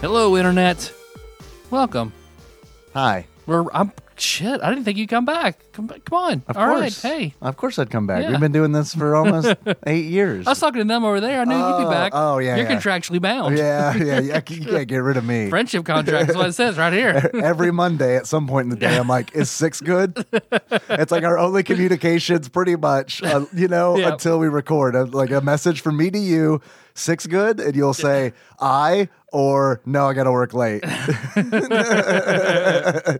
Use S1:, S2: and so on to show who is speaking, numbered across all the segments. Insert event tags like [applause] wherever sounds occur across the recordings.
S1: Hello, internet. Welcome.
S2: Hi.
S1: We're I'm shit. I didn't think you'd come back. Come back. Come on.
S2: Of
S1: All right.
S2: course.
S1: Hey.
S2: Of course I'd come back.
S1: Yeah.
S2: We've been doing this for
S1: [laughs]
S2: almost eight years.
S1: I was talking to them over there. I knew you'd be
S2: Oh,
S1: back.
S2: oh, yeah,
S1: You're
S2: yeah.
S1: contractually bound.
S2: yeah, yeah, yeah. You can't get rid of me.
S1: Friendship contract is what it says right here.
S2: [laughs] Every Monday at some point in the day, I'm like, is six good? it's like our only communications pretty much, uh, you know,
S1: Yeah.
S2: until we record. Uh, like a message from me to you, six good? And you'll say, I or no, I got to work late. [laughs]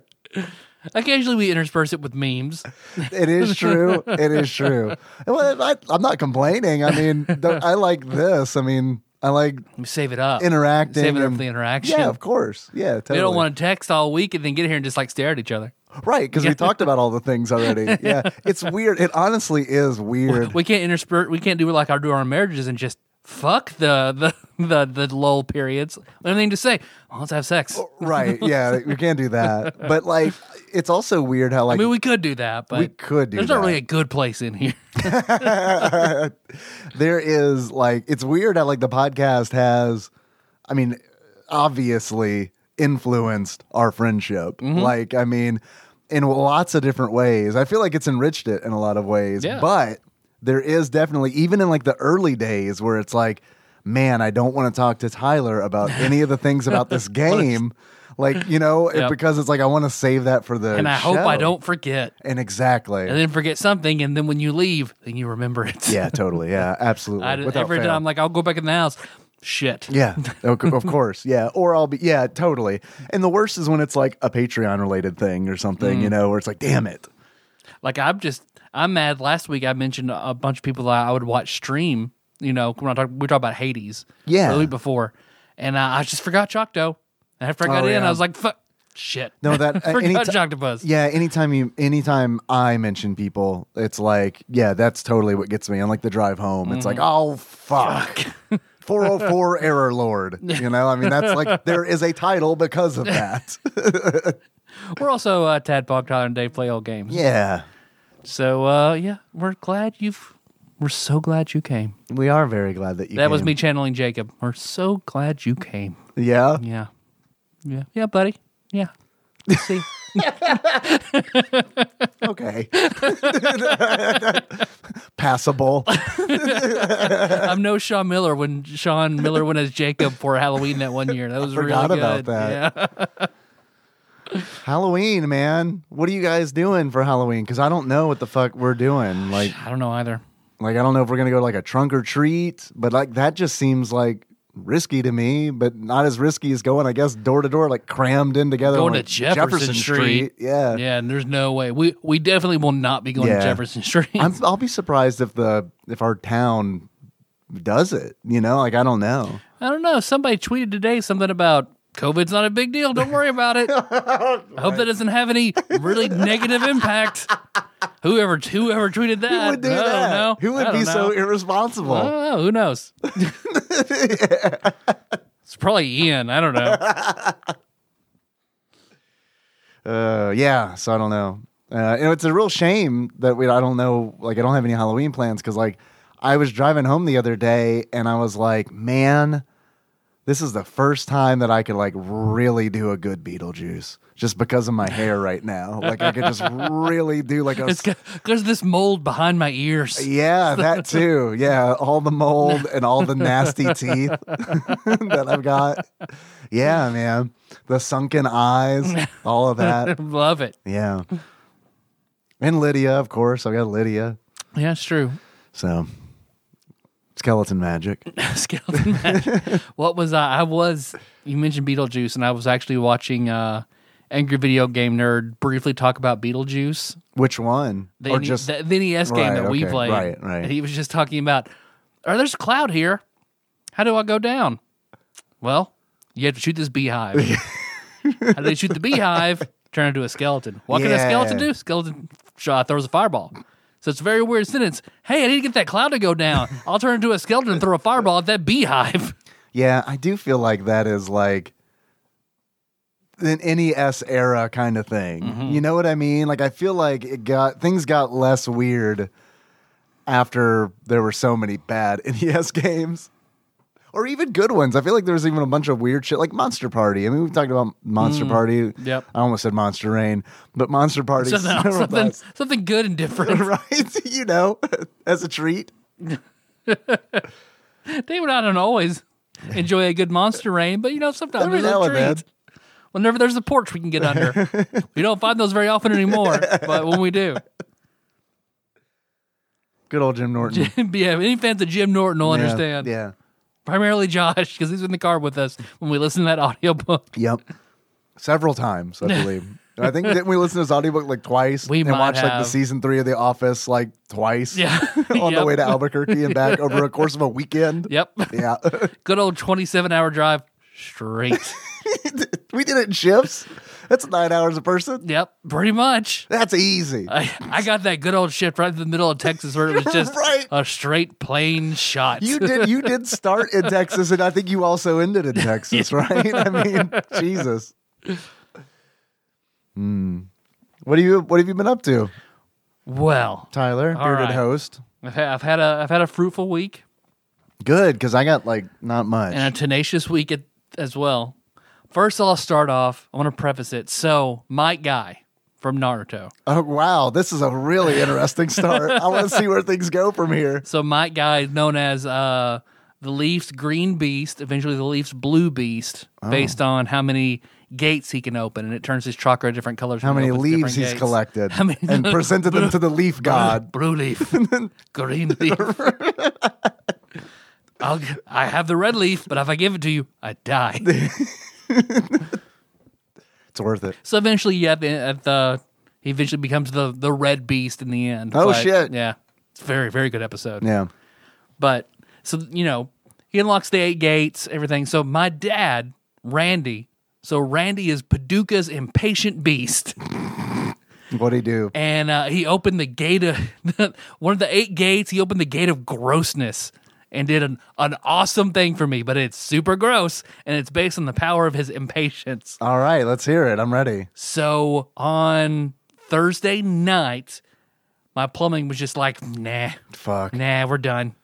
S1: Occasionally we intersperse it with memes.
S2: It is true. It is true. Well, I, I'm not complaining. I mean, don't- I like this. I mean, I like
S1: We save it up.
S2: interacting.
S1: Saving up
S2: and-
S1: the interaction.
S2: Yeah, of course. Yeah, totally.
S1: We don't want to text all week and then get here and just like stare at each other. [laughs]
S2: right because we talked about all the things already. Yeah, it's weird. It honestly
S1: [laughs]
S2: is weird.
S1: We can't intersperse. We can't do like our do our marriages and just fuck the the the, the lull periods. Anything to say? Well, let's have sex.
S2: Oh, right? Yeah, we can't do that. But like, it's also weird how
S1: I
S2: like
S1: mean, we could do that, but
S2: We could do
S1: There's
S2: that.
S1: not really a good place in here.
S2: there is like it's weird how like the podcast has. I mean, obviously influenced our friendship.
S1: Mm-hmm.
S2: Like, I mean, in lots of different ways. I feel like it's enriched it in a lot of ways.
S1: Yeah.
S2: But there is definitely even in like the early days where it's like, man, I don't want to talk to Tyler
S1: [laughs]
S2: about any of the things about this game. Like, you know, it-
S1: Yep.
S2: because it's like I want to save that for the
S1: and I hope I
S2: show.
S1: don't forget.
S2: And exactly.
S1: [laughs] And then forget something, and then when you leave, then you remember it.
S2: yeah, totally. Yeah,
S1: [laughs]
S2: absolutely.
S1: I, every
S2: Without
S1: time
S2: fail.
S1: I'm like, I'll go back in the house. Shit.
S2: [laughs] Yeah, of of course. Yeah, or I'll be. Yeah, totally. And the worst is when it's like a Patreon related thing or something, you know, where it's like, damn it.
S1: Like I'm just, I'm mad. Last week I mentioned a bunch of people that I would watch stream. You know, when I talk, we talk about Hades.
S2: Yeah.
S1: The week before, and uh, I just forgot Choctaw. And after I got
S2: Oh,
S1: in, I
S2: yeah.
S1: was like, fuck, shit. [laughs]
S2: No, that uh,
S1: forgot
S2: any ti-
S1: Choctaw's.
S2: Yeah, anytime you, anytime I mention people, it's like, yeah, that's totally what gets me. On like the drive home, it's like, oh fuck, [laughs] four hundred four error [laughs] lord. You know, I mean, that's like there is a title because of [laughs] that.
S1: We're also uh, Tad, Bob, Tyler, and Dave play old games.
S2: yeah,
S1: So uh, yeah, we're glad you've. We're so glad you came.
S2: we are very glad that you.
S1: That was
S2: came.
S1: me channeling Jacob. We're so glad you came.
S2: Yeah,
S1: Yeah. Yeah. Yeah, buddy. Yeah. See.
S2: [laughs] okay. [laughs] [laughs] Passable.
S1: I'm no Sean Miller when Sean Miller went as Jacob for Halloween that one year. That was
S2: forgot
S1: really
S2: about
S1: good.
S2: that.
S1: Yeah.
S2: Halloween, man. What are you guys doing for Halloween? Because I don't know what the fuck we're doing. Like, [laughs]
S1: I don't know either.
S2: like I don't know if we're gonna go to like a trunk or treat, but like that just seems like risky to me. But not as risky as going, I guess, door to door, like crammed in together.
S1: Going
S2: on,
S1: to
S2: like,
S1: Jefferson Street.
S2: Yeah.
S1: Yeah, and there's no way. We we definitely will not be going
S2: Yeah.
S1: to Jefferson Street.
S2: I'm, I'll be surprised if the if our town does it. You know, like I don't know.
S1: [laughs] I don't know. Somebody tweeted today something about COVID's not a big deal. Don't worry about
S2: [laughs]
S1: it. I hope that doesn't have any really negative
S2: [laughs]
S1: impact. Whoever whoever tweeted that.
S2: Who would do
S1: I don't
S2: that?
S1: know.
S2: Who would
S1: I don't
S2: be so
S1: know.
S2: irresponsible?
S1: I don't know. Who [laughs] knows? It's probably Ian. I don't know.
S2: Uh, yeah. So I don't know. Uh, you know, it's a real shame that we. I don't know. Like, I don't have any Halloween plans because, like, I was driving home the other day and I was like, man, this is the first time that I could like really do a good Beetlejuice just because of my hair right now. Like, I could just really do like a.
S1: [laughs] It's because this mold behind my ears. [laughs]
S2: [laughs] yeah, that too. Yeah, all the mold and all the nasty teeth [laughs] that I've got. Yeah, man. The sunken eyes, all of that.
S1: Love it.
S2: Yeah. And Lydia, of course. I've got Lydia.
S1: Yeah, it's true.
S2: So skeleton magic.
S1: [laughs] Skeleton [laughs] match. What was I? I was. You mentioned Beetlejuice, and I was actually watching uh, Angry Video Game Nerd briefly talk about Beetlejuice,
S2: Which one?
S1: the,
S2: or
S1: NE
S2: just
S1: the, the NES game
S2: Right,
S1: that we
S2: okay,
S1: played.
S2: right, right.
S1: And he was just talking about or there's a cloud here. How do I go down? Well, you have to shoot this
S2: [laughs]
S1: beehive. How do they shoot the beehive? Turn into a skeleton. What can a
S2: Yeah.
S1: skeleton do? Skeleton shot throws a fireball. So it's a very weird sentence. Hey, I need to get that cloud to go down. I'll turn into a skeleton and throw a fireball at that beehive. [laughs]
S2: Yeah, I do feel like that is like an NES era kind of thing.
S1: Mm-hmm.
S2: You know what I mean? Like I feel like it got things got less weird after there were so many bad [laughs] NES games. Or even good ones. I feel like there was even a bunch of weird shit, like Monster Party. I mean, we've talked about Monster Party.
S1: Mm, yep.
S2: I almost said Monster Rain, but Monster Party.
S1: Something,
S2: [laughs] several
S1: something,
S2: times.
S1: something good and different.
S2: right? [laughs] you know, as a treat.
S1: David, I don't always enjoy a good monster rain, but you know, sometimes
S2: Every
S1: there's a
S2: now and then.
S1: treat. Whenever there's a porch we can get under. we don't find those very often anymore, but when we do. [laughs]
S2: Good old Jim Norton.
S1: yeah, any fans of Jim Norton will [laughs]
S2: Yeah,
S1: understand.
S2: Yeah.
S1: Primarily Josh, because he's in the car with us when we listen to that audiobook. [laughs]
S2: Yep. Several times, I believe. I think didn't we listen to his audiobook like twice?
S1: We
S2: and
S1: might
S2: watched like the
S1: have.
S2: season three of The Office like twice.
S1: Yeah.
S2: [laughs]
S1: [laughs]
S2: on the
S1: Yep.
S2: way to Albuquerque
S1: [laughs]
S2: and back over a course of a weekend.
S1: Yep.
S2: Yeah. [laughs]
S1: Good old 27 hour drive straight.
S2: we did it in shifts. That's nine hours a person.
S1: yep, pretty much.
S2: That's
S1: [laughs]
S2: easy.
S1: I, I got that good old shift right in the middle of Texas where
S2: [laughs]
S1: it was just
S2: Right.
S1: a straight plain shot.
S2: You did you did start in Texas and I think you also
S1: [laughs]
S2: ended in Texas, right? I mean, Jesus. Hmm. What do you what have you been up to,
S1: well,
S2: Tyler?
S1: All
S2: Bearded
S1: right.
S2: host.
S1: I've had, I've had a I've had a fruitful week.
S2: Good, because I got like not much.
S1: and a tenacious week at, as well. First, I'll start off. I want to preface it. So, Mike Guy from Naruto.
S2: Oh wow, this is a
S1: [laughs]
S2: really interesting start. I want to see where things go from here.
S1: So, Mike Guy is known as uh, the Leafs Green Beast, eventually the Leafs Blue Beast,
S2: Oh.
S1: based on how many gates he can open, and it turns his chakra different colors.
S2: How
S1: when he
S2: many
S1: opens
S2: leaves
S1: different
S2: he's
S1: gates.
S2: collected
S1: How many- [laughs]
S2: and presented them to the leaf god.
S1: Blue leaf, green
S2: [laughs]
S1: leaf. I'll, g- I have the red leaf, but if I give it to you, I
S2: [laughs]
S1: die.
S2: It's worth it.
S1: So eventually, yeah, the, at the he eventually becomes the the red beast in the end.
S2: Oh, shit.
S1: Yeah, it's a very very good episode.
S2: Yeah.
S1: But so you know, he unlocks the eight gates, everything. So my dad, Randy. So Randy is Paducah's impatient beast,
S2: What'd he do?
S1: and uh, he opened the gate of [laughs] one of the eight gates. He opened the gate of grossness and did an, an awesome thing for me. But it's super gross, and it's based on the power of his impatience.
S2: All right, let's hear it. I'm ready.
S1: So on Thursday night, my plumbing was just like, nah,
S2: Fuck.
S1: nah, we're done.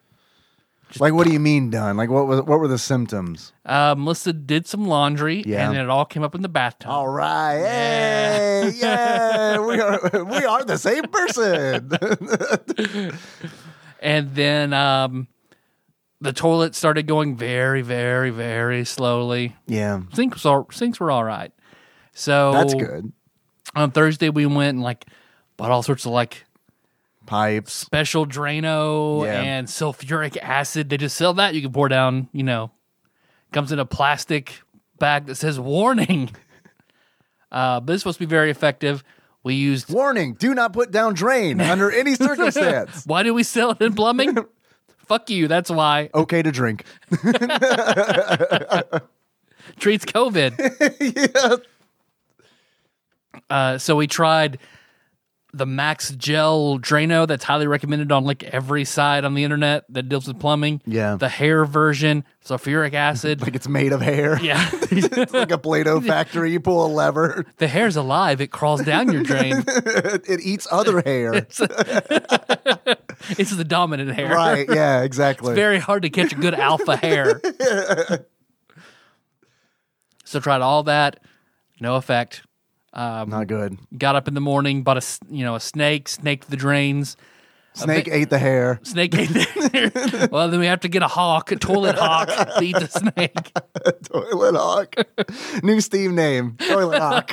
S2: Like what do you mean done? Like what was what were the symptoms?
S1: Uh, Melissa did some laundry,
S2: Yeah. Oh.
S1: and then it all came up in the bathtub.
S2: All right. Hey, yeah. We are [laughs] we are the same person. [laughs]
S1: And then um, the toilet started going very, very, very slowly.
S2: yeah.
S1: Sinks, are, sinks were all right. So
S2: That's good.
S1: On Thursday, we went and like bought all sorts of like
S2: Pipes.
S1: special Drano
S2: Yeah.
S1: and sulfuric acid. They just sell that. You can pour down, you know, comes in a plastic bag that says warning. [laughs] Uh, but it's supposed to be very effective. We used.
S2: Warning, do not put down drain
S1: [laughs]
S2: under any [laughs] circumstance.
S1: Why do we sell it in plumbing?
S2: [laughs]
S1: Fuck you. That's why.
S2: okay to drink.
S1: Treats
S2: [laughs]
S1: COVID. uh, so we tried the Max Gel Drano that's highly recommended on like every side on the internet that deals with plumbing.
S2: Yeah.
S1: The hair version, sulfuric acid.
S2: Like it's made of hair.
S1: yeah. [laughs]
S2: it's like a Play-Doh factory. You pull a lever, [laughs]
S1: the hair's alive. It crawls down your drain.
S2: it eats other hair.
S1: it's the dominant hair.
S2: right?
S1: [laughs]
S2: Yeah, exactly.
S1: Very hard to catch a good alpha hair. so tried all that, no effect.
S2: Not good.
S1: Got up in the morning, bought a s- you know a snake, snaked the drains.
S2: Snake ate
S1: [laughs]
S2: the hair. [laughs]
S1: Snake ate there. [laughs] well, then we have to get a hawk, a toilet hawk, to eat the snake. [laughs]
S2: Toilet hawk. New Steam name. Toilet hawk.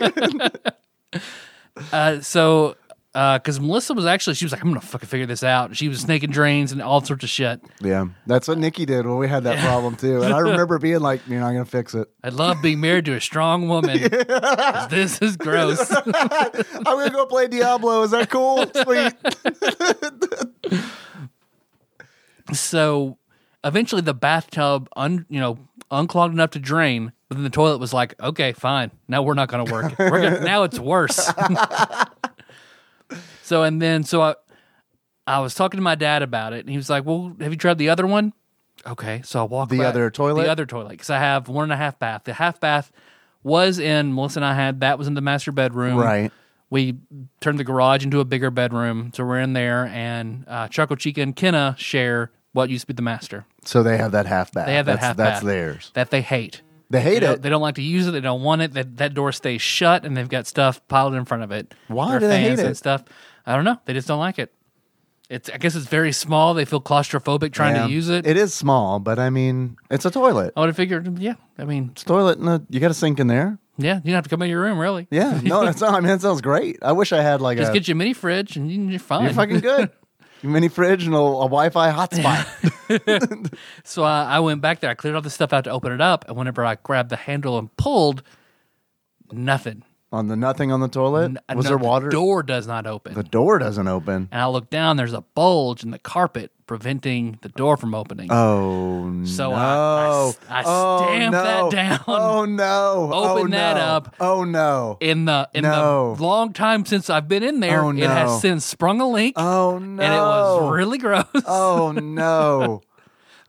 S1: Uh, so, because Melissa was actually, she was like, "I'm gonna fucking figure this out." She was snaking drains and all sorts of shit.
S2: yeah, that's what Nikki did when we had that problem too.
S1: [laughs]
S2: And I remember being like, "You're not gonna fix it.
S1: I love being married to a strong woman. 'Cause This is gross.
S2: I'm gonna go play Diablo. Is [laughs] that cool? Sweet.
S1: So eventually the bathtub un you know unclogged enough to drain, but then the toilet was like, okay, fine. Now we're not going to work. We're gonna, now it's worse. [laughs] so and then so I I was talking to my dad about it, and he was like, well, have you tried the other one? Okay, so I walked
S2: The
S1: back-
S2: other toilet?
S1: the other toilet because I have one and a half bath. The half bath was in Melissa and I had that was in the master bedroom,
S2: Right.
S1: we turned the garage into a bigger bedroom, so we're in there. And uh, Choco Chica and Kenna share what used to be the master.
S2: So they have that half bath.
S1: They have that
S2: that's,
S1: half
S2: That's
S1: bath
S2: theirs.
S1: that they hate.
S2: They hate
S1: They don't,
S2: it.
S1: they don't like to use it. They don't want it. That that door stays shut, and they've got stuff piled in front of it.
S2: Why
S1: There are
S2: do they hate
S1: fans and
S2: it?
S1: Stuff. I don't know. They just don't like it. It's. I guess it's very small. They feel claustrophobic trying
S2: Yeah.
S1: to use it. Oh.
S2: It is small, but I mean, it's a toilet.
S1: I would have figured. Yeah. I mean.
S2: It's a toilet, and a, you got a sink in there.
S1: Yeah. You don't have to come in your room really. [laughs]
S2: Yeah. No, that's not. I mean, that sounds great. I wish I had like
S1: Just
S2: a.
S1: get your mini fridge, and you- you're fine.
S2: you're fucking
S1: [laughs]
S2: good. Mini fridge and a, a Wi-Fi hotspot.
S1: So I, I went back there. I cleared all this stuff out to open it up, and whenever I grabbed the handle and pulled, nothing.
S2: on the nothing on the toilet.
S1: N-
S2: Was
S1: no,
S2: there water?
S1: The door does not open.
S2: the door doesn't open.
S1: and I look down. There's a bulge in the carpet preventing the door from opening.
S2: Oh
S1: So
S2: no!
S1: I- I s- I
S2: oh,
S1: stamped that
S2: no.
S1: down.
S2: Oh no!
S1: Open
S2: oh,
S1: that
S2: no.
S1: up.
S2: Oh no!
S1: in the in
S2: No.
S1: the long time since I've been in there,
S2: Oh,
S1: it
S2: no.
S1: has since sprung a leak,
S2: oh no!
S1: and it was really gross. [laughs]
S2: oh no!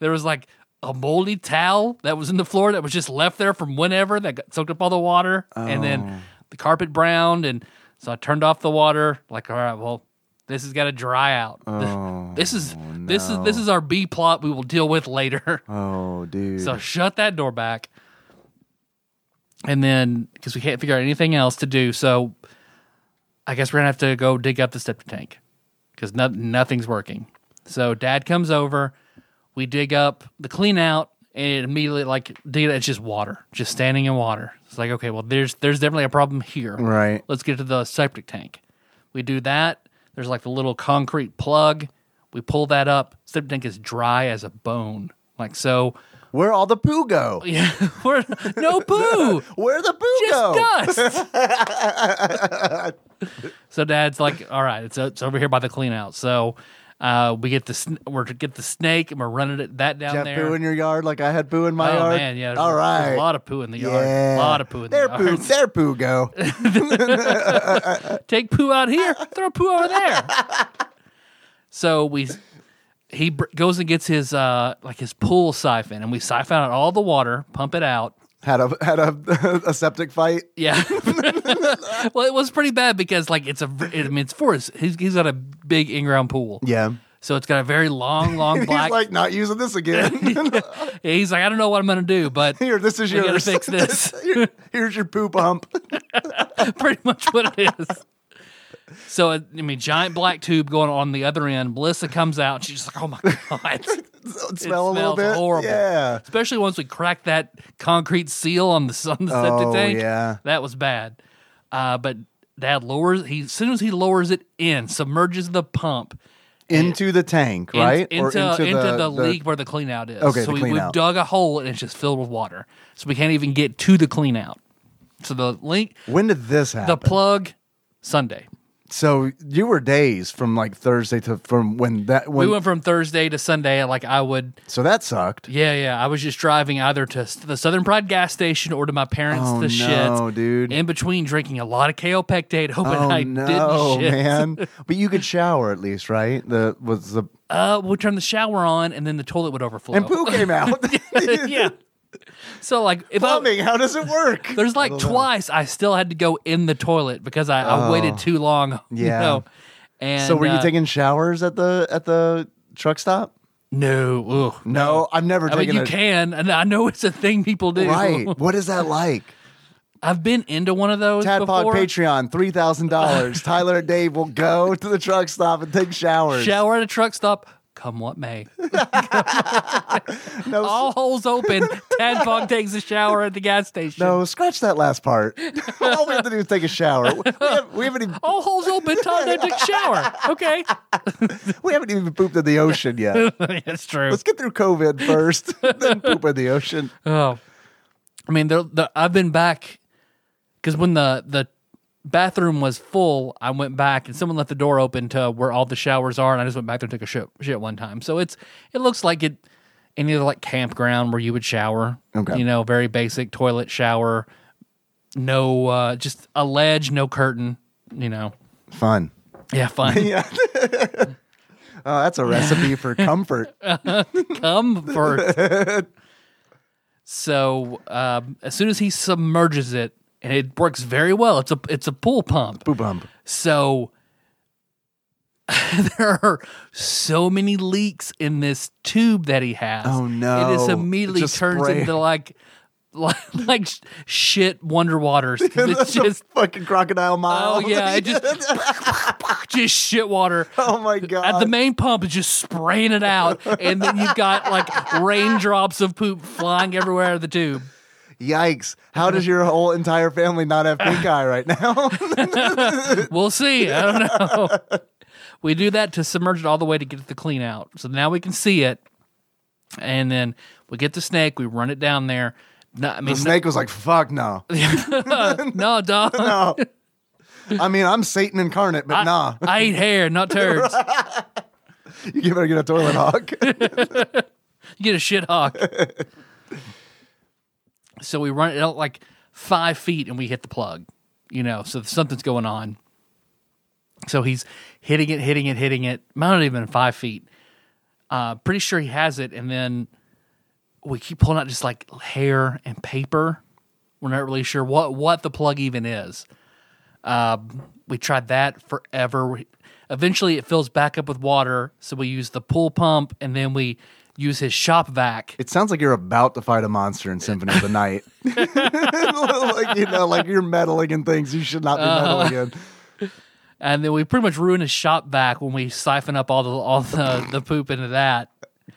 S1: There was like a moldy towel that was in the floor that was just left there from whenever that got soaked up all the water, and then the carpet browned, and so I turned off the water. Like, all right, well, this has got to dry out.
S2: Oh,
S1: this is this is this is our B plot. We will deal with later. [laughs]
S2: Oh dude!
S1: So shut that door back. And then, because we can't figure out anything else to do, so I guess we're gonna have to go dig up the septic tank because no, nothing's working. So Dad comes over, we dig up the clean out, and it immediately like dig it. It's just water, just standing in water. It's like okay, well there's there's definitely a problem here.
S2: Right.
S1: Let's get to the septic tank. We do that. There's like the little concrete plug. We pull that up. Septic tank is dry as a bone. Like so.
S2: Where all the poo go?
S1: Yeah, [laughs] we're, no
S2: [laughs]
S1: poo,
S2: Where the poo go?
S1: just
S2: [laughs]
S1: dust. so Dad's like, "All right, it's, it's over here by the clean out." So uh, we get the sn- we're to get the snake and we're running it that down
S2: You have
S1: there.
S2: poo in your yard like I had poo in my
S1: oh
S2: yard.
S1: man, yeah, there's-
S2: All
S1: there's
S2: right.
S1: a lot of poo in the yard,
S2: yeah.
S1: a lot of poo in the
S2: their
S1: yard.
S2: poo. Their poo
S1: [laughs]
S2: go.
S1: Take poo out here, throw poo over
S2: [laughs]
S1: there. so we. He br- goes and gets his uh like his pool siphon, and we siphon out all the water, pump it out,
S2: had a had a, [laughs] a septic fight. [laughs]
S1: Yeah. well, it was pretty bad because like it's a I mean it's forest. He's he's got a big in-ground pool.
S2: Yeah.
S1: So it's got a very
S2: [laughs]
S1: long, long
S2: He's
S1: black.
S2: like not using
S1: [laughs]
S2: this again.
S1: he's like, I don't know what I'm gonna do, but
S2: [laughs] Here, this is
S1: We gotta
S2: yours.
S1: fix this. [laughs]
S2: [laughs] Here- Here's your poo pump. [laughs]
S1: pretty much what it is. So I mean, giant black tube going on the other end. Melissa comes out. She's just like, "Oh my god!"
S2: [laughs] Smell a little
S1: smells
S2: bit.
S1: horrible.
S2: Yeah.
S1: Especially once we cracked that concrete seal on the on the
S2: Oh,
S1: septic tank.
S2: yeah.
S1: that was bad. Uh, but Dad lowers. He as soon as he lowers it in, submerges the pump.
S2: into the tank,
S1: in-
S2: right?
S1: into, into the, leak where the clean out is.
S2: Okay,
S1: so
S2: the
S1: we,
S2: clean
S1: we've
S2: out.
S1: dug a hole and it's just filled with water. So we can't even get to the clean out. So the link,
S2: When did this happen?
S1: the plug, Sunday.
S2: so you were days from like Thursday to from when that when,
S1: we went from Thursday to Sunday. Like I would,
S2: so that sucked.
S1: yeah, yeah. I was just driving either to s- the Southern Pride gas station or to my parents'
S2: Oh
S1: the
S2: no,
S1: shits.
S2: dude.
S1: In between drinking a lot of kale pectate, hoping [laughs]
S2: oh
S1: I
S2: no,
S1: didn't shit.
S2: man. But you could shower at least, right? The was the
S1: Uh, we turned the shower on, and then the toilet would overflow.
S2: and poo came out.
S1: [laughs]
S2: [laughs]
S1: yeah. So like, if I,
S2: Plumbing, how does it work?
S1: [laughs] There's
S2: I
S1: like
S2: don't know.
S1: twice I still had to go in the toilet because I, I waited too long. [laughs] You
S2: Oh. Yeah.
S1: know? And
S2: So were you
S1: uh,
S2: taking showers at the at the truck stop?
S1: no? ugh.
S2: No, I've never
S1: I mean,
S2: taken
S1: you
S2: a
S1: can, and I know it's a thing people do.
S2: right. What is that like?
S1: [laughs] I've been into one of those
S2: Tadpog
S1: before.
S2: Patreon, three thousand
S1: [laughs]
S2: dollars. Tyler and Dave will go to the truck stop and take showers.
S1: Shower at a truck stop. Come what may.
S2: [laughs]
S1: [laughs]
S2: no,
S1: All holes open. Tadpog takes a shower at the gas station.
S2: no, scratch that
S1: [laughs]
S2: last part. All we have to do is take a shower. We, have, we haven't even
S1: All holes open. Todd Dad took a shower. Okay, [laughs]
S2: we haven't even pooped in the ocean yet.
S1: that's true.
S2: Let's get through COVID first, [laughs] then poop in the ocean.
S1: Oh, I mean, there, there, I've been back because when the the bathroom was full, I went back and someone left the door open to where all the showers are, and I just went back there and took a shit, shit one time. So it's it looks like it any other like campground where you would shower.
S2: Okay.
S1: You know, very basic toilet shower. No, uh, just a ledge, no curtain. You know,
S2: Fun.
S1: yeah, fun.
S2: Yeah. oh, that's a recipe for comfort.
S1: Comfort.
S2: [laughs]
S1: so um, as soon as he submerges it, and it works very well. It's a it's a pool pump.
S2: Boo bump.
S1: So there are so many leaks in this tube that he has.
S2: Oh, no.
S1: It is immediately
S2: It just
S1: turns
S2: spray-
S1: into like [laughs] like, like sh- shit wonder waters. 'cause
S2: [laughs]
S1: [laughs]
S2: That's
S1: it's just
S2: a fucking crocodile mile.
S1: oh yeah, it
S2: [laughs]
S1: just [laughs] just shit water.
S2: oh my
S1: At
S2: god.
S1: the main pump, it's just spraying it out, and then you've got
S2: [laughs]
S1: like raindrops of poop flying everywhere out of the tube.
S2: Yikes. How does your whole entire family not have pink eye right now? [laughs]
S1: We'll see. I don't know. we do that to submerge it all the way to get the clean out. So now we can see it. And then we get the snake, we run it down there. No, I mean, [laughs]
S2: the snake was like, fuck no.
S1: no, dog.
S2: No. I mean, I'm Satan incarnate, but
S1: I,
S2: [laughs] nah.
S1: I eat hair, not turds.
S2: You better get a
S1: [laughs]
S2: toilet hawk.
S1: You get a shit hawk. so we run it out like five feet and we hit the plug, you know, so something's going on. So he's hitting it, hitting it, hitting it. Might not even five feet. Uh, pretty sure he has it. And then we keep pulling out just like hair and paper. We're not really sure what, what the plug even is. Um, we tried that forever. We- Eventually, it fills back up with water. So we use the pool pump and then we use his shop vac.
S2: It sounds like you're about to fight a monster in Symphony of
S1: [laughs]
S2: the Night. [laughs] like, you know, like you're meddling in things you should not be
S1: Uh-huh.
S2: meddling in.
S1: and then we pretty much ruin his shop vac when we siphon up all the all
S2: [laughs]
S1: the, the poop into that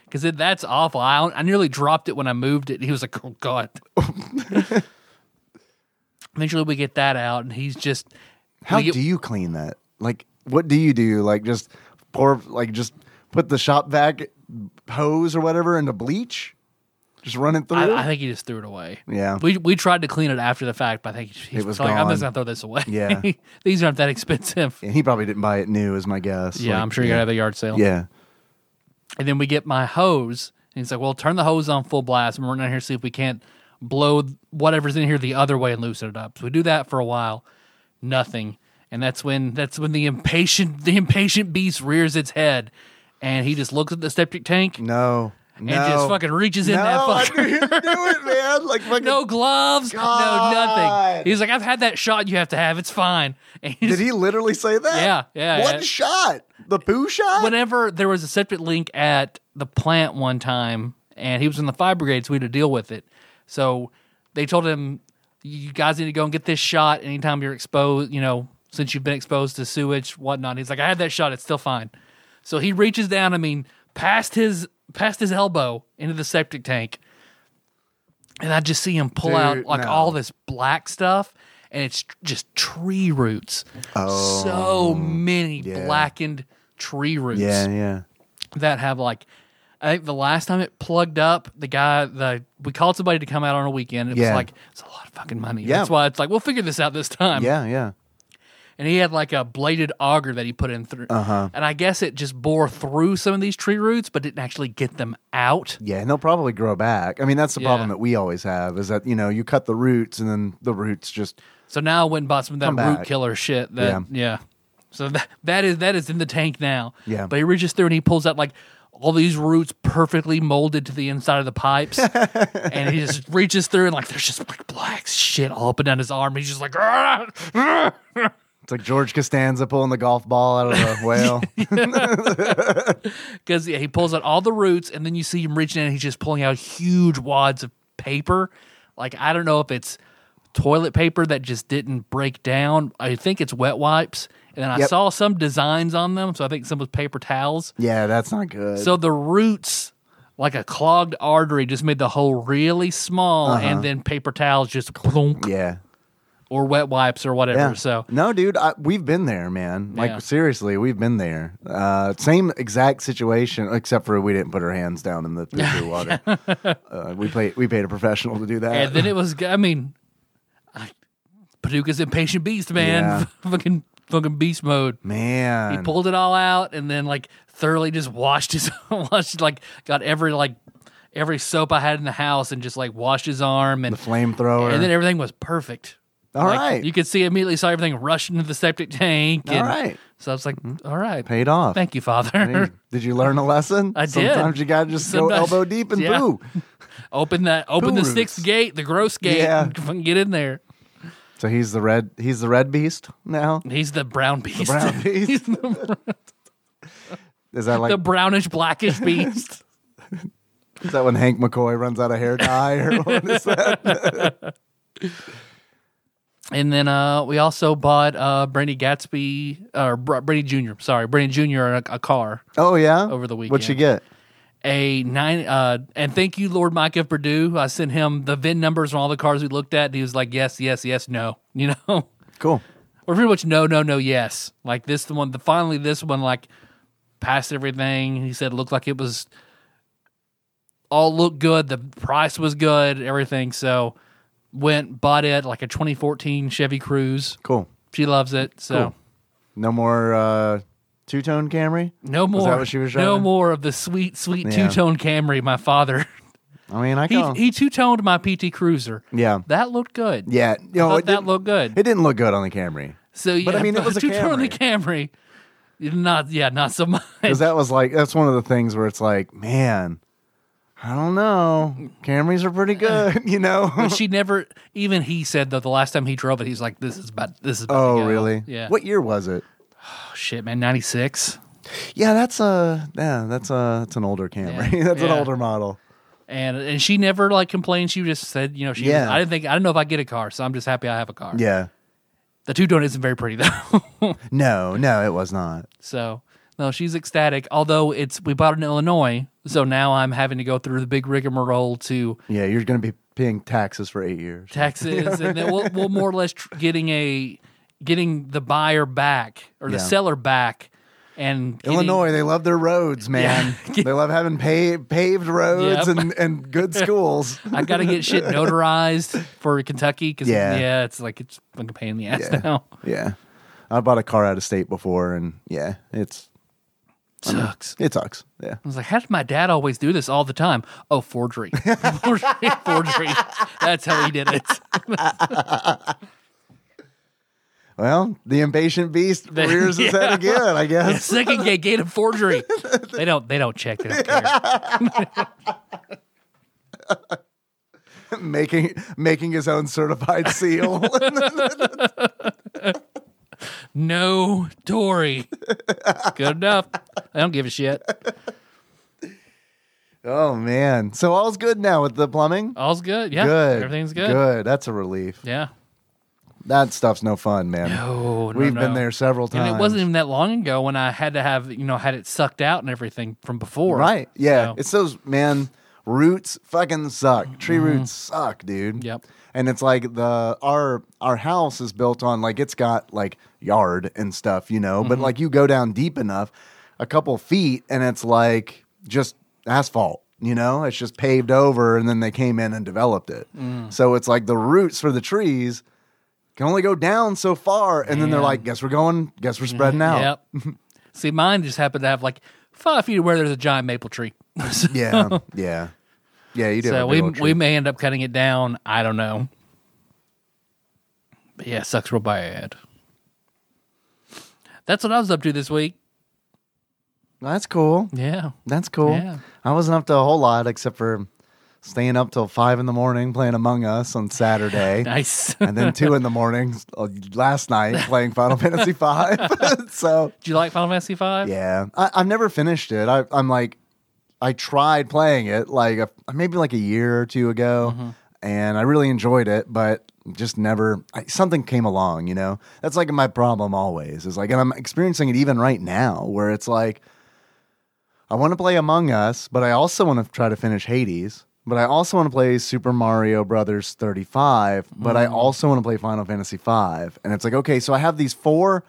S1: because that's awful. I I nearly dropped it when I moved it. And he was like, "Oh
S2: [laughs]
S1: God." Eventually, we get that out, and he's just
S2: How
S1: we get-
S2: do you clean that? Like, what do you do? Like, just pour, like, just put the shop vac hose or whatever into bleach? Just run it through?
S1: I, I think he just threw it away.
S2: Yeah.
S1: we we tried to clean it after the fact, but I think he's
S2: It was
S1: like, "I'm just
S2: gone.
S1: gonna throw this away."
S2: Yeah.
S1: [laughs] these aren't that expensive.
S2: and he probably didn't buy it new, is my guess.
S1: Yeah,
S2: Like,
S1: I'm sure you gotta have a yard sale.
S2: Yeah.
S1: And then we get my hose. And he's like, well, turn the hose on full blast and we're down here see if we can't blow whatever's in here the other way and loosen it up. So we do that for a while. Nothing. And that's when that's when the impatient the impatient beast rears its head and he just looks at the septic tank
S2: No.
S1: and just fucking reaches in that fucker.
S2: I knew you'd do
S1: [laughs]
S2: it, man. Like, fucking,
S1: No gloves, no
S2: God.
S1: nothing. He's like, I've had that shot you have to have. It's fine. And he
S2: did
S1: just-
S2: he literally say that?
S1: Yeah, yeah,
S2: One
S1: yeah.
S2: shot. The poo shot?
S1: whenever there was a septic leak at the plant one time, and he was in the fire brigade, so we had to deal with it. So they told him, "You guys need to go and get this shot anytime you're exposed. You know, since you've been exposed to sewage, whatnot." He's like, "I had that shot; it's still fine." So he reaches down. I mean, past his past his elbow into the septic tank, and I just see him pull out
S2: Dude,
S1: like
S2: no.
S1: all this black stuff. And it's just tree roots. Oh, so many
S2: yeah.
S1: blackened tree roots
S2: yeah, yeah.
S1: that have like I think the last time it plugged up, the guy the we called somebody to come out on a weekend. It
S2: Yeah.
S1: was like it's a lot of fucking money.
S2: Yeah.
S1: That's why it's like we'll figure this out this time.
S2: Yeah, yeah.
S1: And he had like a bladed auger that he put in through, uh-huh. and I guess it just bore through some of these tree roots, but didn't actually get them out.
S2: Yeah, and they'll probably grow back. I mean, that's the
S1: Yeah.
S2: problem that we always have is that, you know, you cut the roots and then the roots just
S1: So now I went and bought some of that
S2: Come back.
S1: root killer shit. That yeah. So that that is that is in the tank now.
S2: Yeah.
S1: But he reaches through and he pulls out like all these roots perfectly molded to the inside of the pipes.
S2: [laughs]
S1: and he just reaches through and like there's just like black shit all up and down his arm. He's just like "Ah!"
S2: it's like George Costanza pulling the golf ball out
S1: [laughs]
S2: of the whale.
S1: because yeah, he pulls out all the roots, and then you see him reaching in, and he's just pulling out huge wads of paper. Like I don't know if it's toilet paper that just didn't break down. I think it's wet wipes, and then I
S2: Yep.
S1: saw some designs on them, so I think some was paper towels.
S2: yeah, that's not good.
S1: So the roots, like a clogged artery, just made the hole really small,
S2: Uh-huh.
S1: and then paper towels just plonk,
S2: yeah.
S1: or wet wipes or whatever.
S2: Yeah.
S1: So
S2: no, dude, I, we've been there, man. Like
S1: Yeah.
S2: seriously, we've been there. Uh, same exact situation, except for we didn't put our hands down in
S1: [laughs]
S2: the poo poo water. uh, we paid we paid a professional to do that.
S1: and then it was. I mean, I, Paducah's impatient beast, man.
S2: Yeah.
S1: [laughs] fucking fucking beast mode.
S2: man,
S1: He [laughs] pulled it all out and then like thoroughly just washed his washed like got every like every soap I had in the house and just like washed his arm and
S2: The flamethrower.
S1: and then everything was perfect.
S2: All
S1: All right,
S2: right.
S1: you could see immediately saw everything rush into the septic tank.
S2: All
S1: and-
S2: right. Mm-hmm.
S1: so I was like, all right,
S2: Paid off.
S1: thank you, Father.
S2: Hey, Did you learn a lesson?
S1: I did.
S2: Sometimes you gotta just go
S1: Sometimes-
S2: elbow deep and
S1: Yeah.
S2: boo.
S1: [laughs] open that, open the
S2: Hoorus.
S1: sixth gate, the gross gate,
S2: Yeah.
S1: and get in there.
S2: So he's the red. He's the red beast
S1: [laughs]
S2: now.
S1: He's the brown beast,
S2: brown beast.
S1: He's the,
S2: Is that
S1: [laughs]
S2: like
S1: the brownish blackish
S2: [laughs]
S1: beast.
S2: is that when Hank McCoy runs out of hair
S1: [laughs]
S2: dye or what is that?
S1: And then uh, we also bought uh, Brandy Gatsby or Br- Brandy Junior. Sorry, Brandy Junior a, a car,
S2: Oh yeah.
S1: Over the
S2: What you
S1: weekend.
S2: get?
S1: a nine. Uh, and thank you, Lord Mike of Purdue. I sent him the VIN numbers on all the cars we looked at. And he was like, yes, yes, yes, no. [laughs] You know,
S2: Cool.
S1: or pretty much no, no, no, yes. Like this the one, the finally this one like passed everything. He said it looked like it was all looked good. The price was good, everything. So went bought it like a 2014 Chevy Cruise.
S2: Cool.
S1: She loves it. So
S2: Cool. No more uh, two tone Camry.
S1: no more.
S2: that what she was
S1: no
S2: driving?
S1: more of the sweet, sweet
S2: Yeah.
S1: two tone Camry. My father [laughs]
S2: I mean, I
S1: he
S2: can.
S1: he two toned my PT Cruiser.
S2: yeah.
S1: That looked good.
S2: Yeah. You know,
S1: Thought
S2: it,
S1: that
S2: didn't,
S1: looked good.
S2: it didn't look good on
S1: [laughs]
S2: the Camry
S1: so yeah,
S2: but I mean, it
S1: [laughs]
S2: was a
S1: two tone the Camry. Not yeah, not so
S2: [laughs]
S1: much.
S2: because that was like that's one of the things where it's like, man, I don't know. Camrys are pretty good, [laughs] you know.
S1: But she never even he said though the last time he drove it he's like this is about this is about to
S2: oh
S1: go.
S2: really?
S1: yeah
S2: What year was it?
S1: oh, shit man 96
S2: Yeah, that's a yeah, that's a that's an older Camry. [laughs]
S1: Yeah.
S2: that's an
S1: Yeah.
S2: older model.
S1: and and she never like complained she just said you know she
S2: Yeah.
S1: I didn't think I don't know if I get a car so I'm just happy I have a car
S2: Yeah.
S1: the two donut isn't very pretty though [laughs]
S2: No, no, it was not.
S1: so no she's ecstatic although it's we bought it in Illinois so now I'm having to go through the big rigmarole to
S2: Yeah, you're going to be paying taxes for eight years.
S1: Texas, and then we'll, we'll more or less tr- getting a getting the buyer back or the
S2: Yeah.
S1: seller back and getting-
S2: Illinois, they love their
S1: [laughs]
S2: roads, man. they love having pa- paved roads
S1: Yep.
S2: and,
S1: [laughs]
S2: and good schools.
S1: I gotta get shit notarized for Kentucky because
S2: Yeah.
S1: yeah. it's like it's like a pain in the ass
S2: Yeah. [laughs]
S1: now.
S2: yeah, I bought a car out of state before, and yeah, it's
S1: Sucks.
S2: it sucks. Yeah,
S1: I was like, how did my dad always do this all the time? Oh,
S2: [laughs]
S1: forgery, forgery, forgery. That's how he did it.
S2: well, the impatient beast
S1: [laughs]
S2: rears his head again, I guess.
S1: Second gate, gate of forgery. They don't. They don't check. They don't care.
S2: [laughs] making making his own certified [laughs] seal.
S1: No Tory. Good enough. I don't give a shit.
S2: oh man, so all's good now with the plumbing.
S1: All's good. Oh, Yeah.
S2: good,
S1: Everything's good.
S2: Good, that's a relief.
S1: Yeah.
S2: That stuff's no fun, man.
S1: Oh, no,
S2: We've been
S1: no.
S2: there several
S1: And
S2: times.
S1: it wasn't even that long ago when I had to have you know had it sucked out and everything from before.
S2: right. Yeah,
S1: So-
S2: it's those man roots fucking suck. Tree roots suck, dude.
S1: Mm-hmm. Yep.
S2: And it's like the our our house is built on like it's got like yard and stuff, you know. But
S1: Mm-hmm.
S2: like you go down deep enough, a couple feet, and it's like just asphalt. You know, it's just paved over, and then they came in and developed it.
S1: Mm.
S2: So it's like the roots for the trees can only go down so far, and then they're
S1: Man. Mm-hmm.
S2: like, "Guess we're going. Guess we're spreading out."
S1: Yep. [laughs] See, mine just happened to have like five feet where there's a giant maple tree. so
S2: [laughs] Yeah,
S1: [laughs]
S2: yeah, yeah. You do. have a
S1: we
S2: big old tree.
S1: we may end up cutting it down. I don't know. But yeah, it sucks real bad. That's what I was up to this week.
S2: That's cool.
S1: Yeah.
S2: That's cool.
S1: Yeah.
S2: I wasn't up to a whole lot except for staying up till five in the morning playing Among Us on
S1: [laughs]
S2: Saturday.
S1: Nice.
S2: And then two in the morning uh, last night playing Final Fantasy V. [laughs] so
S1: Do you like Final Fantasy Five?
S2: yeah, I, I've never finished it. I, I'm like, I tried playing it like a, maybe like a year or two ago, and I really enjoyed it, but just never I, something came along. You know, that's like my problem always is like, and I'm experiencing it even right now where it's like, I want to play Among Us, but I also want to try to finish Hades. But I also want to play Super Mario Brothers 35, but
S1: Mm.
S2: I also want to play Final Fantasy V. And it's like, okay, so I have these four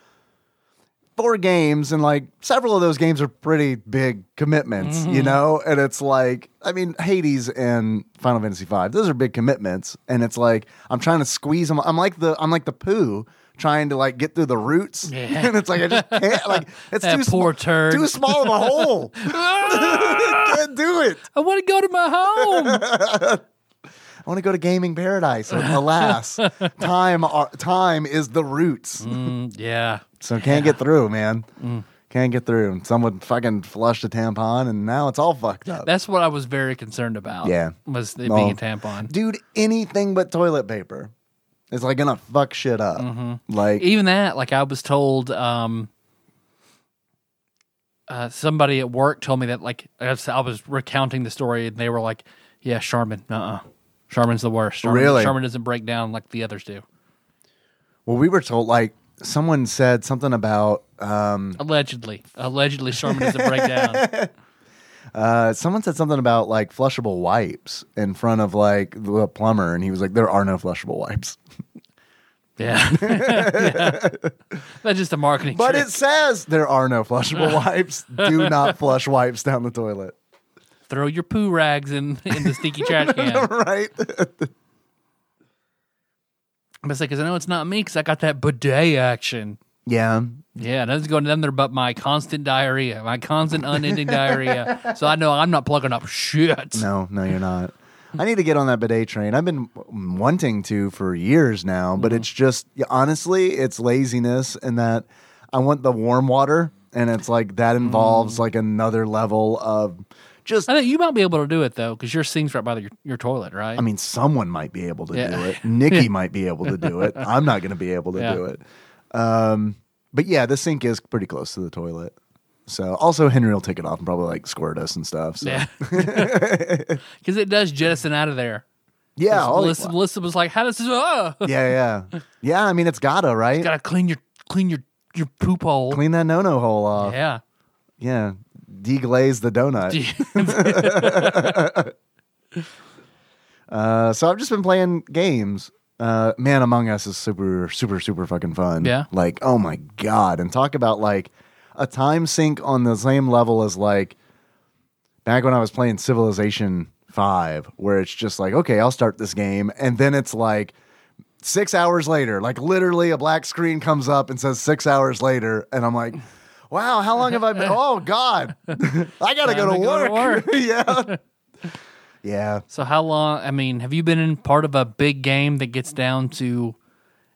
S2: four games and like several of those games are pretty big commitments,
S1: Mm-hmm.
S2: you know? And it's like, I mean, Hades and Final Fantasy V, those are big commitments. And it's like, I'm trying to squeeze them. I'm like the, I'm like the poo trying to like get through the roots. [laughs]
S1: Yeah.
S2: and it's like, I just can't, like, it's
S1: That poor [laughs]
S2: too, [laughs] small,
S1: turd.
S2: too small of a hole. want to do it.
S1: I want to go to my
S2: [laughs]
S1: home.
S2: I want to go to
S1: [laughs]
S2: gaming paradise. And alas, time are, time is the roots.
S1: Mm, yeah. Mm.
S2: So can't get through, man. Can't get through. Someone fucking flushed a tampon, and now it's all fucked up.
S1: That's what I was very concerned about.
S2: Yeah.
S1: Was it
S2: No.
S1: being a tampon.
S2: Dude, anything but toilet paper is like gonna fuck shit up.
S1: Mm-hmm.
S2: Like,
S1: Even that, like I was told, um, uh, somebody at work told me that, like, as I was recounting the story, and they were like, yeah, Charmin, uh uh Charmin's the worst. Charmin,
S2: Really?
S1: Charmin doesn't break down like the others do.
S2: well, we were told like someone said something about um,
S1: Allegedly. Allegedly, Charmin doesn't break
S2: [laughs]
S1: down.
S2: uh, someone said something about like flushable wipes in front of like the plumber, and he was like, "There are no flushable wipes."
S1: Yeah. Yeah. That's just a marketing
S2: But
S1: trick.
S2: it says there are no flushable wipes. Do not flush wipes down the toilet.
S1: Throw your poo rags in, in the stinky trash
S2: [laughs]
S1: can.
S2: right?
S1: But it's like, 'cause I know it's not me because I got that bidet action.
S2: yeah.
S1: Yeah, nothing's going down there but my constant diarrhea, my constant unending diarrhea. So I know I'm not plugging up shit.
S2: No, no, you're not. I need to get on that bidet train. I've been wanting to for years now, but it's just yeah, honestly, it's laziness and that I want the warm water, and it's like that involves like another level of just.
S1: I think you might be able to do it though, because your sink's right by the, your, your toilet, right?
S2: I mean, someone might be able to
S1: Yeah.
S2: do it.
S1: [laughs]
S2: Nikki might be able to do it. I'm not going to be able to
S1: Yeah.
S2: do it. Um, but yeah, the sink is pretty close to the toilet. So also Henry will take it off and probably like squirt us and stuff. So.
S1: yeah, [laughs]
S2: [laughs]
S1: because it does jettison out of there.
S2: Oh, yeah, all-
S1: Melissa, Melissa was like, "How does this? Oh,
S2: [laughs] yeah, yeah, yeah. I mean, it's gotta right.
S1: gotta clean your clean your your poop hole."
S2: Clean that no no hole off.
S1: Yeah,
S2: [laughs] Yeah. Deglaze the
S1: [laughs]
S2: donut. Uh, so I've just been playing games. Uh, Man Among Us is super, super, super fucking fun.
S1: Yeah.
S2: Like, oh my God. And talk about like a time sink on the same level as like back when I was playing Civilization 5, where it's just like, okay, I'll start this game. And then it's like, six hours later, like literally a black screen comes up and says six hours later. And I'm like, wow, how long have [laughs] I been? Oh, God. I got to go
S1: Time to
S2: to
S1: go
S2: work.
S1: to
S2: yeah. Yeah.
S1: So how long? I mean, have you been in part of a big game that gets down to?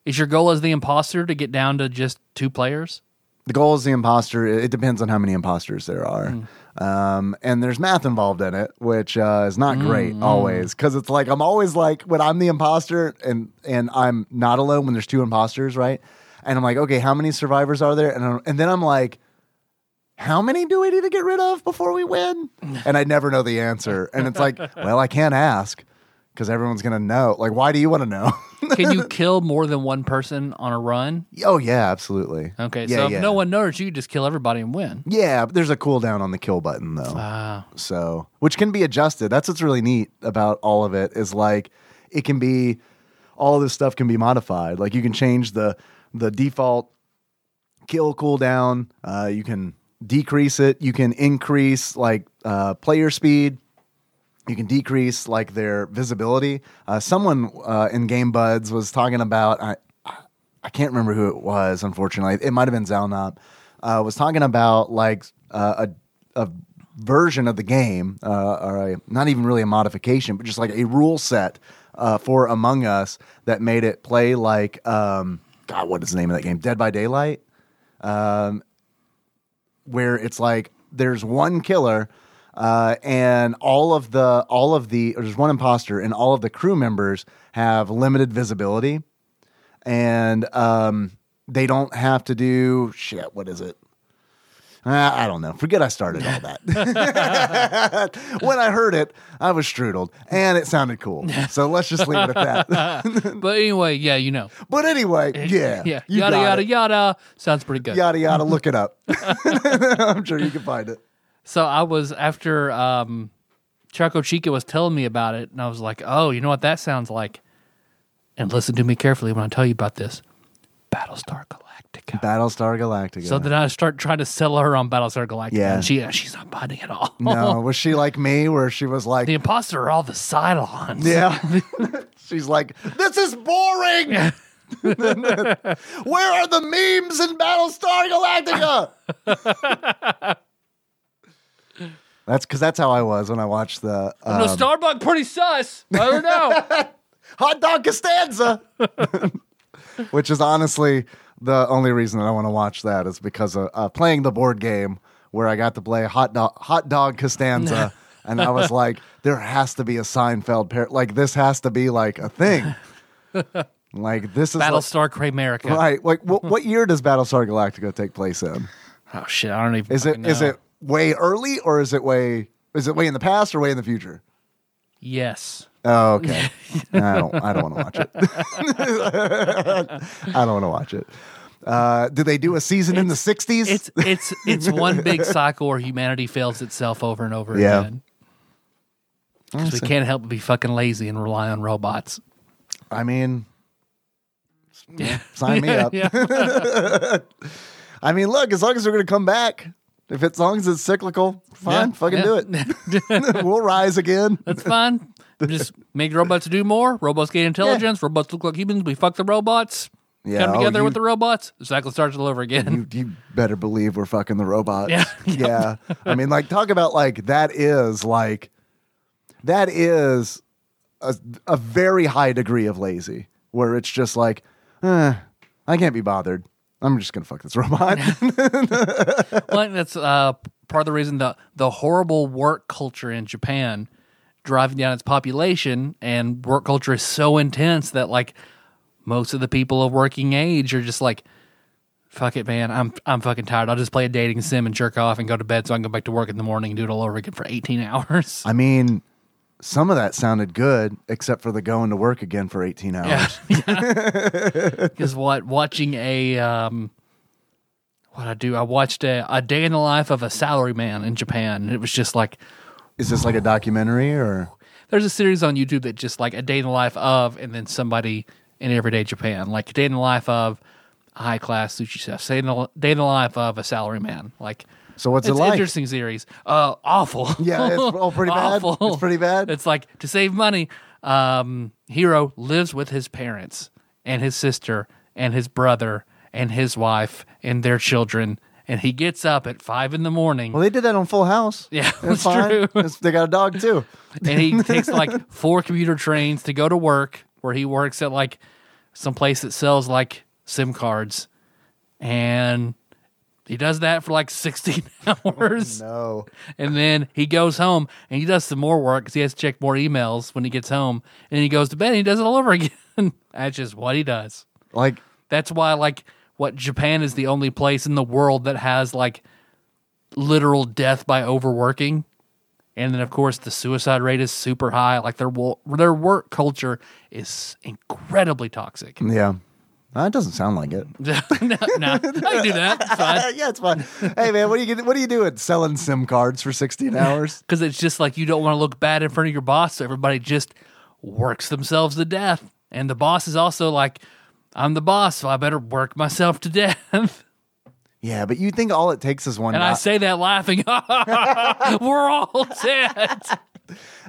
S1: Is your goal as the imposter to get down to just two players?
S2: The goal is the imposter. It it depends on how many imposters there are. Um, and there's math involved in it, which uh, is not great always because it's like I'm always like when I'm the imposter and and I'm not alone when there's two imposters, right? And I'm like, okay, how many survivors are there? And, I'm, and then I'm like, how many do we need to get rid of before we win? And I never know the answer. And it's like, well, I can't ask because everyone's going to know. Like, why do you want to know? [laughs]
S1: Can you kill more than one person on a run?
S2: oh, yeah, absolutely.
S1: Okay,
S2: Yeah,
S1: so if
S2: yeah.
S1: no one knows, you just kill everybody and win.
S2: Yeah, but there's a cooldown on the kill button though. Ah.
S1: Wow.
S2: So, which can be adjusted. That's what's really neat about all of it is like it can be all of this stuff can be modified. Like you can change the the default kill cooldown. Uh, you can decrease it. You can increase like uh, player speed. You can decrease like their visibility. Uh, someone uh, in Game Buds was talking about. I, I can't remember who it was. Unfortunately, it might have been Zalnop. Uh, was talking about like uh, a a version of the game, uh, or a, not even really a modification, but just like a rule set uh, for Among Us that made it play like um, God, what is the name of that game? Dead by Daylight Um, where it's like there's one killer uh, and all of the all of the or there's one imposter and all of the crew members have limited visibility and um, they don't have to do shit what is it Ah, I don't know. Forget I started all that. when I heard it, I was strudled and it sounded cool. So let's just leave it at
S1: [laughs]
S2: that. [laughs]
S1: But anyway, yeah, you know.
S2: but anyway, yeah.
S1: Eh, [laughs] Yeah.
S2: you
S1: Yada
S2: got
S1: yada
S2: it.
S1: yada. Sounds pretty good.
S2: yada. Yada, Look
S1: [laughs]
S2: it up. [laughs] I'm sure you can find it.
S1: So I was after um Choco Chica was telling me about it, and I was like, Oh, you know what that sounds like? And listen to me carefully when I tell you about this. Battlestar Galactica.
S2: Battlestar Galactica.
S1: So then I start trying to sell her on Battlestar Galactica,
S2: Yeah.
S1: and she she's not biting at all. [laughs]
S2: No, was she like me, where she was like,
S1: The imposter are all the Cylons. [laughs]
S2: [laughs] yeah, [laughs] she's like, this is boring. [laughs] where are the
S1: [laughs]
S2: memes in Battlestar Galactica? That's because that's how I was when I watched the
S1: No,
S2: um,
S1: Starbuck pretty sus. I don't
S2: [laughs]
S1: know.
S2: Hot Dog Costanza, [laughs] which is honestly the only reason that I want to watch that is because of uh, playing the board game where I got to play Hot Dog Hot Dog Costanza, and I was like, there has to be a Seinfeld pair. Like this has to be like a thing. like this is like-
S1: Battlestar Cremerica.
S2: right. Like what, what year does Battlestar Galactica take place in?
S1: Oh shit, I don't even.
S2: Is it
S1: fucking
S2: is
S1: know.
S2: it way early or is it way is it way in the past or way in the future? [laughs]
S1: Yes. [laughs]
S2: Oh, okay. I don't. I don't want to watch it. [laughs] I don't want to watch it. Uh, did they do a season in the '60s?
S1: It's it's it's one big cycle where humanity fails itself over and over
S2: Yeah.
S1: again. 'Cause we can't help but be fucking lazy and rely on robots.
S2: I mean,
S1: Yeah. [laughs]
S2: sign me up.
S1: yeah.
S2: [laughs] I mean, look. As long as we're gonna come back, if it's as long as it's cyclical, fine.
S1: Yeah,
S2: fucking do
S1: yeah. [laughs]
S2: it. [laughs] we'll rise again.
S1: That's fine. Just make robots do more. Robots gain intelligence. Robots look like humans. We fuck the robots.
S2: Yeah,
S1: Come
S2: oh,
S1: together
S2: you-
S1: with the robots. The cycle starts all over again.
S2: You, you better believe we're fucking the robots.
S1: Yeah. [laughs]
S2: yeah. I mean, like, talk about like that is like that is a, a very high degree of lazy, where it's just like, eh, I can't be bothered. I'm just gonna fuck this [laughs] robot.
S1: well, I think that's uh, part of the reason the the horrible work culture in Japan driving down its population, and work culture is so intense that like most of the people of working age are just like, "Fuck it, man, I'm I'm fucking tired. I'll just play a dating sim and jerk off and go to bed, so I can go back to work in the morning and do it all over again for 18 hours."
S2: [laughs] I mean, some of that sounded good, except for the going to work again for 18 hours.
S1: [laughs] Yeah, because what watching a um, what I do, I watched a, a day in the life of a salaryman in Japan, and it was just like.
S2: Is this like a documentary or?
S1: there's a series on YouTube that just like a day in the life of, and then somebody in everyday Japan, like a day in the life of a high class sushi chef, day in the, day in the life of a salaryman. Like,
S2: So what's
S1: it's
S2: it like?
S1: interesting series. Uh, awful.
S2: [laughs] Yeah, it's all pretty bad.
S1: Awful.
S2: It's pretty
S1: [laughs]
S2: bad.
S1: It's like to save money, um, Hero lives with his parents and his sister and his brother and his wife and their children, and he gets up at five in the morning.
S2: Well, they did that on Full House.
S1: Yeah, [laughs]
S2: It's
S1: that's
S2: fine.
S1: true.
S2: It's- they got a dog too.
S1: and he takes like four commuter trains to go to work where he works at like some place that sells like sim cards and he does that for like [laughs] 16 hours
S2: No.
S1: and then he goes home and he does some more work because he has to check more emails when he gets home and he goes to bed and he does it all over [laughs] again that's just what he does
S2: Like,
S1: that's why like what japan is the only place in the world that has like literal death by overworking and then of course the suicide rate is super high like their wo- their work culture is incredibly toxic [laughs]
S2: yeah. That doesn't sound like it. Uh,
S1: no, no, i can do that it's fine
S2: yeah, it's fine. Hey, man, what are you what are you doing? Selling SIM cards
S1: [laughs]
S2: for sixteen hours?
S1: because it's just like you don't want to look bad in front of your boss so everybody just works themselves to death and the boss is also like i'm the boss so i better work myself to [laughs] death
S2: Yeah, but you think all it takes is one.
S1: And I
S2: knock-
S1: say that laughing. [laughs] we're all dead.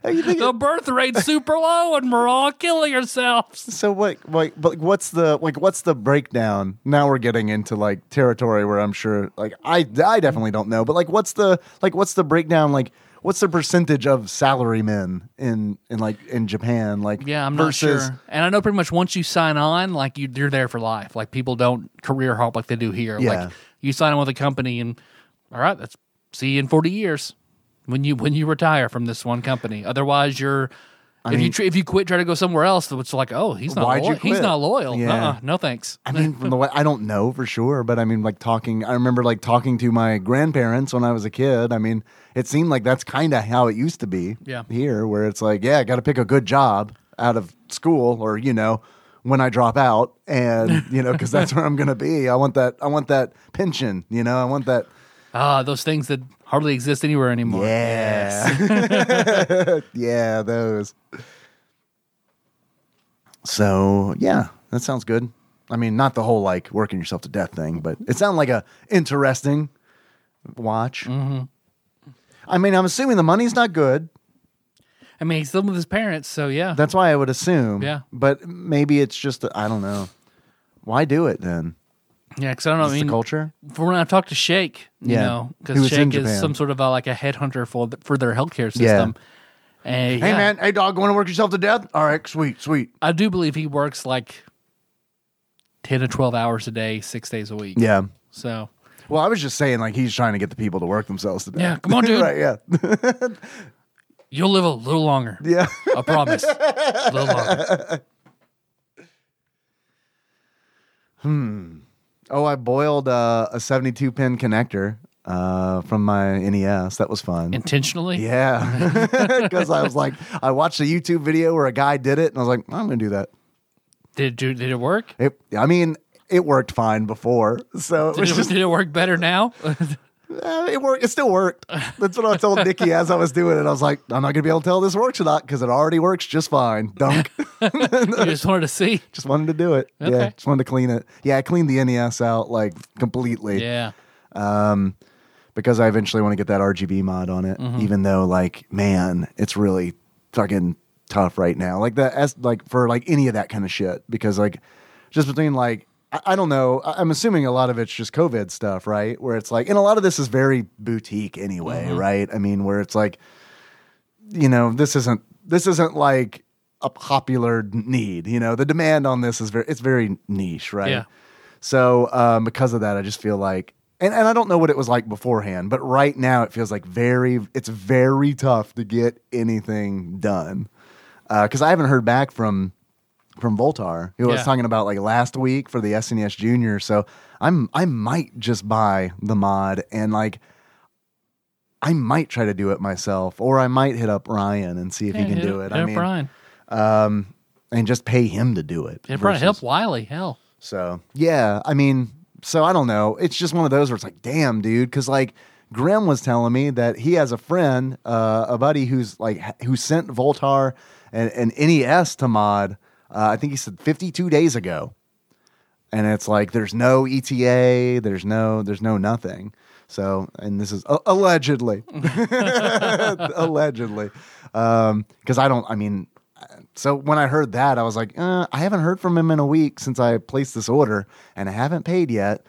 S2: Hey, you think
S1: The birth rate's super low, and we're all killing ourselves.
S2: so what? Like, but what's the like? What's the breakdown? Now we're getting into like territory where I'm sure, like, I I definitely don't know, but like, what's the like? What's the breakdown? Like, what's the percentage of salarymen in in like in Japan? Like,
S1: Yeah, I'm not
S2: versus,
S1: sure. And I know pretty much once you sign on, like you, you're there for life. Like people don't career hop like they do here.
S2: Yeah.
S1: Like you sign on with a company, and all right, that's see you in 40 years when you when you retire from this one company. Otherwise, you're if you
S2: mean-
S1: tr- if you quit, try to go somewhere else. It's like, oh, he's not
S2: Why'd you
S1: loyal. He's
S2: quit?
S1: not loyal.
S2: Yeah.
S1: Uh-uh, no thanks.
S2: I mean, from the way I don't know for sure, but I mean, like talking, I remember like talking to my grandparents when I was a kid. I mean, it seemed like that's kind of how it used to be
S1: Yeah.
S2: here, where it's like, yeah, I got to pick a good job out of school or, you know, when I drop out and, you know, because that's where I'm going to be. I want that, I want that pension, you know, I want that.
S1: Ah, those things that hardly exist anywhere anymore.
S2: Yeah. [laughs] yeah, those. So, yeah, that sounds good. I mean, not the whole like working yourself to death thing, but it sounded like a interesting watch.
S1: Mm-hmm.
S2: I mean, I'm assuming the money's not good.
S1: I mean, he's living with his parents, so yeah.
S2: That's why I would assume.
S1: Yeah.
S2: But maybe it's just I don't know. Why do it then?
S1: Yeah, because I don't know.
S2: Is
S1: I
S2: this
S1: mean,
S2: the culture.
S1: for when I've talked to Shake, you
S2: Yeah.
S1: know,
S2: Who
S1: because
S2: was in
S1: Shake is
S2: Japan.
S1: some sort of a, like a headhunter for th- for their healthcare
S2: Yeah.
S1: system. And,
S2: Hey
S1: yeah,
S2: man, hey dog, want to work yourself to death? All right, sweet, sweet.
S1: I do believe he works like ten to twelve hours a day, six days a week.
S2: Yeah.
S1: So
S2: Well, I was just saying, like he's trying to get the people to work themselves to death.
S1: Yeah, come on, dude.
S2: [laughs] right? Yeah,
S1: you'll live a little longer.
S2: yeah.
S1: I
S2: [laughs]
S1: promise. a little longer.
S2: Oh, I boiled uh, a 72 pin connector uh, from my NES. That was fun.
S1: Intentionally.
S2: [laughs] yeah, [laughs] because I was like, I watched a YouTube video where a guy did it, and I was like, I'm gonna do that.
S1: Did it do, did it work?
S2: It, I mean, it worked fine before, so it
S1: Did
S2: was
S1: it,
S2: just
S1: did it work better
S2: [laughs]
S1: now?
S2: Uh, it worked. It still
S1: [laughs]
S2: worked. That's what I told Nikki as I was doing it. I was like, I'm not gonna be able to tell if this works or not because it already works just fine. Dunk.
S1: you just wanted to see.
S2: just wanted to do it. Yeah,
S1: Okay.
S2: just wanted to clean it. Yeah, I cleaned the NES out like completely
S1: Yeah.
S2: because I eventually want to get that RGB mod on it.
S1: Mm-hmm.
S2: Even though, like, man, it's really fucking tough right now. Like the as like for like any of that kind of shit because like just between like. I I don't know. I- I'm assuming a lot of it's just COVID stuff, right? Where it's like, and a lot of this is very boutique anyway,
S1: Mm-hmm.
S2: right? I mean, where it's like, you know this isn't this isn't like a popular need you know the demand on this is very it's very niche right
S1: Yeah.
S2: so um, because of that i just feel like and, and i don't know what it was like beforehand but right now it feels like very it's very tough to get anything done because i haven't heard back from from voltar who I was
S1: Yeah.
S2: talking about like last week for the snes junior so i'm i might just buy the mod and like I might try to do it myself, or I might hit up Ryan and see if he can do it.
S1: Yeah,
S2: I mean,
S1: Brian.
S2: and just pay him to do it.
S1: Yeah, Brian.
S2: versus-
S1: Help Wiley. Hell.
S2: So yeah, I mean, so I don't know. It's just one of those where it's like, damn, dude, because like Grim was telling me that he has a friend, uh, a buddy who's like h- who sent Voltar and an NES to mod. Uh, I think he said 52 days ago, and it's like there's no ETA, there's no there's no nothing. So, and this is uh, allegedly, [laughs] allegedly, because I don't. I mean, so when I heard that, I was like, uh, I haven't heard from him in a week since I placed this order, and I haven't paid yet,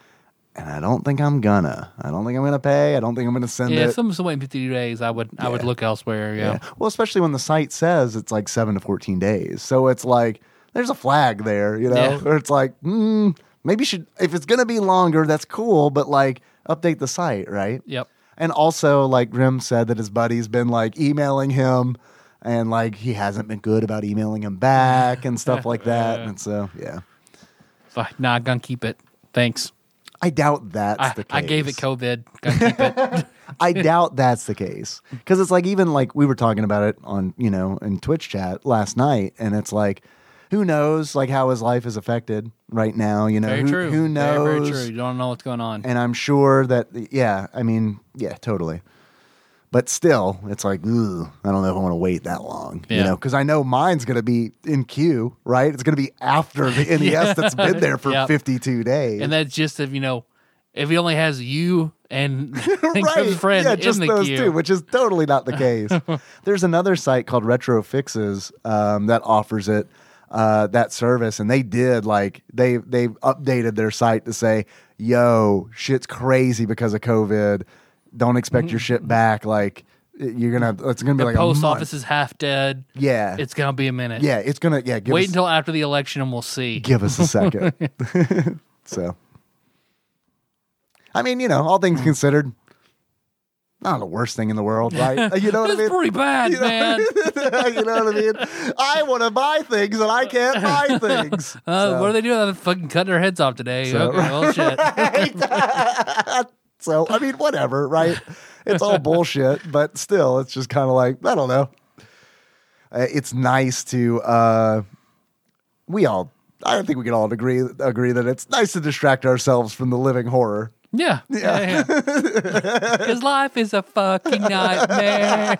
S2: and I don't think I'm gonna. I don't think I'm gonna pay. I don't think I'm gonna send
S1: Yeah,
S2: it.
S1: if someone's waiting 52 days, I would I would look elsewhere. Yeah.
S2: Yeah. Well, especially when the site says it's like seven to 14 days. So it's like, there's a flag there, you know?
S1: Yeah.
S2: Or it's like, hmm, maybe you should, if it's going to be longer, that's cool, but like update the site, right?
S1: Yep.
S2: And also, like Grim said, that his buddy's been like emailing him and like he hasn't been good about emailing him back
S1: [laughs]
S2: and stuff like that. And so, yeah.
S1: It's like, nah, gonna keep it. Thanks.
S2: I doubt that's
S1: I,
S2: the case.
S1: I gave it COVID. Gonna keep it.
S2: [laughs] I doubt that's the case because it's like even like we were talking about it on you know in Twitch chat last night, and it's like who knows like how his life is affected right now. You know
S1: Very
S2: who,
S1: true.
S2: who
S1: Very,
S2: knows,
S1: very true. You don't know what's going on.
S2: and I'm sure that yeah, I mean yeah, totally. But still, it's like ugh, I don't know if I want to wait that long, you
S1: Yeah.
S2: know, because I know mine's gonna be in queue, right? It's gonna be after
S1: [laughs]
S2: the NES that's been there for
S1: Yep.
S2: 52 days,
S1: And that's just if you know, if he only has you
S2: [laughs]
S1: and, and
S2: right.
S1: his friend
S2: yeah,
S1: in
S2: just
S1: the
S2: those
S1: queue.
S2: two, which is totally not
S1: [laughs]
S2: the case. There's another site called Retro Fixes um, that offers it uh, that service, and they did like they they updated their site to say, "Yo, shit's crazy because of COVID. Don't expect your shit back. Like you're gonna, it's gonna
S1: Mm-hmm.
S2: be
S1: the
S2: like a
S1: post
S2: month.
S1: office is half dead.
S2: yeah,
S1: It's gonna be a minute.
S2: yeah, it's gonna yeah. Give
S1: Wait
S2: us,
S1: until after the election and we'll see.
S2: give us
S1: [laughs]
S2: a second. so, I mean, you know, all things considered, not the worst thing in the
S1: [laughs]
S2: world, right? [laughs] You know what I
S1: That's
S2: mean?
S1: pretty bad, man.
S2: you know what I mean? [laughs] I want to buy things and I can't
S1: [laughs]
S2: buy things.
S1: Uh,
S2: so,
S1: What are they doing? They're fucking cutting their heads off today.
S2: So-
S1: okay, well, shit.
S2: [laughs] so, I mean, whatever, right? It's all bullshit, but still, it's just kind of like, I don't know. Uh, it's nice to, uh, we all, I don't think we can all agree agree that it's nice to distract ourselves from the living horror.
S1: Yeah. Yeah. Because
S2: [laughs]
S1: life is a fucking nightmare.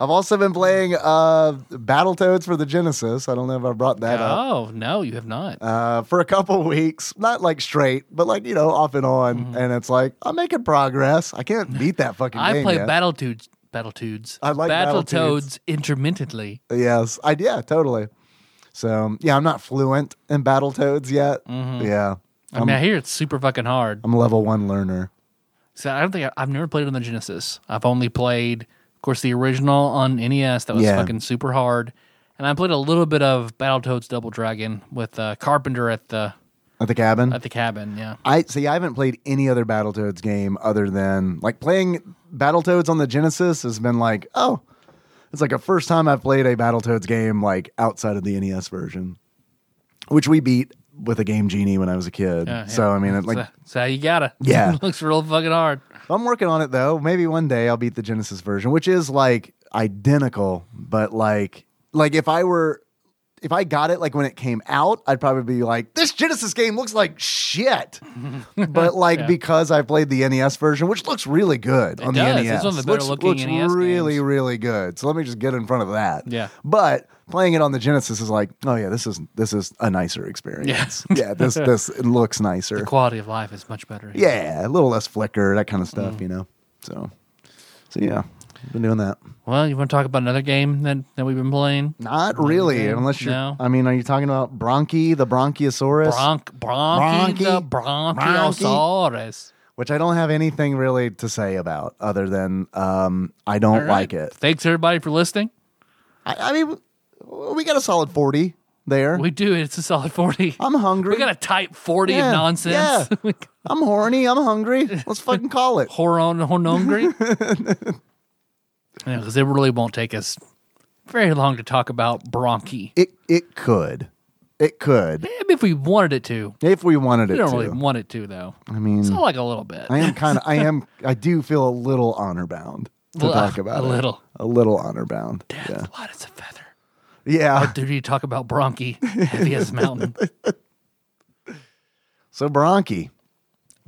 S2: I've also been playing uh, Battletoads for the Genesis. I don't know if [laughs] I brought that up.
S1: oh, no, you have not.
S2: uh, for a couple [laughs] weeks, not like straight, but like you know, off and on. And it's like I'm making progress. I
S1: [laughs]
S2: can't beat that fucking
S1: Mm-hmm. I
S2: game.
S1: play
S2: yet.
S1: Battletoads. Battletoads.
S2: I like
S1: Battletoads intermittently.
S2: Yes, I yeah, totally. So yeah, I'm not fluent in Battletoads yet.
S1: Mm-hmm.
S2: Yeah,
S1: I
S2: Um,
S1: mean, I hear it's super fucking hard.
S2: I'm a level one learner.
S1: So I don't think I, have never played on the Genesis. I've only played, of course, the original on NES. That was
S2: Yeah.
S1: fucking super hard. And I played a little bit of Battletoads Double Dragon with uh, Carpenter at the
S2: At the cabin,
S1: at the cabin. Yeah,
S2: I see. I haven't played any other Battletoads game other than like playing Battletoads on the Genesis has been like, oh, it's like a first time I've played a Battletoads game like outside of the NES version, which we beat with a Game Genie when I was a kid.
S1: Yeah, yeah.
S2: So I mean, it, like
S1: so, so you got it.
S2: Yeah.
S1: [laughs] looks real fucking hard.
S2: I'm working on it though. Maybe one day I'll beat the Genesis version, which is like identical, but like like if I were if I got it like when it came out, I'd probably be like, this Genesis game looks
S1: [laughs]
S2: like shit. but like because I played the NES version, which looks really good on
S1: does.
S2: the
S1: It's
S2: NES.
S1: one of the better
S2: looks,
S1: looking
S2: looks
S1: NES
S2: really,
S1: games.
S2: really good. So let me just get in front of that.
S1: Yeah.
S2: But playing it on the Genesis is like, oh yeah, this is this is a nicer experience.
S1: [laughs]
S2: Yeah, this this looks nicer.
S1: The quality of life is much better.
S2: Yeah, a little less flicker, that kind of
S1: Mm.
S2: stuff, you know. So, so yeah, been doing that.
S1: Well, you want to talk about another game that, that we've been playing?
S2: Not really,
S1: Okay,
S2: unless you're.
S1: no.
S2: I mean, are you talking about Bronchi, the Bronchiosaurus,
S1: Bronch, bronchi, the
S2: Bronchi.
S1: bronchiosaurus.
S2: which I don't have anything really to say about other than um, I don't
S1: All right.
S2: like it.
S1: Thanks everybody for listening.
S2: I, I mean, w- we got a solid forty there.
S1: We do. It's a solid
S2: [laughs]
S1: forty.
S2: I'm hungry.
S1: we got a type forty
S2: Oh. Yeah,
S1: of nonsense.
S2: yeah. I'm horny. I'm hungry. Let's fucking call
S1: [laughs]
S2: it.
S1: Horon
S2: [laughs]
S1: Honongri. Because it really won't take us very long to talk about Bronchi.
S2: It it could, it could
S1: Maybe if we wanted it to.
S2: if we wanted it
S1: We don't
S2: to.
S1: really want it to, though.
S2: I mean,
S1: It's not like a little bit. [laughs]
S2: I am kind of. I am. I do feel a little honor bound to
S1: Well, [laughs]
S2: talk
S1: a
S2: about it.
S1: little.
S2: A little honor bound. Yeah.
S1: Light as a feather.
S2: Yeah.
S1: Dude, you talk about
S2: [laughs]
S1: Bronchi, heavy as a mountain.
S2: So Bronchi.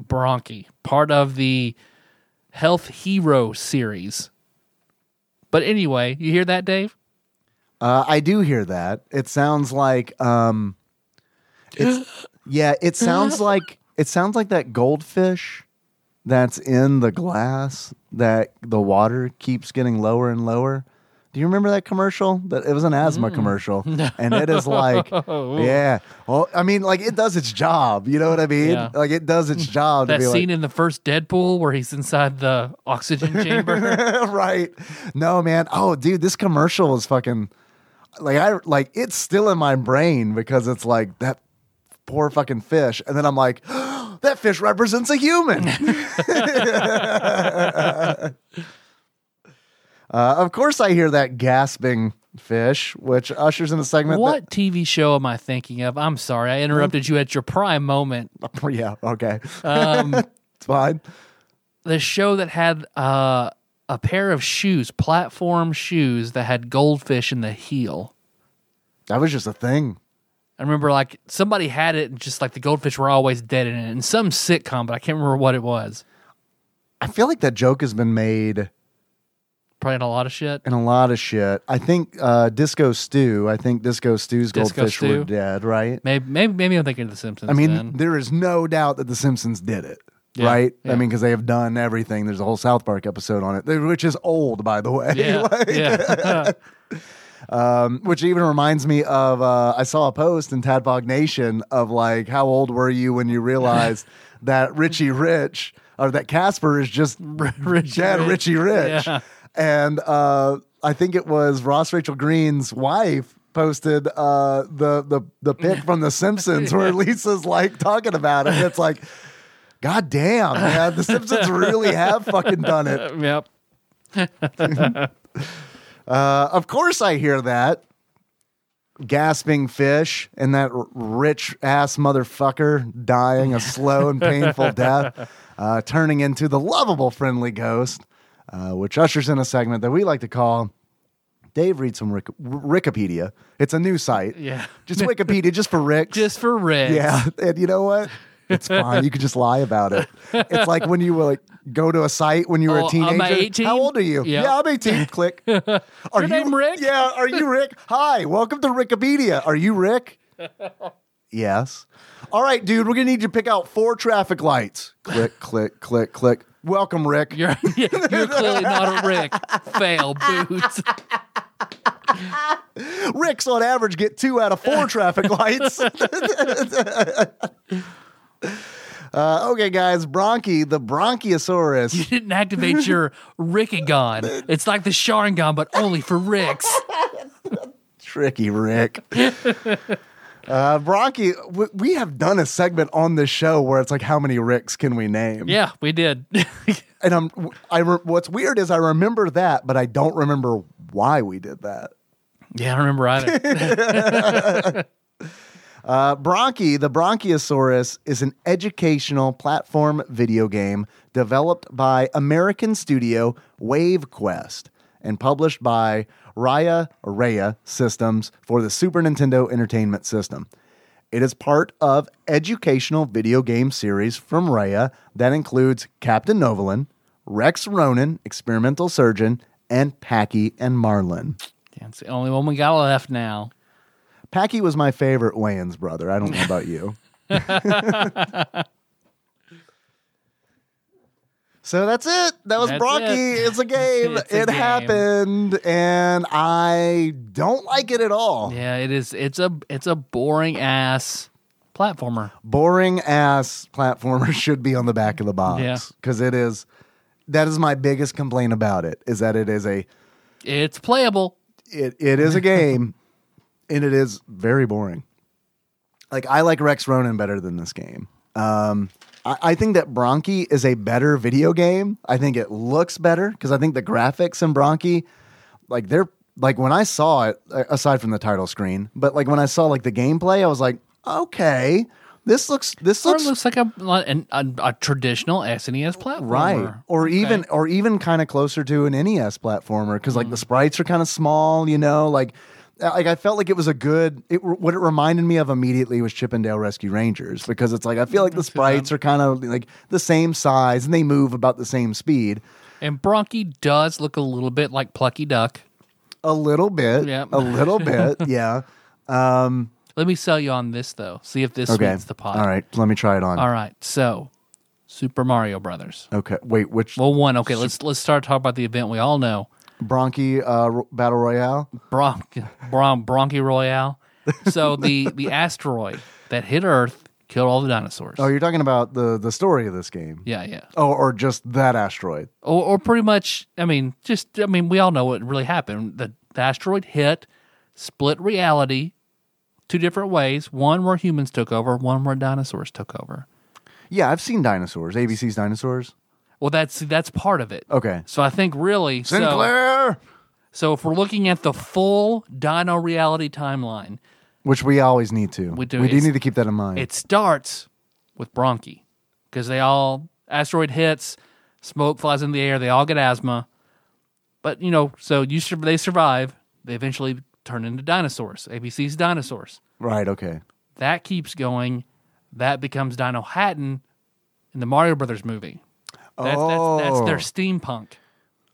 S1: Bronchi, part of the Health Hero series. But anyway, you hear that, Dave?
S2: Uh, I do hear that. It sounds like. Um,
S1: [gasps]
S2: it's, yeah.
S1: [laughs]
S2: It sounds like. It sounds like that goldfish that's in the glass that the water keeps getting lower and lower. Do you remember that commercial? That it was an
S1: Mm.
S2: asthma
S1: [laughs]
S2: commercial, and it is like, yeah. Well, I mean, like it does its job. You know what I mean?
S1: Yeah.
S2: Like it
S1: [laughs]
S2: does its job.
S1: That
S2: to be
S1: scene
S2: like,
S1: in the first Deadpool where he's inside the oxygen
S2: [laughs]
S1: chamber.
S2: right. No, man. Oh, dude, this commercial is fucking like I like it's still in my brain because it's like that poor fucking fish, and then I'm like, [gasps] that fish represents a human. [laughs] uh, of course, I hear that gasping fish, which ushers in a segment.
S1: What TV show am I thinking of? I'm sorry, I interrupted you at your prime moment.
S2: That, [laughs] yeah. Okay. [laughs] it's fine.
S1: The show that had uh, a pair of shoes, platform shoes that had goldfish in the heel.
S2: That was just a thing.
S1: I remember like somebody had it, and just like the goldfish were always dead in it, in some sitcom, but I can't remember what it was.
S2: I feel like that joke has been made.
S1: Probably in a lot of shit.
S2: and a lot of shit. I think uh, Disco Stew. I think Disco Stew's
S1: Disco
S2: goldfish
S1: Stew?
S2: were dead, right?
S1: Maybe, maybe, maybe I'm thinking of The Simpsons.
S2: I mean, [laughs]
S1: then.
S2: there is no doubt that The Simpsons did it,
S1: Yeah,
S2: right? I
S1: yeah.
S2: mean, because they have done everything. There's a whole South Park episode on it, which is old, by the way. [laughs]
S1: yeah,
S2: Like,
S1: yeah. [laughs]
S2: um, which even reminds me of uh, I saw a post in Tadpog Nation of like, how old were you when
S1: [laughs]
S2: you realized that Richie Rich or that Casper is just
S1: [laughs] Richie
S2: Dad
S1: Rich.
S2: Richie Rich,
S1: Yeah.
S2: and uh, I think it was Ross Rachel Green's wife posted uh, the the the pic from The Simpsons
S1: [laughs]
S2: where Lisa's like talking about it. It's like. God damn, man. The Simpsons really have fucking done it.
S1: yep.
S2: Uh, of course, I hear that gasping fish and that r- rich ass motherfucker dying a slow and
S1: [laughs]
S2: painful death, uh, turning into the lovable friendly ghost, uh, which ushers in a segment that we like to call. Dave reads from Rick- Wikipedia. It's a new site.
S1: Yeah.
S2: Just Wikipedia, just
S1: [laughs]
S2: for Rick.
S1: Just for Rick. [laughs]
S2: Yeah, and you know what? It's fine. You can just lie about it. It's like when you were like go to a site when you were
S1: Oh,
S2: a
S1: am
S2: teenager.
S1: I 18?
S2: How old are you?
S1: Yeah.
S2: Yeah, I'm
S1: [laughs]
S2: 18. Click. Are you
S1: name Rick?
S2: Yeah, are you Rick? Hi, welcome to Rickopedia. Are
S1: [laughs]
S2: you Rick? Yes. All right, dude, we're gonna need you to pick out four traffic lights. Click, click, click, click. Welcome, Rick. [laughs]
S1: You're, you're clearly not a Rick. Fail, boots.
S2: Ricks on average get two out of
S1: [laughs]
S2: four traffic lights. [laughs] uh, okay, guys, Bronchi, the Bronchiosaurus.
S1: You didn't activate your Rickagon. It's like the Sharingan, but only for Ricks.
S2: Tricky Rick. Uh, Bronchi, w- we have done a segment on this show where it's like, how many Ricks can we name?
S1: Yeah, we did. [laughs]
S2: And I'm, I re- what's weird is I remember that, but I don't remember why we did that.
S1: yeah, I remember
S2: [laughs]
S1: either.
S2: Uh, Bronchi, the Bronchiosaurus, is an educational platform video game developed by American studio WaveQuest and published by Raya Raya Systems for the Super Nintendo Entertainment System. It is part of educational video game series from Raya that includes Captain Novalin, Rex Ronan, Experimental Surgeon, and Packy and Marlin.
S1: Yeah, it's the only one we got left now.
S2: Packy was my favorite Wayans brother. I don't know
S1: [laughs]
S2: about you. so that's it. That was
S1: That's
S2: Brocky.
S1: it. [laughs]
S2: It's a game.
S1: It's a
S2: it
S1: game.
S2: happened, and I don't like it at all.
S1: Yeah, it is. It's a it's a boring ass platformer.
S2: Boring ass platformer [laughs] should be on the back of the
S1: Yeah.
S2: box because it is. That is my biggest complaint about it is that it is a
S1: It's playable.
S2: it it is a game, and it is very boring. Like I like Rex Ronan better than this game. Um, I, I think that Bronchi is a better video game. I think it looks better because I think the graphics in Bronchi, like they're like when I saw it, a- aside from the title screen, but like when I saw like the gameplay, I was like, okay, this looks this
S1: Or it
S2: looks
S1: looks like a like an, a, a traditional SNES platformer.
S2: right or even or even kind of closer to an nes platformer because
S1: Mm-hmm.
S2: like the sprites are kind of small you know like uh, like i felt like it was a good it, what it reminded me of immediately was chippendale rescue rangers because it's like i feel like
S1: Mm,
S2: the sprites are kind of like the same size and they move about the same speed
S1: And Bronchi does look a little bit like Plucky Duck.
S2: a little bit
S1: Yep.
S2: a little bit
S1: [laughs]
S2: yeah
S1: Let me sell you on this though. See if this
S2: okay
S1: sweets the pot.
S2: all right let me try it on
S1: All right. So, Super Mario Brothers.
S2: okay wait which
S1: Well, one. Okay, let's let's start talking about the event we all know.
S2: bronchi uh, ro- battle royale
S1: Bron- Bron- Bronchi
S2: [laughs]
S1: Royale. So the the asteroid that hit Earth killed all the dinosaurs.
S2: oh you're talking about the the story of this game
S1: yeah, yeah.
S2: oh or just that asteroid
S1: Or, or pretty much. I mean, just I mean, we all know what really happened. The, the asteroid hit, split reality, two different ways. One where humans took over. One where dinosaurs took over.
S2: Yeah, I've seen dinosaurs. ABC's dinosaurs.
S1: Well, that's that's part of it.
S2: Okay.
S1: So I think really so-
S2: Sinclair,
S1: So if we're looking at the full dino reality timeline,
S2: which we always need to.
S1: We do.
S2: do
S1: It's-
S2: need to keep that in mind.
S1: it starts with Bronchi because they all asteroid hits, smoke flies in the air, they all get asthma. But you know, so you sur- they survive. They eventually turn into dinosaurs. ABC's dinosaurs.
S2: right. Okay.
S1: That keeps going. That becomes Dino Hatton in the Mario Brothers movie. That's, that's,
S2: Oh.
S1: that's their steampunk.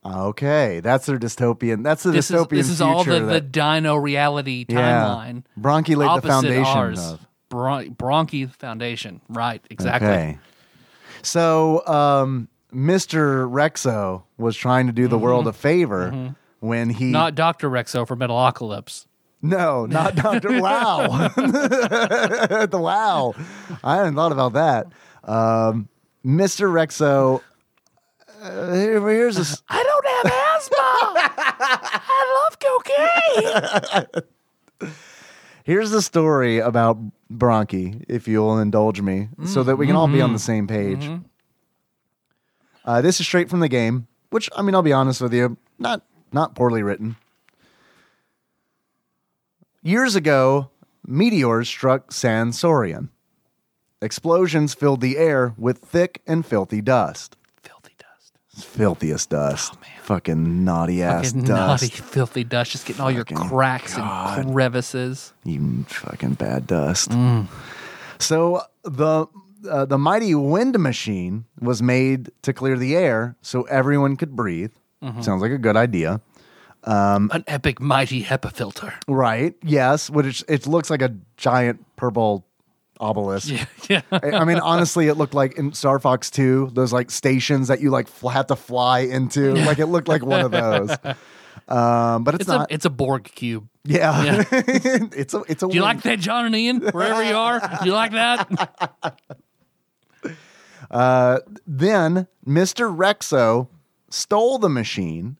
S2: Okay. That's their dystopian. That's the
S1: This is
S2: dystopian
S1: this is
S2: future.
S1: all the, the
S2: that,
S1: Dino reality timeline.
S2: Yeah. Bronchi laid the
S1: opposite
S2: foundation
S1: ours.
S2: of.
S1: Bron- Bronchi Foundation. Right, exactly.
S2: Okay. So, um, Mr. Rexo was trying to do the world a favor when he
S1: Mm-hmm. Not Dr. Rexo for Metalocalypse.
S2: No, not Dr. Wow. [laughs] the wow. I hadn't thought about that. Um, Mr. Rexo, uh, here- here's a. s-
S1: I don't have asthma.
S2: [laughs]
S1: I love cocaine.
S2: Here's the story about Bronchi, if you'll indulge me, so that we can all be
S1: Mm-hmm.
S2: on the same page. Uh, this is straight from the game, which I mean, I'll be honest with you, not not poorly written. Years ago, meteors struck Sansorian. Explosions filled the air with thick and filthy dust.
S1: Filthy dust.
S2: It's filthiest dust. Fucking naughty
S1: Oh,
S2: ass
S1: Fucking
S2: dust.
S1: naughty, filthy dust. Just getting all your
S2: Fucking
S1: cracks
S2: God.
S1: and crevices.
S2: You fucking bad dust.
S1: Mm.
S2: So the uh, the mighty wind machine was made to clear the air so everyone could breathe.
S1: Mm-hmm.
S2: Sounds like a good idea, Mm.
S1: An epic, mighty HEPA filter. [laughs]
S2: right? Yes, which it looks like a giant purple obelisk.
S1: yeah.
S2: I I mean, honestly, it looked like in Star Fox
S1: [laughs]
S2: 2, those like stations that you like fl- had to fly into. Like it looked like one of those. Um, but it's,
S1: It's a
S2: not.
S1: it's a Borg cube.
S2: yeah,
S1: yeah.
S2: [laughs] it's a it's a.
S1: Do you
S2: win.
S1: like that, John and Ian? Wherever you are, do you like
S2: [laughs]
S1: that?
S2: Then Mr. Rexo stole the machine,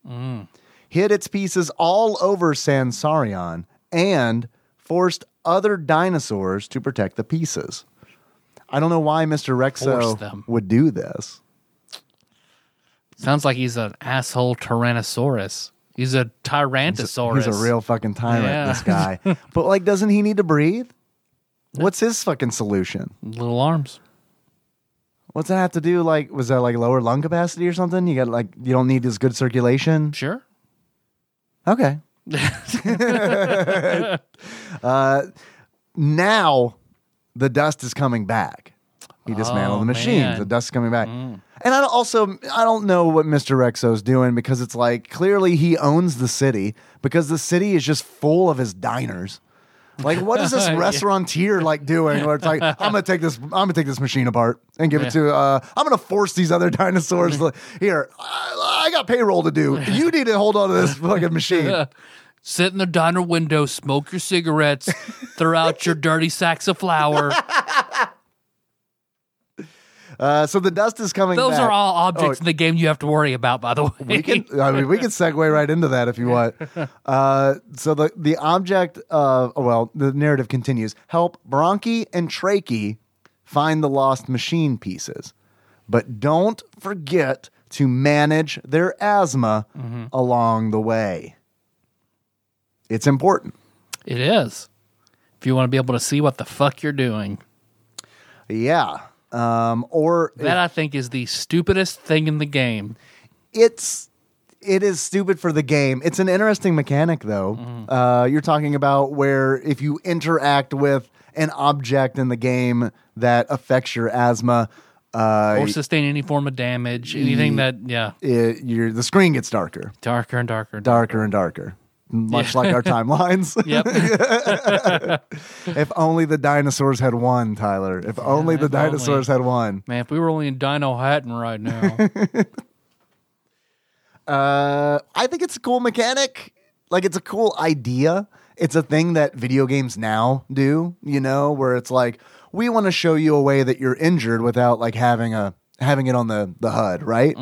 S2: hid its pieces all over Sansarion, and forced other dinosaurs to protect the pieces. I don't know why Mr.
S1: Forced them.
S2: Rexo would do this.
S1: Sounds like he's an asshole Tyrannosaurus. He's a Tyrannosaurus.
S2: He's a real fucking tyrant,
S1: Yeah.
S2: this guy.
S1: [laughs]
S2: but like, doesn't he need to breathe? What's his fucking solution?
S1: little arms.
S2: What's that have to do? Like, was that like lower lung capacity or something? You got like, you don't need as good circulation.
S1: Sure. [laughs]
S2: Okay. uh, now the dust is coming back. He dismantled
S1: Oh,
S2: the machines.
S1: man. Mm.
S2: The dust's coming back. And I don't, also I don't know what Mr. Rexo's doing because it's like clearly he owns the city because the city is just full of his diners. Like what is
S1: [laughs]
S2: this
S1: Yeah.
S2: restaurateur like doing? Where
S1: [laughs]
S2: it's like I'm gonna take this I'm gonna take this machine apart and give
S1: Yeah.
S2: it to uh, I'm gonna force these
S1: [laughs]
S2: other dinosaurs to- here. I, I got payroll to do. You need to hold on to this fucking machine.
S1: [laughs] Sit in the diner window, smoke your
S2: [laughs]
S1: cigarettes, throw out your dirty sacks of flour.
S2: Uh, so the dust is coming.
S1: Those
S2: back.
S1: are all objects in the game you have to worry about, by the way.
S2: Oh. We can, I mean, we can segue right into that if you want. Uh, so the the object of oh, well, the narrative continues. Help Bronchi and Trachee find the lost machine pieces, but don't forget to manage their asthma
S1: Mm-hmm.
S2: along the way. It's important.
S1: [laughs] it is. If you want to be able to see what the fuck you're doing.
S2: Yeah. Um, or
S1: That I think is the stupidest thing in the game.
S2: it's it is stupid for the game. It's an interesting mechanic, though.
S1: Mm-hmm.
S2: Uh, you're talking about where if you interact with an object in the game that affects your asthma, uh,
S1: Or sustain any form of damage. Anything that yeah.
S2: it, your the screen gets darker,
S1: Darker and darker. and
S2: darker and darker, much like
S1: [laughs]
S2: our timelines.
S1: Yep.
S2: [laughs] if only the dinosaurs had won, Tyler. If only the
S1: if only.
S2: dinosaurs had won.
S1: Man, if we were only in Dino Hatton right now.
S2: Uh, I think it's a cool mechanic. Like it's a cool idea. It's a thing that video games now do, you know, where it's like we want to show you a way that you're injured without like having a having it on the the HUD, right?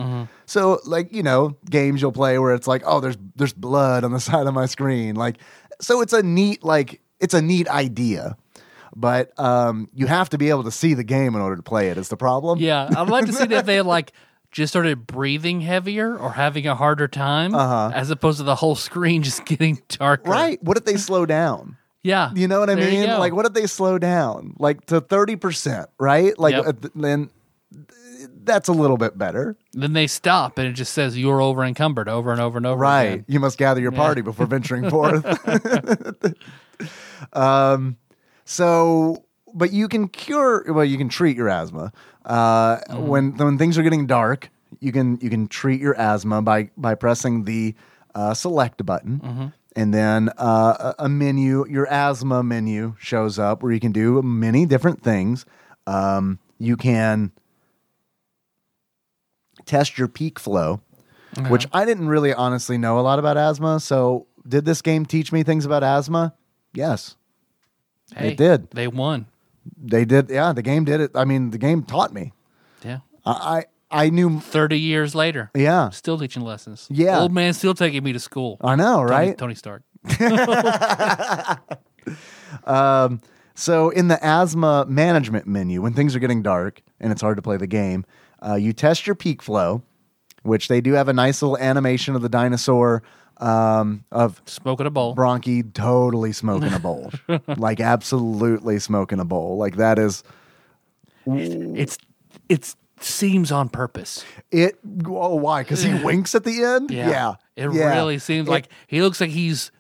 S2: So like, you know, games you'll play where it's like, "Oh, there's there's blood on the [laughs] side of my screen." Like so it's a neat like it's a neat idea. But um you have to be able to see the game in order to play it is the problem.
S1: yeah. I'd like to see that they like just started breathing heavier or having a harder time as opposed to the whole screen just getting darker.
S2: Uh-huh. Right. What if they slow down?
S1: Yeah.
S2: You know what I
S1: There you
S2: mean?
S1: go.
S2: Like, what if they slow down, like to thirty percent, right? Like,
S1: Yep.
S2: uh, th- then th- that's a little bit better,
S1: Then they stop and it just says you're over encumbered over and over and over.
S2: right?
S1: again.
S2: You must gather your party before
S1: [laughs]
S2: venturing forth. [laughs] um, so, but you can cure. Well, you can treat your asthma uh,
S1: Mm-hmm.
S2: when when things are getting dark. You can you can treat your asthma by by pressing the uh, select button.
S1: Mm-hmm.
S2: And then uh, a a menu, your asthma menu shows up where you can do many different things. Um, you can test your peak flow, which I didn't really honestly know a lot about asthma. So, did this game teach me things about asthma? Yes,
S1: Hey,
S2: it did.
S1: They won.
S2: They did. Yeah, the game did it. I mean, the game taught me.
S1: Yeah.
S2: I I, I knew.
S1: 30 years later.
S2: Yeah,
S1: Still teaching lessons.
S2: Yeah.
S1: Old man still taking me to school.
S2: I know,
S1: Tony-
S2: right?
S1: Tony Stark.
S2: So, in the asthma management menu, when things are getting dark and it's hard to play the game, uh, you test your peak flow, which they do have a nice little animation of the dinosaur um, of
S1: Smoking a bowl.
S2: Bronchi totally smoking a bowl, like absolutely smoking a bowl. Like that is
S1: It's it's seems on purpose.
S2: it. Oh, why?
S1: [laughs]
S2: Because he winks at the end. Yeah,
S1: It
S2: Yeah.
S1: really seems like he looks like he's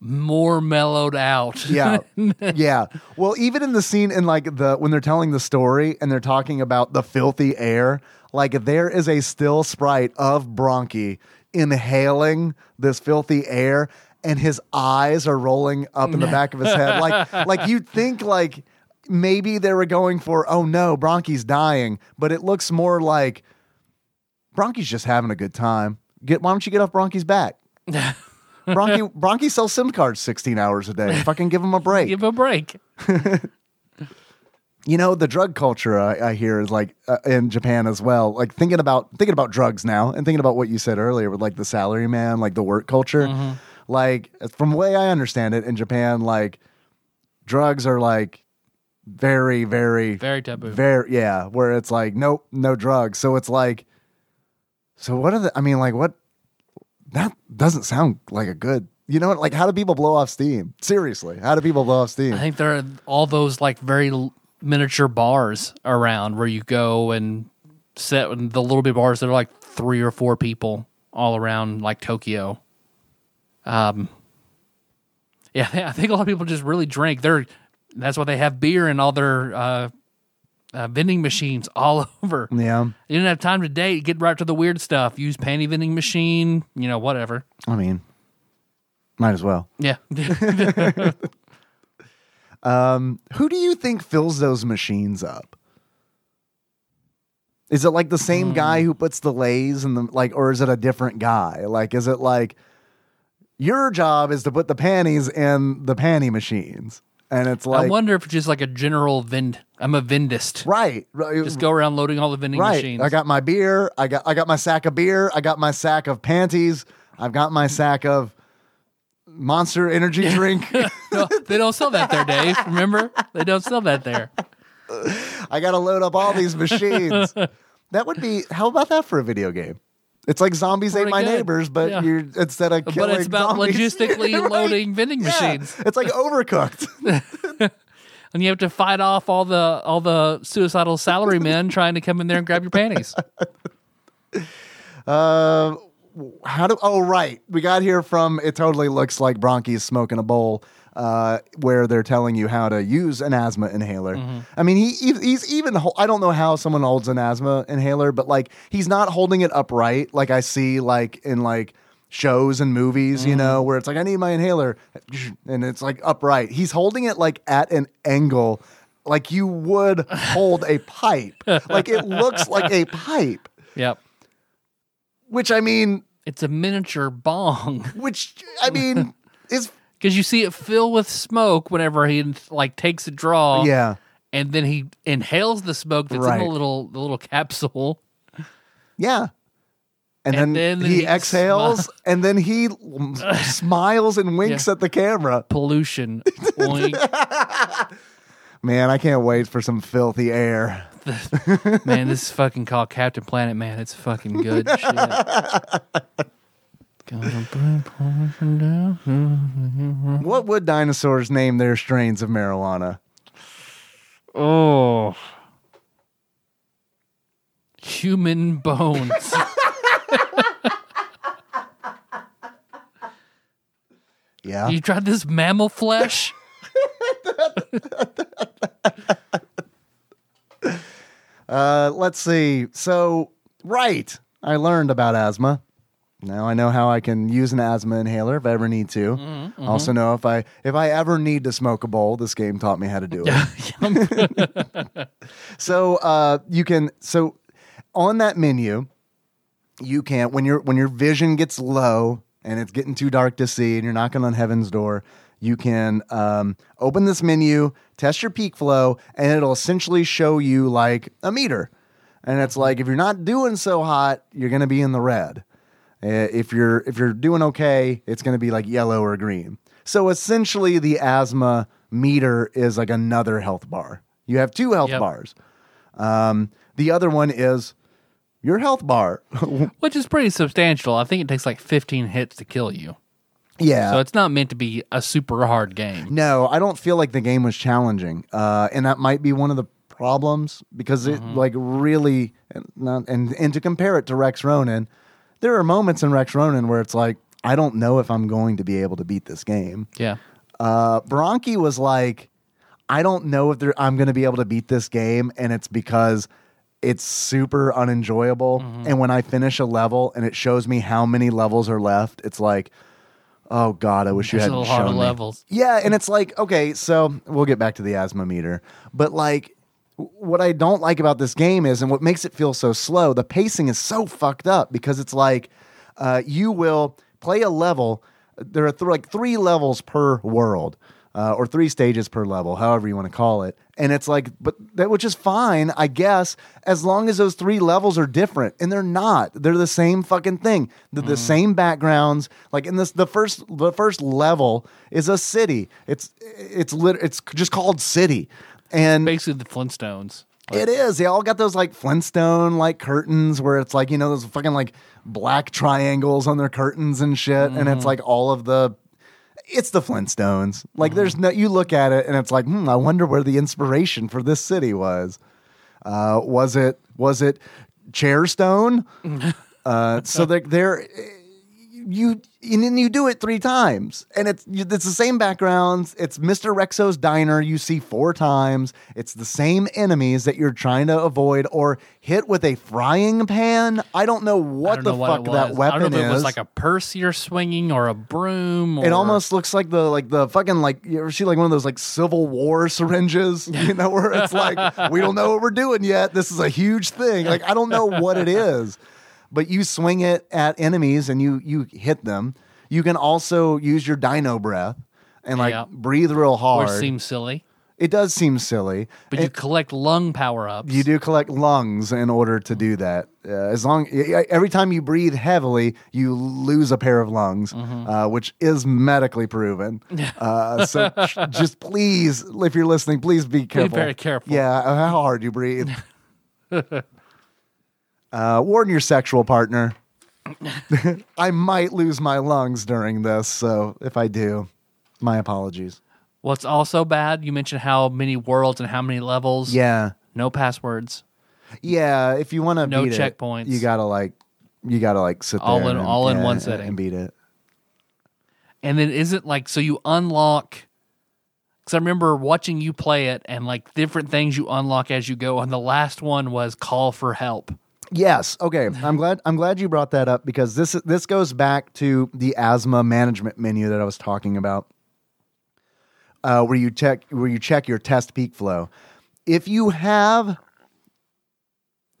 S1: more mellowed out. [laughs]
S2: Yeah. yeah. Well, even in the scene in like the when they're telling the story and they're talking about the filthy air, like there is a still sprite of Bronchi inhaling this filthy air and his eyes are rolling up
S1: [laughs]
S2: in the back of his head. Like like you'd think like maybe they were going for, oh no, Bronchi's dying, but it looks more like Bronchi's just having a good time. Get why don't you get off Bronchi's back? Bronchi Bronchi sells SIM cards 16 hours a day. Fucking give him a break.
S1: Give a break.
S2: you know the drug culture I, I hear is like uh, in Japan as well. Like thinking about thinking about drugs now and thinking about what you said earlier with like the salary man, like the work culture. Like from the way I understand it in Japan, like drugs are like very very
S1: Very taboo.
S2: very yeah where it's like nope no drugs so it's like so what are the i mean like what that doesn't sound like a good you know what like how do people blow off steam seriously how do people blow off steam
S1: I think there are all those like very l- miniature bars around where you go and sit in the little bit bars that are like three or four people all around like Tokyo. Um, yeah, [laughs] I think a lot of people just really drink. They're that's why they have beer and all their uh, uh, vending machines all [laughs] over.
S2: yeah
S1: You didn't have time to date. Get right to the weird stuff. Use panty vending machine. You know, whatever.
S2: i mean might as well
S1: [laughs] Yeah,
S2: who do you think fills those machines up is it like the
S1: Hmm.
S2: same guy who puts the lays in the like or is it a different guy like is it like your job is to put the panties in the panty machines and it's
S1: I
S2: like
S1: wonder if it's just like a general vend. I'm a vendist.
S2: Right. right
S1: Just go around loading all the vending
S2: right.
S1: machines.
S2: I got my beer. I got I got my sack of beer. I got my sack of panties. I've got my sack of
S1: [laughs]
S2: Monster Energy drink.
S1: No, they don't sell that there, Dave. Remember? They don't sell that
S2: [laughs]
S1: there.
S2: I got to load up all these
S1: [laughs]
S2: machines. that would be how about that for a video game? It's like zombies
S1: Pretty
S2: ate my
S1: good.
S2: neighbors, but
S1: Yeah.
S2: you're instead of
S1: But
S2: killing
S1: it's about
S2: zombies-
S1: logistically
S2: Right.
S1: loading vending
S2: Yeah.
S1: machines.
S2: [laughs] It's like overcooked.
S1: And you have to fight off all the all the suicidal
S2: [laughs]
S1: salarymen trying to come in there and grab your panties.
S2: Uh, how do? Oh, right. We got here from. It totally looks like Bronchi's smoking a bowl. Uh, where they're telling you how to use an asthma inhaler. I mean, he he- he's even. hol- I don't know how someone holds an asthma inhaler, but like he's not holding it upright, like I see, like in like shows and movies, you know, where it's like I need my inhaler, and it's like upright. He's holding it like at an angle, like you would hold a pipe. Like it looks like a pipe,
S1: Yep.
S2: which I mean,
S1: It's a miniature bong [laughs]
S2: which I mean is
S1: because you see it fill with smoke whenever he like takes a draw.
S2: yeah.
S1: and then he inhales the smoke that's in
S2: Right.
S1: the little the little capsule.
S2: Yeah. And,
S1: And
S2: then,
S1: then
S2: he,
S1: he
S2: exhales and then
S1: [laughs]
S2: he l- smiles and winks at the camera. [laughs]
S1: Pollution. Oink.
S2: Man, I can't wait for some filthy air.
S1: man, this is fucking called Captain Planet. Man, it's fucking
S2: [laughs]
S1: good shit. Gonna bring pollution down. Mm-hmm.
S2: What would dinosaurs name their strains of marijuana?
S1: Oh. Human bones.
S2: Yeah.
S1: you tried this mammal flesh?
S2: Uh, let's see. So, right, I learned about asthma. Now I know how I can use an asthma inhaler if I ever need to. I Also know if I if I ever need to smoke a bowl, this game taught me how to do it. [laughs] so uh, you can so on that menu, you can't when your when your vision gets low and it's getting too dark to see and you're knocking on heaven's door you can um, open this menu test your peak flow and it'll essentially show you like a meter and it's like if you're not doing so hot you're going to be in the red Uh, if you're if you're doing okay it's going to be like yellow or green so essentially the asthma meter is like another health bar you have two health
S1: Yep.
S2: bars um, the other one is your health bar [laughs]
S1: Which is pretty substantial. I think it takes like 15 hits to kill you.
S2: Yeah.
S1: So it's not meant to be a super hard game.
S2: no, I don't feel like the game was challenging, uh, and that might be one of the problems because it
S1: Mm-hmm.
S2: like really and not and and to compare it to Rex Ronan, there are moments in Rex Ronan where it's like I don't know if I'm going to be able to beat this game.
S1: Yeah.
S2: Uh, Bronchi was like, I don't know if there, I'm going to be able to beat this game, and it's because it's super unenjoyable.
S1: Mm-hmm.
S2: And when I finish a level and it shows me how many levels are left, it's like, oh god, I wish you
S1: There's a
S2: hadn't
S1: little harder
S2: shown me.
S1: levels.
S2: Yeah, and it's like, okay, so we'll get back to the asthma meter. But like w- what I don't like about this game is and what makes it feel so slow, the pacing is so fucked up because it's like uh, you will play a level. There are th- like three levels per world, uh, or three stages per level, however you want to call it. And it's like, but that which is fine, I guess, as long as those three levels are different, and they're not. They're the same fucking thing. They're the same backgrounds. Like in this, the first the first level is a city. It's it's lit. It's just called city. And
S1: Basically, the Flintstones.
S2: it is. They all got those like Flintstone like curtains where it's like, you know, those fucking like black triangles on their curtains and shit. And it's like all of the, it's the Flintstones. Like
S1: Mm-hmm.
S2: there's no, you look at it and it's like, hmm, I wonder where the inspiration for this city was. Uh, was it, was it Chairstone?
S1: [laughs]
S2: uh, so they're, they're, you and then you do it three times and it's you- it's the same backgrounds it's mr rexo's diner you see four times it's the same enemies that you're trying to avoid or hit with a frying pan i don't know what
S1: I don't
S2: the
S1: know
S2: fuck
S1: what it
S2: that
S1: was.
S2: weapon
S1: I don't know if
S2: is
S1: it was like a purse you're swinging or a broom. Or,
S2: it almost looks like the like the fucking like you ever see like one of those like Civil War syringes, [laughs] you know, where it's like we don't know what we're doing yet. This is a huge thing. Like I don't know what it is, but you swing it at enemies and you you hit them. You can also use your Dino breath and like
S1: Yeah.
S2: breathe real
S1: which
S2: hard.
S1: seems silly,
S2: it does seem silly,
S1: but
S2: And-
S1: you collect lung power ups.
S2: you do collect lungs in order to
S1: Mm-hmm.
S2: do that. Uh, as long every time you breathe heavily, you lose a pair of lungs,
S1: Mm-hmm.
S2: uh, which is
S1: [laughs]
S2: medically proven. Uh, so sh- just please, if you're listening, please be careful.
S1: very careful.
S2: Yeah, uh, how hard you
S1: [laughs]
S2: breathe. uh, warn your
S1: [laughs]
S2: sexual partner. [laughs] I might lose my lungs during this, so if I do, my apologies.
S1: What's also bad? You mentioned how many worlds and how many levels.
S2: Yeah.
S1: No passwords.
S2: Yeah, if you want to
S1: No
S2: beat it,
S1: checkpoints.
S2: you gotta like, you gotta like sit
S1: All
S2: there
S1: in-
S2: and,
S1: all in
S2: yeah,
S1: one
S2: and-
S1: sitting.
S2: and beat it.
S1: And then is it like so you unlock? Because I remember watching you play it and like different things you unlock as you go. And the last one was call for help.
S2: Yes. Okay. I'm glad. I'm glad you brought that up because this this goes back to the asthma management menu that I was talking about, uh, where you check where you check your test peak flow. If you have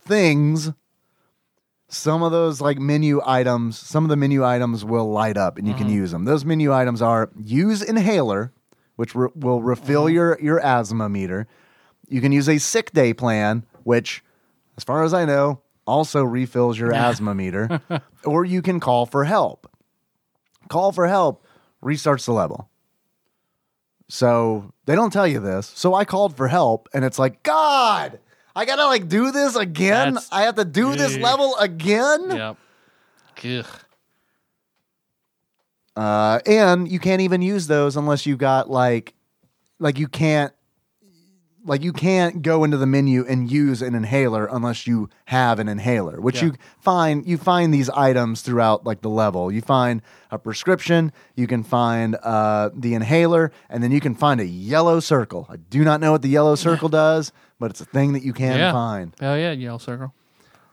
S2: things, some of those like menu items, some of the menu items will light up and you can use them. Those menu items are use inhaler, which re- will refill your your asthma meter. You can use a sick day plan, which, as far as I know, also refills your asthma meter, or you can call for help. Call for help restarts the level. So they don't tell you this. So I called for help, and it's like, God, I gotta like do this again.
S1: That's-
S2: I have to do this
S1: Ugh.
S2: level again.
S1: Yep. Ugh.
S2: Uh, and you can't even use those unless you got like, like you can't, like you can't go into the menu and use an inhaler unless you have an inhaler, which
S1: Yeah.
S2: you find you find these items throughout like the level. You find a prescription, you can find uh, the inhaler, and then you can find a yellow circle. I do not know what the yellow circle does, but it's a thing that you can
S1: Yeah.
S2: find.
S1: Oh yeah, yellow circle.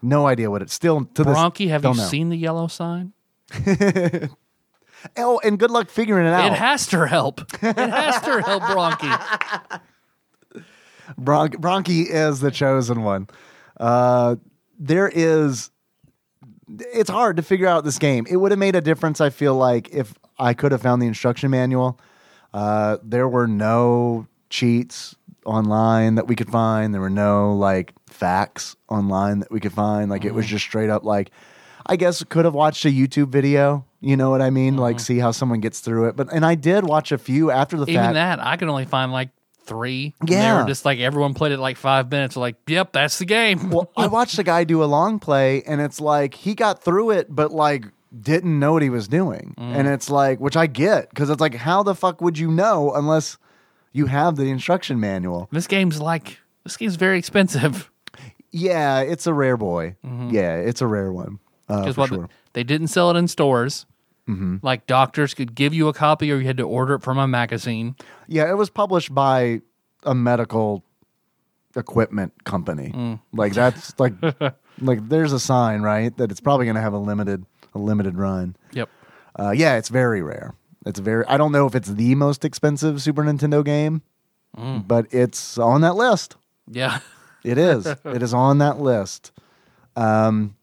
S2: No idea what it's still to this.
S1: Bronchi, have you
S2: don't know.
S1: seen the yellow sign?
S2: Oh, and good luck figuring it out.
S1: It has to help. It has to help
S2: [laughs]
S1: Bronchi.
S2: Bron- Bronchi is the chosen one. Uh, there is. It's hard to figure out this game. It would have made a difference. I feel like if I could have found the instruction manual, uh, there were no cheats online that we could find. There were no like facts online that we could find. Like it was just straight up like. I guess could have watched a YouTube video. You know what I mean? Like see how someone gets through it. But and I did watch a few after the
S1: Even
S2: fact.
S1: that, I could only find like three. And They
S2: Yeah.
S1: were just like everyone played it like five minutes. Like, yep, that's the game.
S2: Well, I watched a guy do a long play, and it's like he got through it, but like didn't know what he was doing. And it's like, which I get, because it's like, how the fuck would you know unless you have the instruction manual?
S1: [laughs] This game's like this game's very expensive.
S2: Yeah, it's a rare boy. Yeah, it's a rare one. Uh,
S1: Because
S2: for
S1: what
S2: sure. Mm-hmm.
S1: they didn't sell it in stores. Like doctors could give you a copy, or you had to order it from a magazine.
S2: Yeah, it was published by a medical equipment company. Like that's like [laughs] like there's a sign right that it's probably going to have a limited a limited run.
S1: Yep.
S2: Uh, yeah, it's very rare. It's very. I don't know if it's the most expensive Super Nintendo game, but it's on that list.
S1: Yeah.
S2: It is. it is on that list. Um,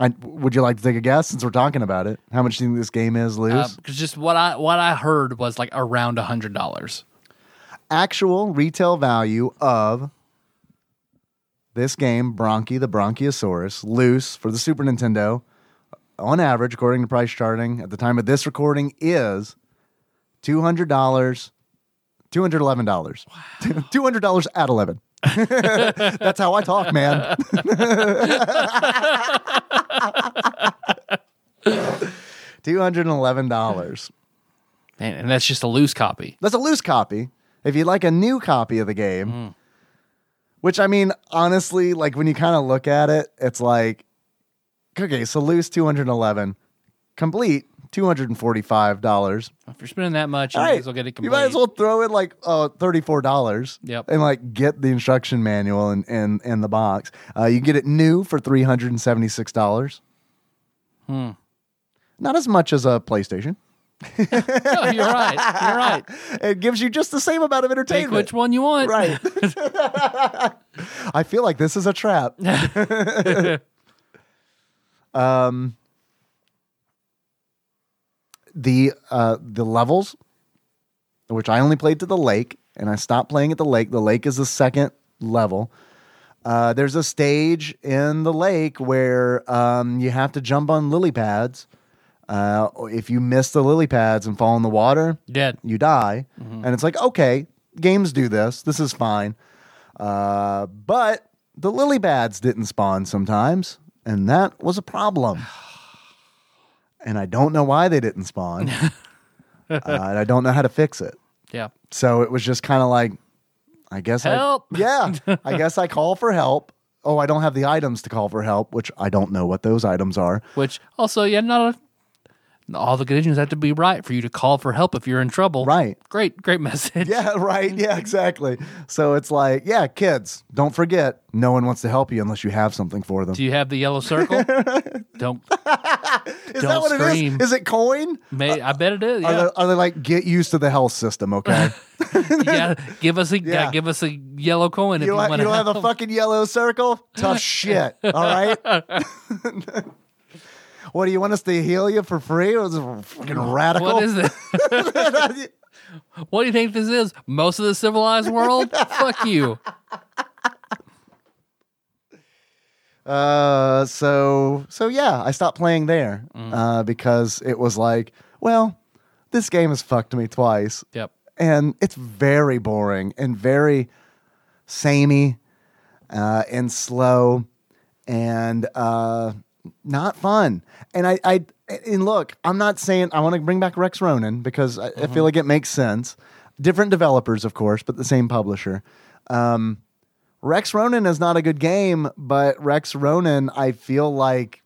S2: I, would you like to take a guess since we're talking about it? How much do you think this game is,
S1: [laughs]
S2: Luz?
S1: Because Uh, just what I what I heard was like around a hundred dollars.
S2: Actual retail value of this game, Bronchi the Bronchiosaurus, loose for the Super Nintendo, on average, according to price charting at the time of this recording, is two hundred dollars, two hundred eleven dollars, [laughs] two hundred dollars at eleven. [laughs] That's how I talk, man. [laughs] Two hundred and eleven dollars.
S1: Man, and that's just a loose copy.
S2: That's a loose copy. If you'd like a new copy of the game,
S1: Mm.
S2: which I mean, honestly, like when you kind of look at it, it's like, okay, so loose 211, complete $245.
S1: If you're spending that much, you
S2: All
S1: might
S2: right.
S1: as well get it complete.
S2: You might as well throw in like uh, $34
S1: Yep.
S2: and like get the instruction manual and in, in, the box. Uh, you can get it new for $376.
S1: Hmm.
S2: Not as much as a PlayStation.
S1: [laughs] No, you're right. You're right.
S2: [laughs] It gives you just the same amount of
S1: Take
S2: entertainment.
S1: which one you want.
S2: Right. I feel like this is a trap. um, Um, the uh, the levels, which I only played to the lake, and I stopped playing at the lake. The lake is the second level. Uh, there's a stage in the lake where um, you have to jump on lily pads. Uh, if you miss the lily pads and fall in the water,
S1: Dead.
S2: you die. And it's like, okay, games do this. This is fine. Uh, but the lily pads didn't spawn sometimes, and that was a problem. [sighs] And I don't know why they didn't spawn, uh, and I don't know how to fix it.
S1: Yeah.
S2: So it was just kind of like, I guess
S1: Help.
S2: I [laughs] yeah, I guess I call for help. Oh, I don't have the items to call for help, which I don't know what those items are.
S1: Which also, yeah, not a, all the conditions have to be right for you to call for help if you're in trouble.
S2: Right.
S1: Great, great [laughs] message.
S2: Yeah, [laughs] right. Yeah, exactly. So it's like, yeah, kids, don't forget, no one wants to help you unless you have something for them.
S1: Do you have the yellow
S2: [laughs]
S1: circle? Don't.
S2: is
S1: don't
S2: that what
S1: scream.
S2: it is? Is it coin?
S1: May, I bet it is.
S2: Are,
S1: Yeah.
S2: they, are they like get used to the health system?
S1: [laughs]
S2: Okay,
S1: yeah. Give us a
S2: Yeah.
S1: give us a yellow coin
S2: you
S1: if you
S2: don't, ha-
S1: want
S2: you
S1: to
S2: don't have a fucking yellow circle.
S1: [laughs]
S2: Tough shit. All right. [laughs] what do you want us to heal you for free? It was fucking radical.
S1: What is this? [laughs]
S2: [laughs]
S1: What do you think this is? Most of the civilized
S2: [laughs]
S1: world? Fuck you.
S2: Uh, so so yeah, I stopped playing there
S1: Mm.
S2: uh, because it was like, well, this game has fucked me twice,
S1: Yep.
S2: and it's very boring and very samey uh, and slow and uh, not fun. And I, I and look, I'm not saying I want to bring back Rex Ronan because I,
S1: Mm-hmm.
S2: I feel like it makes sense. Different developers, of course, but the same publisher. Um, Rex Ronan is not a good game, but Rex Ronan, I feel like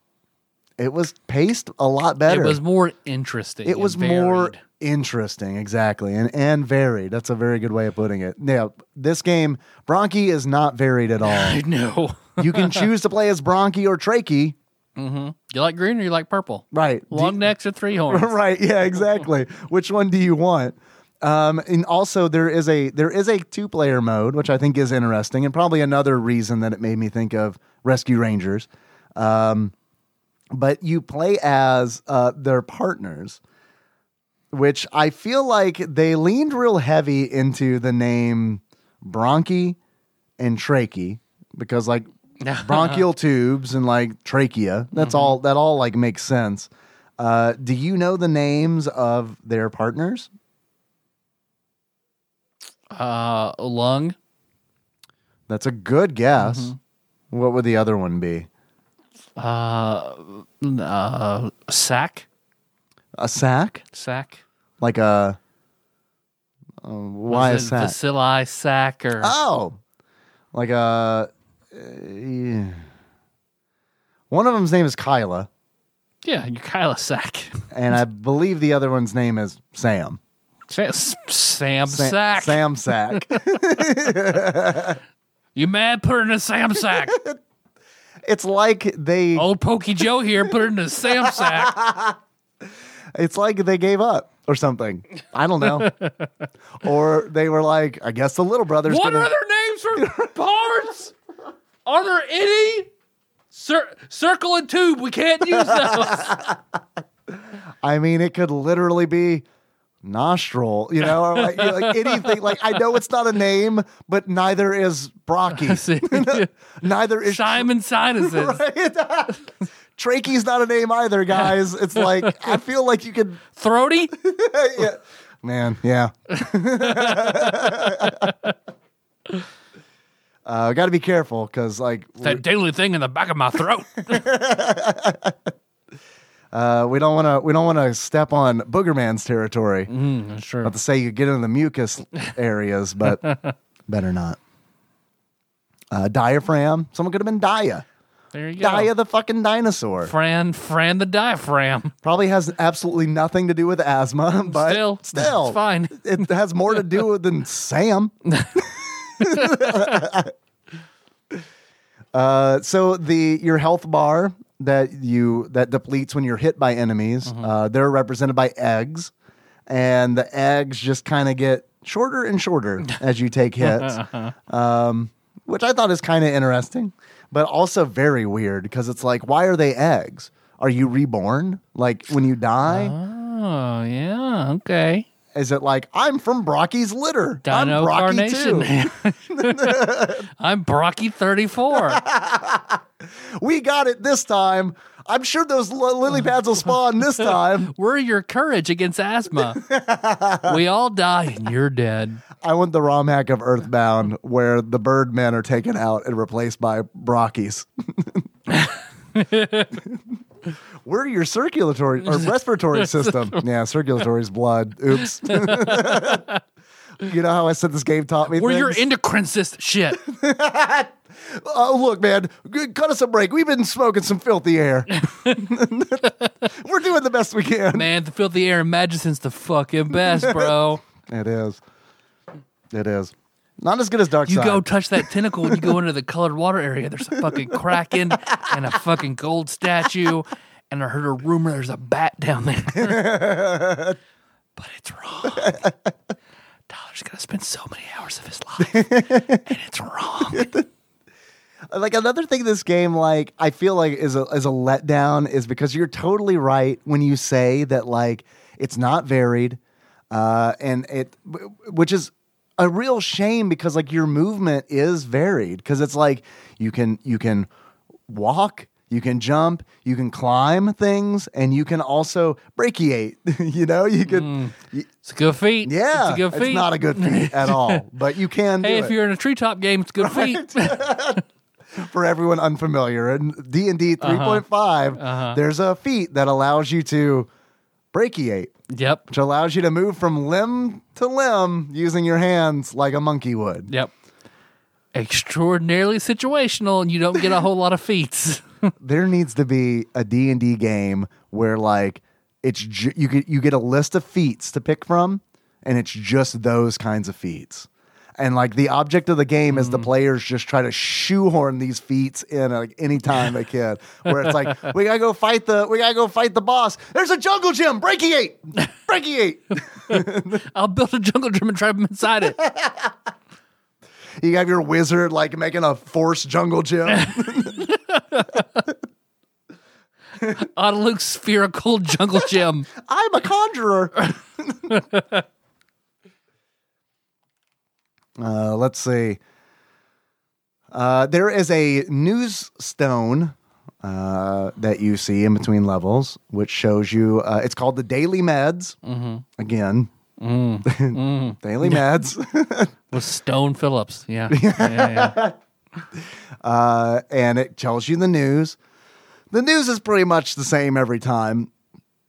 S2: it was paced a lot better.
S1: It was more interesting.
S2: It
S1: and
S2: was more
S1: varied. [laughs]
S2: interesting, exactly, and and varied. That's a very good way of putting it. Now, this game, Bronchi is not varied
S1: [laughs]
S2: at all.
S1: I
S2: [laughs]
S1: know.
S2: you can choose to play as Bronchi or Trachee,
S1: You like green or you like purple?
S2: right? Do-
S1: Long necks or three horns?
S2: [laughs] right? Yeah, exactly. Which one do you want? Um, and also, there is a there is a two player mode, which I think is interesting, and probably another reason that it made me think of Rescue Rangers. Um, but you play as uh, their partners, which I feel like they leaned real heavy into the name Bronchi and Trachee
S1: [laughs]
S2: because like bronchial tubes and like trachea. That's
S1: Mm-hmm.
S2: all. That all like makes sense. Uh, do you know the names of their partners?
S1: Uh, lung.
S2: That's a good guess.
S1: Mm-hmm.
S2: What would the other one be?
S1: Uh, uh, sack.
S2: A sac?
S1: Sack.
S2: Like a uh, why a
S1: Was it
S2: sac?
S1: Bacilli sack or
S2: Oh, like a. uh, yeah. One of them's name is Kyla,
S1: yeah, your Kyla sack. [laughs]
S2: and I believe the other one's name is Sam.
S1: Sam, Sam
S2: Sa-
S1: sack.
S2: Sam
S1: [laughs]
S2: Sack.
S1: You mad? Put it in a Sam
S2: [laughs]
S1: sack.
S2: it's like they.
S1: Old Pokey Joe here. Put it in a
S2: [laughs]
S1: Sam sack.
S2: It's like they gave up or something. I don't know. or they were like, I guess the little brother's
S1: What
S2: gonna.
S1: are their names for parts? Are there any? Cir- circle and tube. We can't use
S2: [laughs]
S1: those.
S2: I mean, it could literally be nostril, you know, or like, you know, like anything. Like I know it's not a name, but neither is Brocky.
S1: [laughs] See?
S2: neither is
S1: Simon Sinuses.
S2: [laughs] Right? [laughs] Trachee's not a name either, guys. It's like I feel like you could,
S1: Throaty.
S2: yeah. man, yeah. [laughs] uh, Got to be careful because, like,
S1: That daily thing in the back of my
S2: [laughs]
S1: throat.
S2: uh, we don't want to we don't want to step on Boogerman's territory.
S1: That's true.
S2: Not to say you get into the mucus areas, but better not. Uh, diaphragm. Someone could have been Dia.
S1: There you go.
S2: Dia the fucking dinosaur.
S1: Fran, Fran the diaphragm.
S2: Probably has absolutely nothing to do with asthma, [laughs] but
S1: Still,
S2: still,
S1: it's fine.
S2: It has more to do
S1: [laughs]
S2: with than Sam. [laughs] uh, so the your health bar that you that depletes when you're hit by enemies,
S1: Mm-hmm.
S2: uh, they're represented by eggs, and the eggs just kind of get shorter
S1: [laughs]
S2: and shorter as you take hits,
S1: Uh-huh.
S2: um, which I thought is kind of interesting, but also very weird because it's like, why are they eggs? Are you reborn? Like when you die,
S1: Oh, yeah. Okay.
S2: is it like I'm from Brocky's litter? I'm
S1: Dino
S2: Brocky
S1: Carnation.
S2: too.
S1: [laughs] I'm Brocky 34.
S2: We got it this time. I'm sure those li- lily pads will
S1: [laughs]
S2: spawn this time.
S1: We're your courage against asthma. we all die and you're dead.
S2: I want the ROM hack of Earthbound where the Birdmen are taken out and replaced by
S1: [laughs]
S2: Brockies. We're your
S1: [laughs]
S2: circulatory or respiratory system. Yeah, circulatory is blood.
S1: [laughs]
S2: Oops. you know how I said this game taught me
S1: We're your
S2: things?
S1: endocrine system. Shit.
S2: Oh, look, man, g- cut us a break. We've been smoking some
S1: [laughs]
S2: filthy air. We're doing the best we can.
S1: Man, the filthy air in Madison's the fucking best, bro.
S2: It is. It is. Not as good as Dark
S1: You
S2: Side.
S1: go touch that tentacle when you
S2: [laughs]
S1: go into the colored water area. There's a fucking kraken and a fucking gold statue. And I heard a rumor there's a bat down there.
S2: [laughs]
S1: but it's wrong. Tyler's gonna spend so many hours of his life. And it's wrong.
S2: like another thing this game like I feel like is a is a letdown is because you're totally right when you say that like it's not varied uh and it which is a real shame because like your movement is varied cuz it's like you can you can walk you can jump, you can climb things, and you can also brachiate. [laughs] you know, you can. y-
S1: It's a good feat.
S2: yeah,
S1: Mm. It's a good feat.
S2: not a good feat at all, but you
S1: [laughs]
S2: can.
S1: hey,
S2: do
S1: if
S2: it.
S1: you're in a treetop game, it's a good feat.
S2: for everyone unfamiliar in d&d 3.5 there's a feat that allows you to brachiate
S1: [laughs] yep.
S2: which allows you to move from limb to limb using your hands like a monkey would
S1: Yep. Extraordinarily situational, and you don't get a whole lot of feats.
S2: there needs to be a d&d game where like it's ju- you get you get a list of feats to pick from and it's just those kinds of feats and like the object of the game is the players just try to shoehorn these feats in like any time they can where it's like we gotta go fight the we gotta go fight the boss there's a jungle gym E breakiate breakiate
S1: I'll build a jungle gym and trap him inside it.
S2: you have your wizard like making a forced jungle gym
S1: Autoluke spherical [laughs] jungle gym.
S2: I'm a conjurer. uh, let's see. Uh, there is a news stone uh, that you see in between levels, which shows you. Uh, it's called the Daily Meds. Again, [laughs] Daily Meds.
S1: With Stone Phillips. Yeah. yeah, yeah, yeah.
S2: uh, and it tells you the news. The news is pretty much the same every time,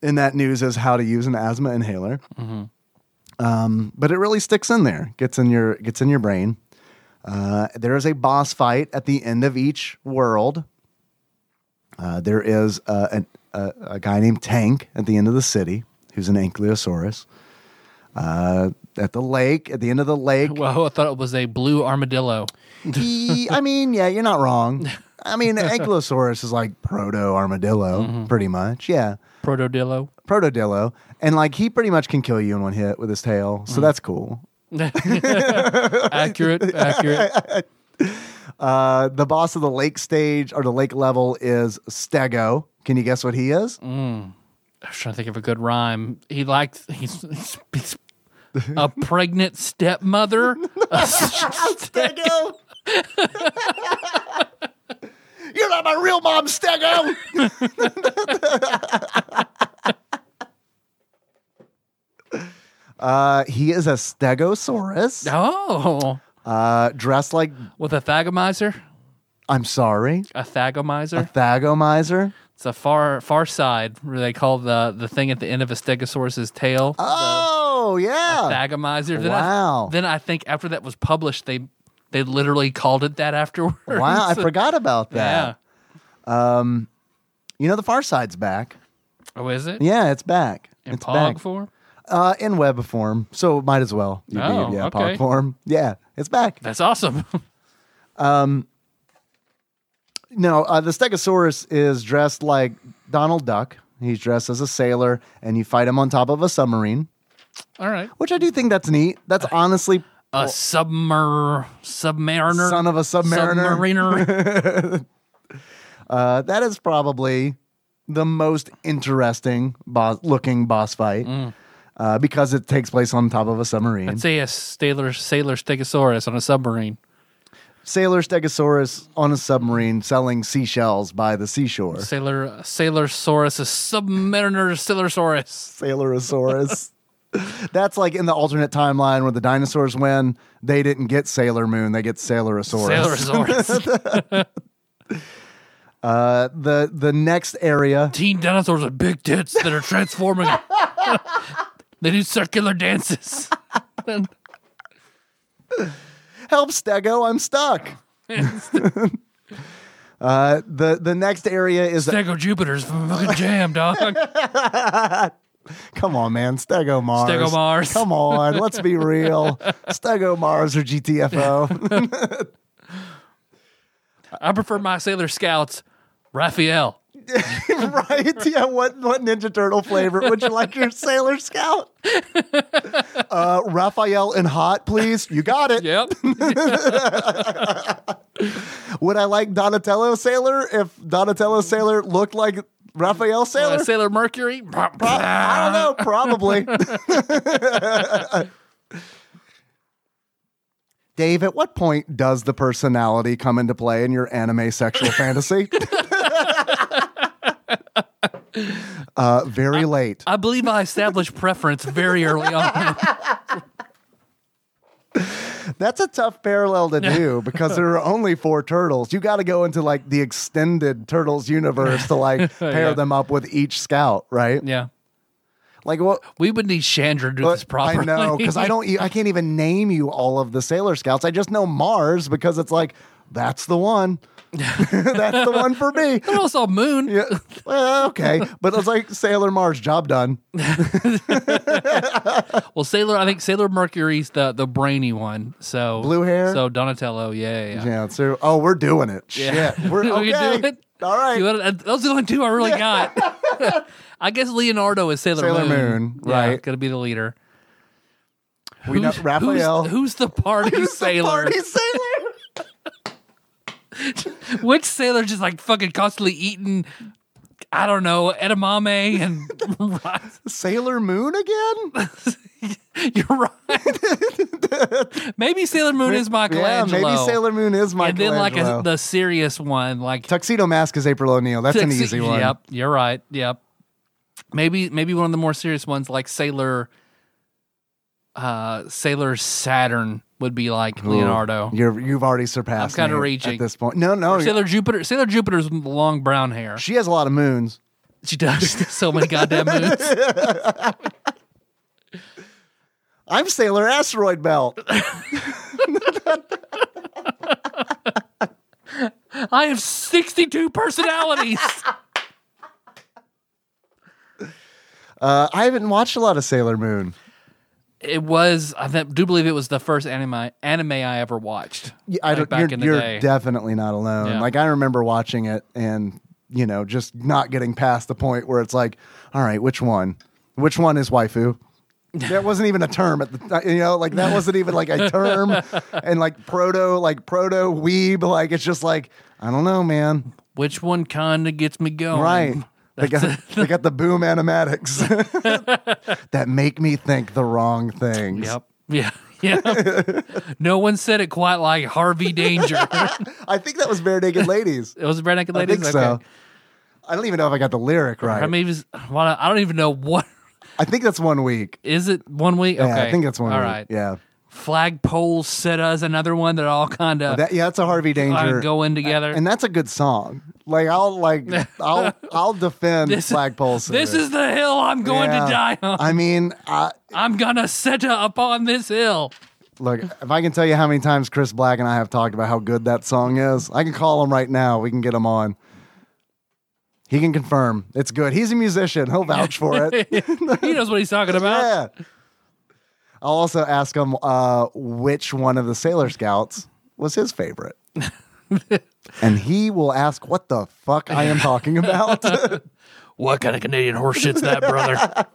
S2: and that news is how to use an asthma inhaler. Um, but it really sticks in there, gets in your gets in your brain. Uh, there is a boss fight at the end of each world. Uh, there is uh, an, a, a guy named Tank at the end of the city, who's an ankylosaurus. Uh, at the lake, at the end of the lake,
S1: Well, I thought it was a blue armadillo.
S2: Ye- I mean, yeah, you're not wrong. I mean, Ankylosaurus is like proto armadillo, pretty much. Yeah,
S1: Protodillo.
S2: protodillo, and like he pretty much can kill you in one hit with his tail, so that's cool.
S1: accurate, accurate.
S2: Uh, the boss of the lake stage or the lake level is Stego. Can you guess what he is?
S1: I was trying to think of a good rhyme. He likes he's, he's, he's a pregnant stepmother.
S2: Stego. You're not my real mom, Stego. uh, he is a Stegosaurus,
S1: [laughs] oh,
S2: uh, dressed like
S1: with a thagomizer,
S2: I'm sorry,
S1: a
S2: a
S1: thagomizer.
S2: Thagomizer.
S1: It's a far far side where they call the the thing at the end of a stegosaurus's tail.
S2: Oh yeah,
S1: Thagomizer. Then
S2: Wow.
S1: I, then I think after that was published, they they literally called it that afterwards.
S2: wow! I forgot about that.
S1: [laughs] Yeah.
S2: You know the Far Side's back.
S1: Oh, is it?
S2: Yeah, it's back.
S1: In
S2: it's
S1: Pog
S2: back.
S1: form?
S2: Uh, in web form, so it might as well. You
S1: Oh,
S2: yeah,
S1: okay.
S2: Pog form. Yeah, it's back.
S1: That's awesome. [laughs]
S2: No, uh, the Stegosaurus is dressed like Donald Duck. He's dressed as a sailor, and you fight him on top of a submarine,
S1: All right.
S2: which I do think that's neat. That's honestly
S1: A submer submariner.
S2: son of a submariner. [laughs]
S1: Submariner.
S2: Uh, that is probably the most interesting boss looking boss fight uh, because it takes place on top of a submarine.
S1: Say a sailor sailor stegosaurus on a submarine.
S2: sailor Stegosaurus on a submarine selling seashells by the seashore.
S1: Sailor sailor saurus a submariner sailorsaurus.
S2: Sailorosaurus. [laughs] That's like in the alternate timeline where the dinosaurs win. They didn't get Sailor Moon. They get Sailorosaurus. [laughs]
S1: Sailorsaurus.
S2: Uh, the the next area.
S1: Teen dinosaurs with big tits that are transforming. [laughs] they do circular
S2: [laughs]
S1: dances. [laughs]
S2: Help, Stego! I'm stuck. Uh, the the next area is
S1: Stego Jupiter's fucking jam, dog.
S2: come on, man, Stego Mars.
S1: Stego Mars.
S2: Come on, let's
S1: [laughs]
S2: be real. Stego Mars or GTFO.
S1: I prefer my Sailor Scouts, Raphael.
S2: right? Yeah. What what Ninja Turtle flavor would you like your Sailor Scout?
S1: [laughs]
S2: Uh, Raphael and hot, please. You got it.
S1: [laughs] Yep.
S2: Would I like Donatello Sailor if Donatello Sailor looked like Raphael Sailor?
S1: Uh, Sailor Mercury.
S2: [laughs] I don't know. Probably. [laughs] Dave, at what point does the personality come into play in your anime sexual fantasy? [laughs] uh, very late.
S1: I believe I established preference very early
S2: [laughs]
S1: on.
S2: That's a tough parallel to [laughs] do because there are only four turtles. You got to go into like the extended turtles universe to [laughs] like pair
S1: Yeah.
S2: them up with each scout, right?
S1: yeah.
S2: Like what?
S1: We would need Chandra to do this [laughs]
S2: But
S1: properly.
S2: I know because I don't. e- I can't even name you all of the Sailor Scouts. I just know Mars because it's like that's the one. [laughs] that's the one for me. [laughs]
S1: I also Moon.
S2: Yeah. Well, okay, but it's like Sailor Mars, job done.
S1: Well, Sailor, I think Sailor Mercury's the, the brainy one. So
S2: Blue hair?
S1: So Donatello, yeah, yeah. yeah.
S2: Yeah. So, oh, we're doing it.
S1: Yeah.
S2: Shit, we're okay.
S1: [laughs] We can do it.
S2: All right.
S1: You wanna- uh, those are the only two I really got. [laughs] I guess Leonardo is Sailor,
S2: Sailor Moon, right.
S1: Going to be the leader.
S2: we know Raphael.
S1: Who's, who's the
S2: [laughs]
S1: party
S2: the
S1: sailor?
S2: party sailor. [laughs]
S1: Which sailor just like fucking constantly eating, I don't know, edamame
S2: [laughs]
S1: and rice?
S2: Sailor Moon again?
S1: You're right. maybe Sailor Moon is Michelangelo.
S2: Yeah, maybe Sailor Moon is
S1: And then
S2: Michelangelo.
S1: like a, the serious one, like
S2: Tuxedo Mask is April O'Neil. That's an
S1: Tuxi-
S2: easy one.
S1: Yep, you're right. Yep. Maybe maybe one of the more serious ones, like Sailor, uh, Sailor Saturn would be like
S2: Ooh,
S1: Leonardo.
S2: You're, you've already surpassed.
S1: I'm kinda
S2: me
S1: reaching.
S2: at this point. No, no.
S1: Sailor Jupiter. Sailor Jupiter's with the long brown hair.
S2: She has a lot of moons.
S1: She does [laughs] so many goddamn moves.
S2: I'm Sailor
S1: [laughs]
S2: Asteroid Belt.
S1: I have 62 personalities.
S2: Uh, I haven't watched a lot of Sailor Moon.
S1: it was I th- do believe it was the first anime anime I ever watched.
S2: Y- I
S1: like
S2: don't,
S1: back
S2: you're
S1: in the
S2: you're
S1: day.
S2: definitely not alone.
S1: Yeah.
S2: Like I remember watching it and you know just not getting past the point where it's like, all right, which one? Which one is waifu?
S1: [laughs]
S2: That wasn't even a term at the time, you know, like that wasn't even like
S1: [laughs]
S2: a term, and like proto, like proto weeb, like it's just like I don't know, man.
S1: Which one kind of gets me going?
S2: Right? They
S1: That's
S2: got they got the boom animatics
S1: [laughs]
S2: that make me think the wrong things.
S1: Yep. Yeah. [laughs] Yeah. no one said it quite like Harvey Danger.
S2: [laughs] I think that was bare naked ladies.
S1: it was a redneck [laughs]
S2: I
S1: ladies.
S2: think so. I don't even know if I got the lyric right.
S1: I mean, it was- well, I don't even know what
S2: I think that's one week.
S1: is it. One week.
S2: Yeah,
S1: okay.
S2: I think that's one
S1: All
S2: week.
S1: right.
S2: Yeah.
S1: Flagpole set us another one that all kind of
S2: That, yeah, that's a Harvey Danger.
S1: go in together.
S2: and that's a good song. Like I'll
S1: [laughs]
S2: like I'll I'll defend
S1: This-
S2: Flagpole.
S1: this
S2: Sitter.
S1: is the hill I'm going
S2: Yeah.
S1: to die on.
S2: I mean, I,
S1: I'm gonna set up on this hill.
S2: look, if I can tell you how many times Chris Black and I have talked about how good that song is, I can call him right now. We can get him on. He can confirm it's good. He's a musician. He'll vouch for it.
S1: He knows what he's talking about.
S2: yeah. I'll also ask him uh, which one of the Sailor Scouts was his favorite. and he will ask what the fuck I am talking about.
S1: What kind of Canadian horseshit's that,
S2: [laughs]
S1: brother?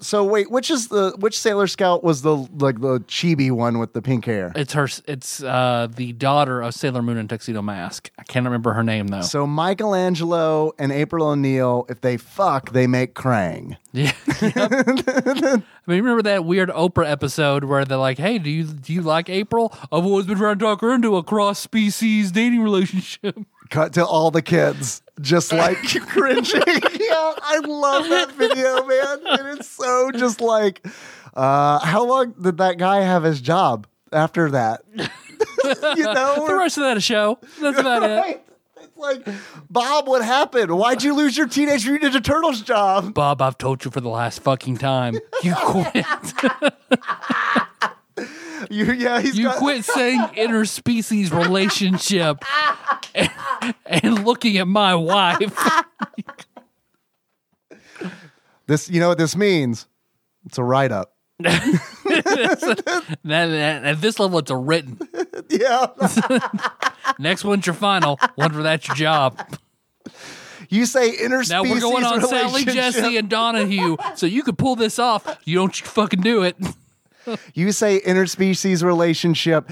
S2: so wait, which is the which Sailor Scout was the like the chibi one with the pink hair?
S1: it's her. It's uh, the daughter of Sailor Moon and Tuxedo Mask. I can't remember her name though.
S2: So Michelangelo and April O'Neil, if they fuck, they make Krang.
S1: Yeah. Yep. I mean, remember that weird Oprah episode where they're like, "Hey, do you do you like April? I've always been trying to talk her into a cross species dating relationship." [laughs]
S2: Cut to all the kids [laughs] just like cringing. yeah, I love that video, man. And it's so just like, uh, how long did that guy have his job after that? [laughs] you [laughs] know,
S1: The rest of that show. That's about it.
S2: Right? It's like, Bob, what happened? Why'd you lose your Teenage Mutant Ninja Turtles job? [laughs]
S1: Bob, I've told you for the last fucking time. You quit.
S2: You, yeah, he's
S1: You
S2: got,
S1: quit saying interspecies relationship and, and looking at my wife. [laughs]
S2: this. You know what this means? It's a write up.
S1: That- that- at this level, it's a written.
S2: Yeah.
S1: Next one's your final. One for that's your job.
S2: You say interspecies
S1: Now we're going on Sally,
S2: relationship.
S1: Jesse, and Donahue. So you could pull this off. You don't fucking do it. [laughs]
S2: You say interspecies relationship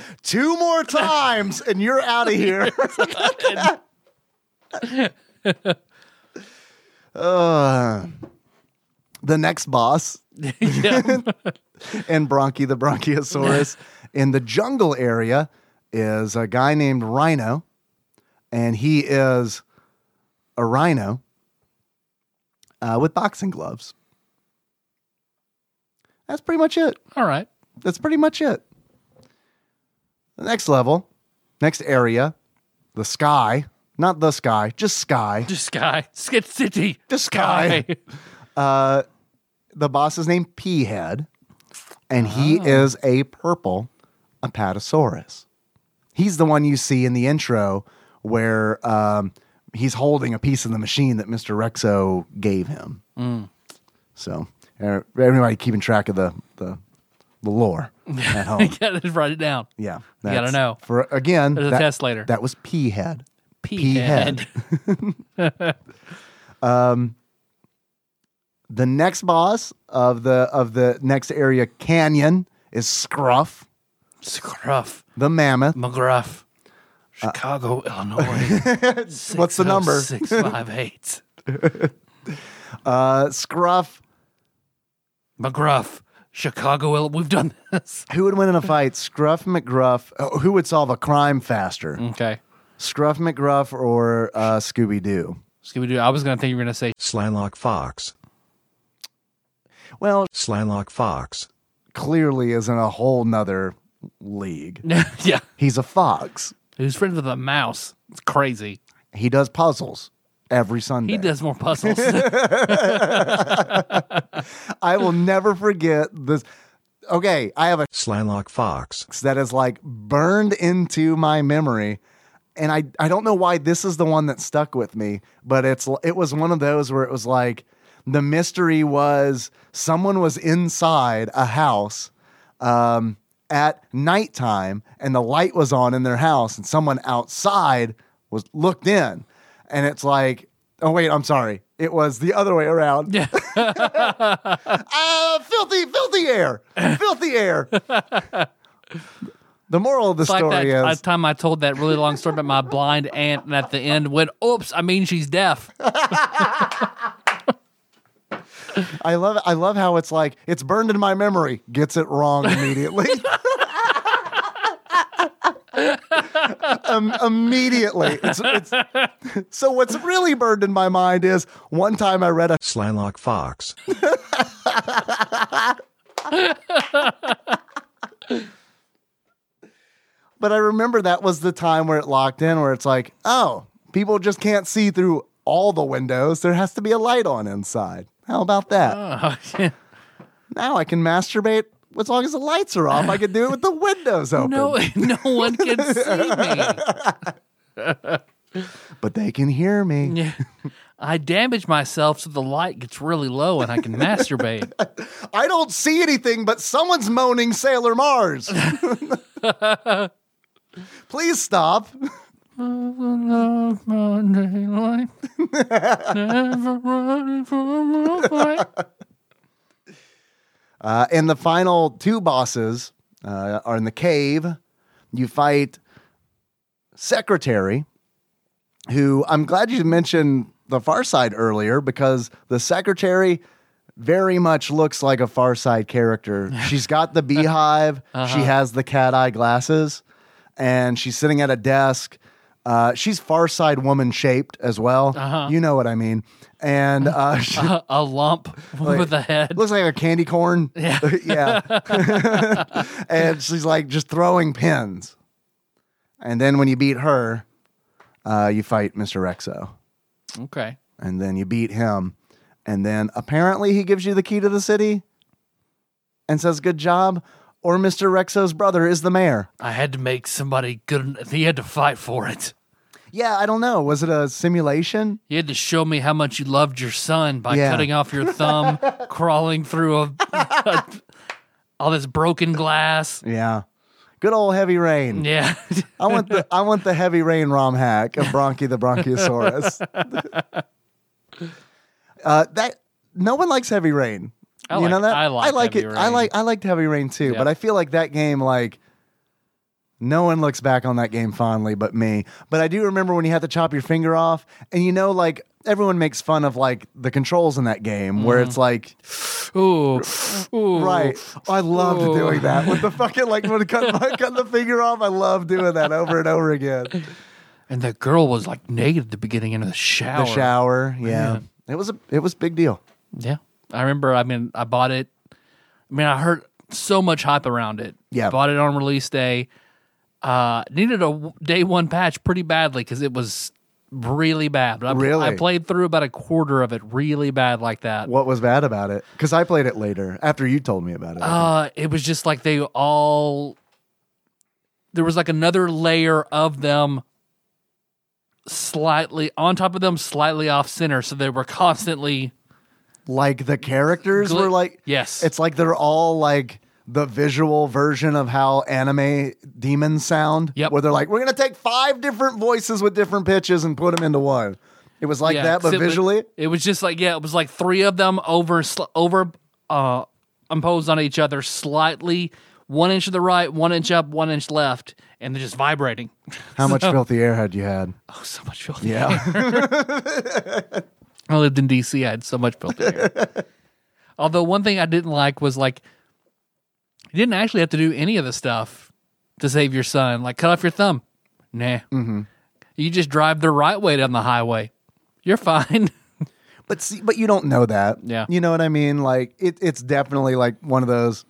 S1: [laughs]
S2: two more times, and you're out of here. [laughs] Uh, the next boss
S1: yeah.
S2: and Bronchi the Bronchiosaurus in the jungle area is a guy named Rhino, and he is a rhino uh, with boxing gloves. That's pretty much it.
S1: All right.
S2: That's pretty much it. The next level, next area, the sky, not the sky, just sky.
S1: Just Sky. Skid City. [laughs]
S2: The sky.
S1: Sky.
S2: The boss is named Peahead, and
S1: Oh.
S2: he is a purple Apatosaurus. He's the one you see in the intro where um, he's holding a piece of the machine that Mr. Rexo gave him.
S1: Mm.
S2: So, er- everybody keeping track of the, the,
S1: [laughs]
S2: the lore at home.
S1: Yeah, just write it down.
S2: Yeah,
S1: gotta
S2: that's-
S1: know.
S2: For again,
S1: There's a
S2: that,
S1: test later.
S2: That was P head.
S1: P-head.
S2: The next boss of the of the next area canyon is Scruff
S1: Scruff.
S2: the mammoth.
S1: McGruff.
S2: [laughs]
S1: Chicago, Illinois.
S2: Uh, What's the number?
S1: 658.
S2: Uh, Scruff.
S1: McGruff. Chicago, Illinois. We've done this. [laughs]
S2: Who would win in a fight, Scruff McGruff? oh, who would solve a crime faster,
S1: Okay.
S2: Scruff McGruff or uh, Scooby Doo?
S1: Scooby Doo. I was going to think you were going to say [laughs]
S3: Slylock Fox,
S2: Well,
S3: Slylock Fox,
S2: clearly is in a whole nother league.
S1: yeah.
S2: He's a fox.
S1: Who's friends with a mouse? It's crazy.
S2: He does puzzles every Sunday.
S1: He does more
S2: [laughs]
S1: puzzles.
S2: I will never forget this. Okay, I have a
S3: Slylock Fox,
S2: that is like burned into my memory. And I, I don't know why this is the one that stuck with me, but it's it was one of those where it was like the mystery was someone was inside a house um, at nighttime and the light was on in their house and someone outside was looked in. And it's like, oh wait, I'm sorry. It was the other way around.
S1: Yeah.
S2: [laughs] Ah, filthy, filthy air, filthy
S1: [laughs]
S2: air. the moral of the
S1: It's like
S2: story
S1: that,
S2: is.
S1: last time I told that really long story about my blind aunt, and at the end went, "Oops, I mean she's
S2: [laughs]
S1: deaf." [laughs]
S2: I love I love how it's like it's burned in my memory. Gets it wrong immediately. um, immediately. It's, it's, so what's really burned in my mind is one time I read a
S3: Slylock Fox.
S2: but I remember that was the time where it locked in where it's like, oh, people just can't see through all the windows. There has to be a light on inside. How about that?
S1: Ah.
S2: Now I can masturbate as long as the lights are off. I can do it with the windows open.
S1: no, no one can see me. [laughs]
S2: But they can hear me.
S1: Yeah. I damage myself so the light gets really low and I can
S2: [laughs]
S1: masturbate.
S2: I don't see anything, but someone's moaning Sailor Mars. Please stop. Uh, and the final two bosses uh, are in the cave. You fight Secretary, who I'm glad you mentioned the Far Side earlier because the Secretary very much looks like a Far Side character. She's got the beehive, she has the cat eye glasses, and she's sitting at a desk. Uh, she's Far Side woman shaped as well. You know what I mean. And uh, she,
S1: [laughs] a, a lump with a head.
S2: Looks like a candy corn.
S1: Yeah.
S2: [laughs] Yeah. and she's like just throwing pins. And then when you beat her, uh, you fight Mr. Rexo.
S1: Okay.
S2: And then you beat him. And then apparently he gives you the key to the city and says, Good job. Or Mr. Rexo's brother is the mayor.
S1: I had to make somebody good. en- He had to fight for it.
S2: Yeah, I don't know. Was it a simulation?
S1: You had to show me how much you loved your son by
S2: Yeah.
S1: cutting off your
S2: [laughs]
S1: thumb, crawling through a, all this broken glass.
S2: Yeah. Good old heavy rain.
S1: Yeah. [laughs]
S2: I want the I want the heavy rain ROM hack of Bronchi
S1: [laughs]
S2: the Bronchiosaurus. uh, that no one likes heavy rain.
S1: I
S2: you
S1: like-
S2: know that
S1: I like
S2: I like
S1: Heavy
S2: it. I
S1: Rain.
S2: like I liked heavy rain too,
S1: Yeah.
S2: but I feel like that game like. No one looks back on that game fondly but me. But I do remember when you had to chop your finger off, and you know, like everyone makes fun of like the controls in that game, where
S1: Mm-hmm.
S2: it's like
S1: Ooh. Ooh.
S2: Right. Oh, I loved
S1: Ooh.
S2: doing that with the fucking like when I cut, [laughs] my, cut the finger off. I love doing that over and over again.
S1: And that girl was like naked at the beginning in the shower.
S2: The shower, yeah.
S1: Man.
S2: It was a it was big deal.
S1: Yeah. I remember, I mean, I bought it. I mean, I heard so much hype around it.
S2: Yeah.
S1: Bought it on release day. Uh, needed a w- day one patch pretty badly because it was really bad. But I,
S2: Really?
S1: I played through about a quarter of it really bad like that.
S2: What was bad about it? Because I played it later after you told me about it.
S1: Uh, it was just like they all. There was like another layer of them slightly on top of them, slightly off center. So they were constantly.
S2: like the characters
S1: Gl-
S2: were like
S1: Yes.
S2: It's like they're all like the visual version of how anime demons sound.
S1: Yep.
S2: Where they're like, we're gonna take five different voices with different pitches and put them into one. It was like
S1: Yeah,
S2: that,
S1: 'cause
S2: but
S1: it was-
S2: visually.
S1: it was just like yeah, it was like three of them over sl- over uh imposed on each other slightly, one inch to the right, one inch up, one inch left, and they're just vibrating. [laughs]
S2: how much filthy air had you had?
S1: Oh, so much filth.
S2: Yeah.
S1: I lived in DC. I had so much filthy air.
S2: [laughs]
S1: Although one thing I didn't like was like you didn't actually have to do any of the stuff to save your son. Like cut off your thumb. Nah. Mm-hmm. You just drive the right way down the highway. You're fine. [laughs]
S2: But see, but you don't know that.
S1: Yeah.
S2: You know what I mean? Like it, it's definitely like one of those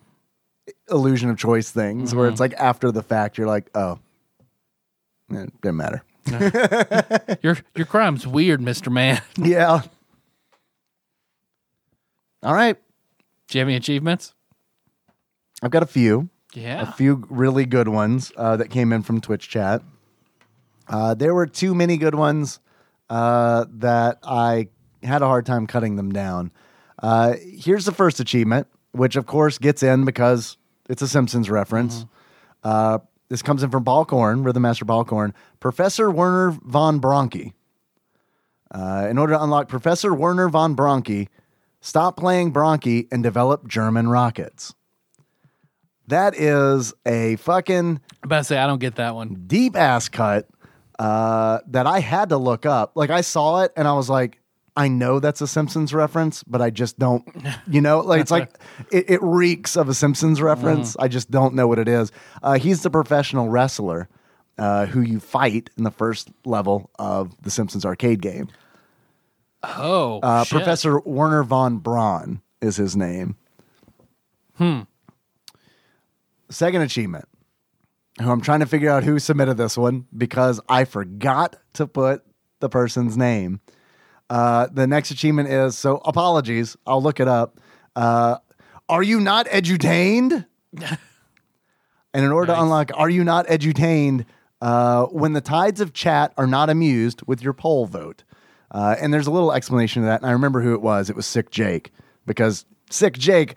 S2: illusion of choice things where it's like after the fact you're like, oh, it didn't matter. [laughs]
S1: your your crime's weird, Mister Man.
S2: Yeah. All right.
S1: Do you have any achievements?
S2: I've got a few,
S1: Yeah.
S2: a few really good ones uh, that came in from Twitch chat. Uh, there were too many good ones uh, that I had a hard time cutting them down. Uh, here's the first achievement, which of course gets in because it's a Simpsons reference. Uh, this comes in from Balcorn, Rhythm Master Balcorn, Professor Werner von Bronchi. Uh, in order to unlock Professor Werner von Bronchi, stop playing Bronchi and develop German rockets. That is a
S1: I'm
S2: fucking
S1: about to say I don't get that one.
S2: deep ass cut uh, that I had to look up. Like I saw it and I was like, I know that's a Simpsons reference, but I just don't, you know, like it's like it, it reeks of a Simpsons reference. I just don't know what it is. Uh, he's the professional wrestler uh, who you fight in the first level of the Simpsons arcade game.
S1: Oh,
S2: Uh,
S1: shit.
S2: Professor Werner von Braun is his name. Hmm. Second achievement. Who I'm trying to figure out who submitted this one because I forgot to put the person's name. Uh, the next achievement is so apologies. I'll look it up. Uh, are you not edutained? And in order to unlock Are You Not Edutained, uh, when the tides of chat are not amused with your poll vote. Uh, and there's a little explanation of that. And I remember who it was. It was Sick Jake, because Sick Jake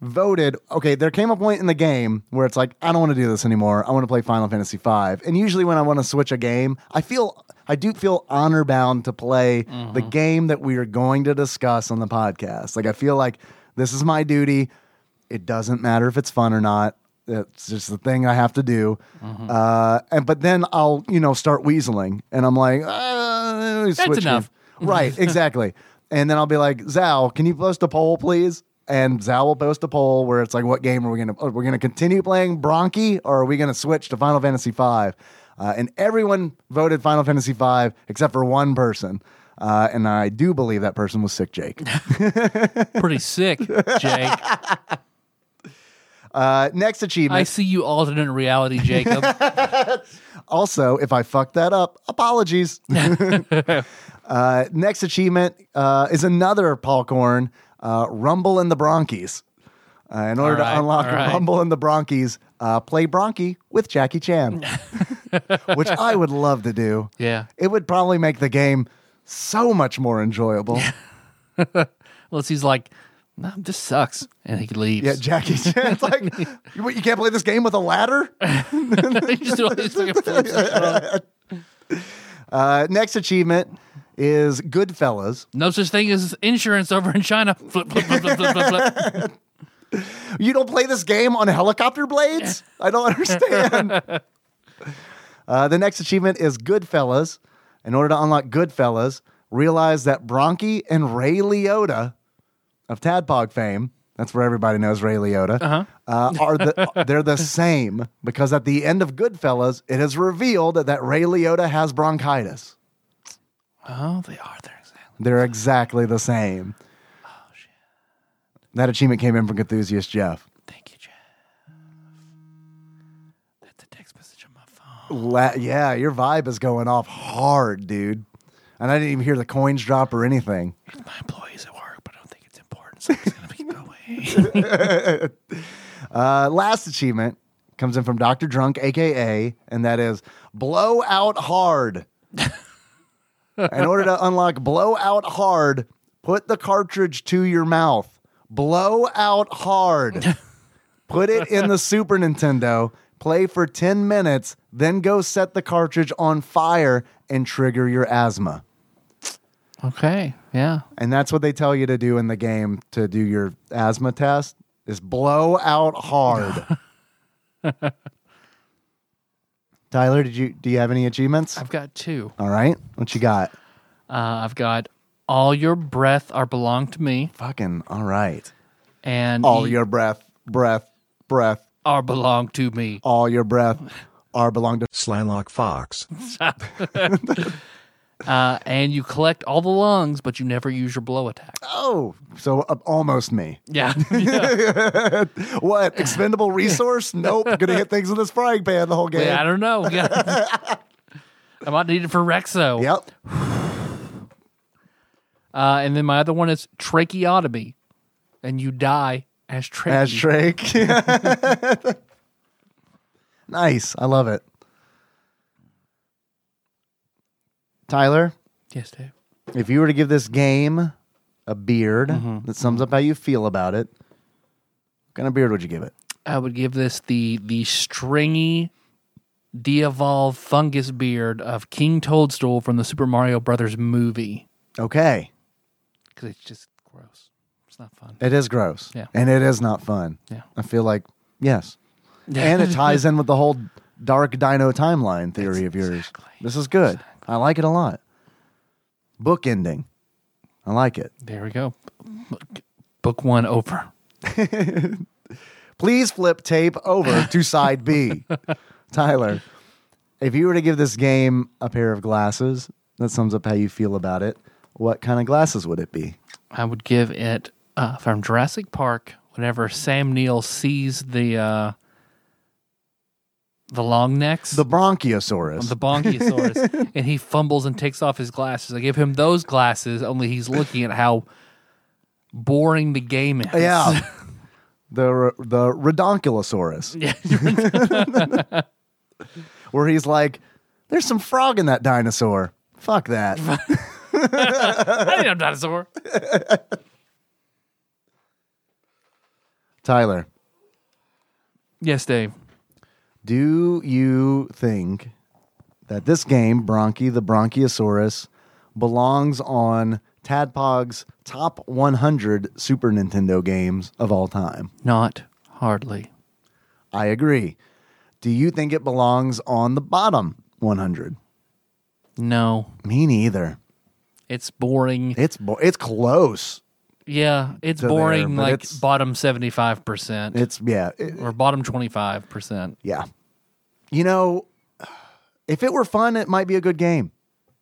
S2: voted. Okay, there came a point in the game where it's like, I don't want to do this anymore. I want to play Final Fantasy V. And usually when I want to switch a game, I feel. I do feel honor bound to play the game that we are going to discuss on the podcast. Like, I feel like this is my duty it doesn't matter if it's fun or not. It's just the thing I have to do. Uh, and but then I'll you know start weaseling, and I'm like, uh, that's
S1: enough.
S2: right? Exactly. and then I'll be like, Zao, can you post a poll, please? And Zao will post a poll where it's like, what game are we gonna? Are we gonna continue playing Bronchi, or are we gonna switch to Final Fantasy V? Uh, and everyone voted Final Fantasy V except for one person. Uh, and I do believe that person was Sick Jake.
S1: [laughs] pretty sick,
S2: [laughs]
S1: Jake.
S2: Uh, next achievement.
S1: I see you alternate reality,
S2: [laughs]
S1: Jacob.
S2: Also, if I fuck that up,
S1: [laughs]
S2: apologies. [laughs] uh, next achievement uh, is another Paul Korn, uh, Rumble in the Bronchies. Uh, in order
S1: All right,
S2: to unlock
S1: all right.
S2: Rumble in the Bronchies, uh, play Bronchi with
S1: [laughs]
S2: Jackie Chan, which I would love to do.
S1: yeah.
S2: It would probably make the game so much more enjoyable.
S1: Unless he's like, no, this sucks, and he leaves. [laughs]
S2: Yeah, Jackie Chan's like, you, what, you can't play this game with a ladder?
S1: He just do all these fucking flips.
S2: Uh, next achievement is Goodfellas.
S1: no such thing as insurance over in China. [laughs] Flip, flip, flip, flip, flip, flip,
S2: [laughs]
S1: flip.
S2: You don't play this game on helicopter blades? I don't understand. uh, the next achievement is Goodfellas. In order to unlock Goodfellas, realize that Bronchi and Ray Liotta of Tadpog fame, that's where everybody knows Ray Liotta, uh are the, [laughs] they're the same because at the end of Goodfellas, it is revealed that Ray Liotta has bronchitis.
S1: Oh, they are there. exactly.
S2: They're exactly the same. That achievement came in from Enthusiast Jeff.
S1: Thank you, Jeff. That's a text message on my phone.
S2: La- yeah, your vibe is going off hard, dude. And I didn't even hear the coins drop or anything.
S1: My employees at work, but I don't think it's important, so it's gonna be
S2: [laughs]
S1: going.
S2: Uh, last achievement comes in from Dr. Drunk, AKA, and that is blow out hard. in order to unlock blow out hard, put the cartridge to your mouth. Blow out hard. put it in the Super Nintendo, play for 10 minutes, then go set the cartridge on fire and trigger your asthma.
S1: okay. Yeah.
S2: And that's what they tell you to do in the game to do your asthma test is blow out hard. Tyler, did you do you have any achievements?
S1: I've got two.
S2: All right. What you got?
S1: Uh, I've got all your breath are belong to me,
S2: Fucking all right.
S1: and
S2: All
S1: ye
S2: your breath, breath, breath,
S1: are belong to me.
S2: all
S1: [laughs]
S2: your breath are belong to
S3: Slylock Fox.
S1: Uh, and you collect all the lungs, but you never use your blow attack.
S2: Oh, so uh, almost me.
S1: [laughs] Yeah.
S2: What?
S1: [laughs]
S2: Expendable resource? Nope. Gonna hit things with this frying pan the whole game.
S1: I don't know. I
S2: [laughs]
S1: might need it for Rexo.
S2: Yep.
S1: Uh, and then my other one is tracheotomy, and you die as trache.
S2: As Drake. [laughs] nice. I love it. Tyler,
S1: yes, Dave.
S2: if you were to give this game a beard
S1: Mm-hmm.
S2: that sums up how you feel about it, what kind of beard would you give it?
S1: I would give this the the stringy de-evolved fungus beard of King Toadstool from the Super Mario Brothers movie
S2: Okay.
S1: because it's just gross. It's not fun.
S2: It is gross.
S1: Yeah.
S2: And it is not fun.
S1: Yeah.
S2: I feel like, yes. and it ties in with
S1: [laughs]
S2: the whole dark dino timeline theory of yours.
S1: Exactly.
S2: This is good. I like it a lot. Book ending. I like it.
S1: There we go. Book- Book one over.
S2: Please flip tape over to
S1: [laughs]
S2: side B. Tyler, if you were to give this game a pair of glasses, that sums up how you feel about it. What kind of glasses would it be?
S1: I would give it uh, from Jurassic Park. Whenever Sam Neill sees the uh, the long necks,
S2: The Bronchiosaurus.
S1: the
S2: [laughs]
S1: Bronchiosaurus, and he fumbles and takes off his glasses. I give him those glasses, only he's looking at how boring the game is.
S2: yeah. [laughs] the the Redonkulosaurus,
S1: [laughs] Yeah.
S2: [laughs] where he's like, there's some frog in that dinosaur.
S1: [laughs]
S2: Fuck that.
S1: [laughs] I ain't no dinosaur.
S2: Tyler,
S1: Yes, Dave.
S2: Do you think that this game, Bronchi the Bronchiosaurus, belongs on Tadpog's top 100 Super Nintendo games of all time?
S1: Not hardly.
S2: I agree. Do you think it belongs on the bottom 100?
S1: No,
S2: Me neither.
S1: it's boring.
S2: It's bo- it's close.
S1: Yeah, it's
S2: To there,
S1: boring.
S2: but
S1: like
S2: it's-
S1: bottom seventy five percent
S2: It's yeah, it-
S1: or bottom twenty five
S2: [laughs]
S1: percent.
S2: yeah. You know, if it were fun, it might be a good game.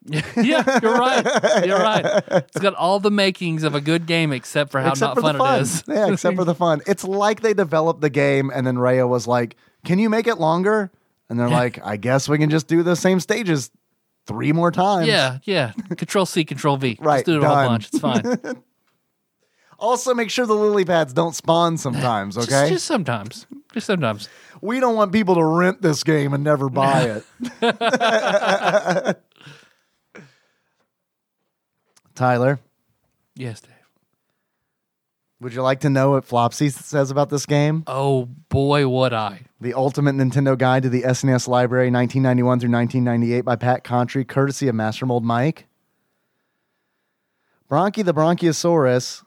S1: Yeah, you're right. You're right. It's got all the makings of a good game except for how
S2: except
S1: not
S2: for
S1: fun,
S2: the fun.
S1: it
S2: [laughs]
S1: is.
S2: Yeah, except for
S1: [laughs]
S2: the fun. It's like they developed the game and then Raya was like, "Can you make it longer?" And they're like, "I guess we can just do the same stages three more times."
S1: Yeah, yeah. Control C, Control V.
S2: Right,
S1: Just do it a
S2: done.
S1: whole bunch. It's
S2: [laughs]
S1: fine.
S2: Also, make sure the lily pads
S1: [laughs]
S2: don't spawn sometimes.
S1: Just-
S2: Okay.
S1: Just, sometimes. Just sometimes.
S2: we don't want people to rent this game and never buy it.
S1: [laughs]
S2: [laughs] Tyler,
S1: Yes, Dave.
S2: would you like to know what Flopsy says about this game?
S1: Oh boy, would I.
S2: The Ultimate Nintendo Guide to the SNES Library, 1991 through 1998 by Pat Contry, courtesy of Mastermold Mike. Bronchi the Bronchiosaurus.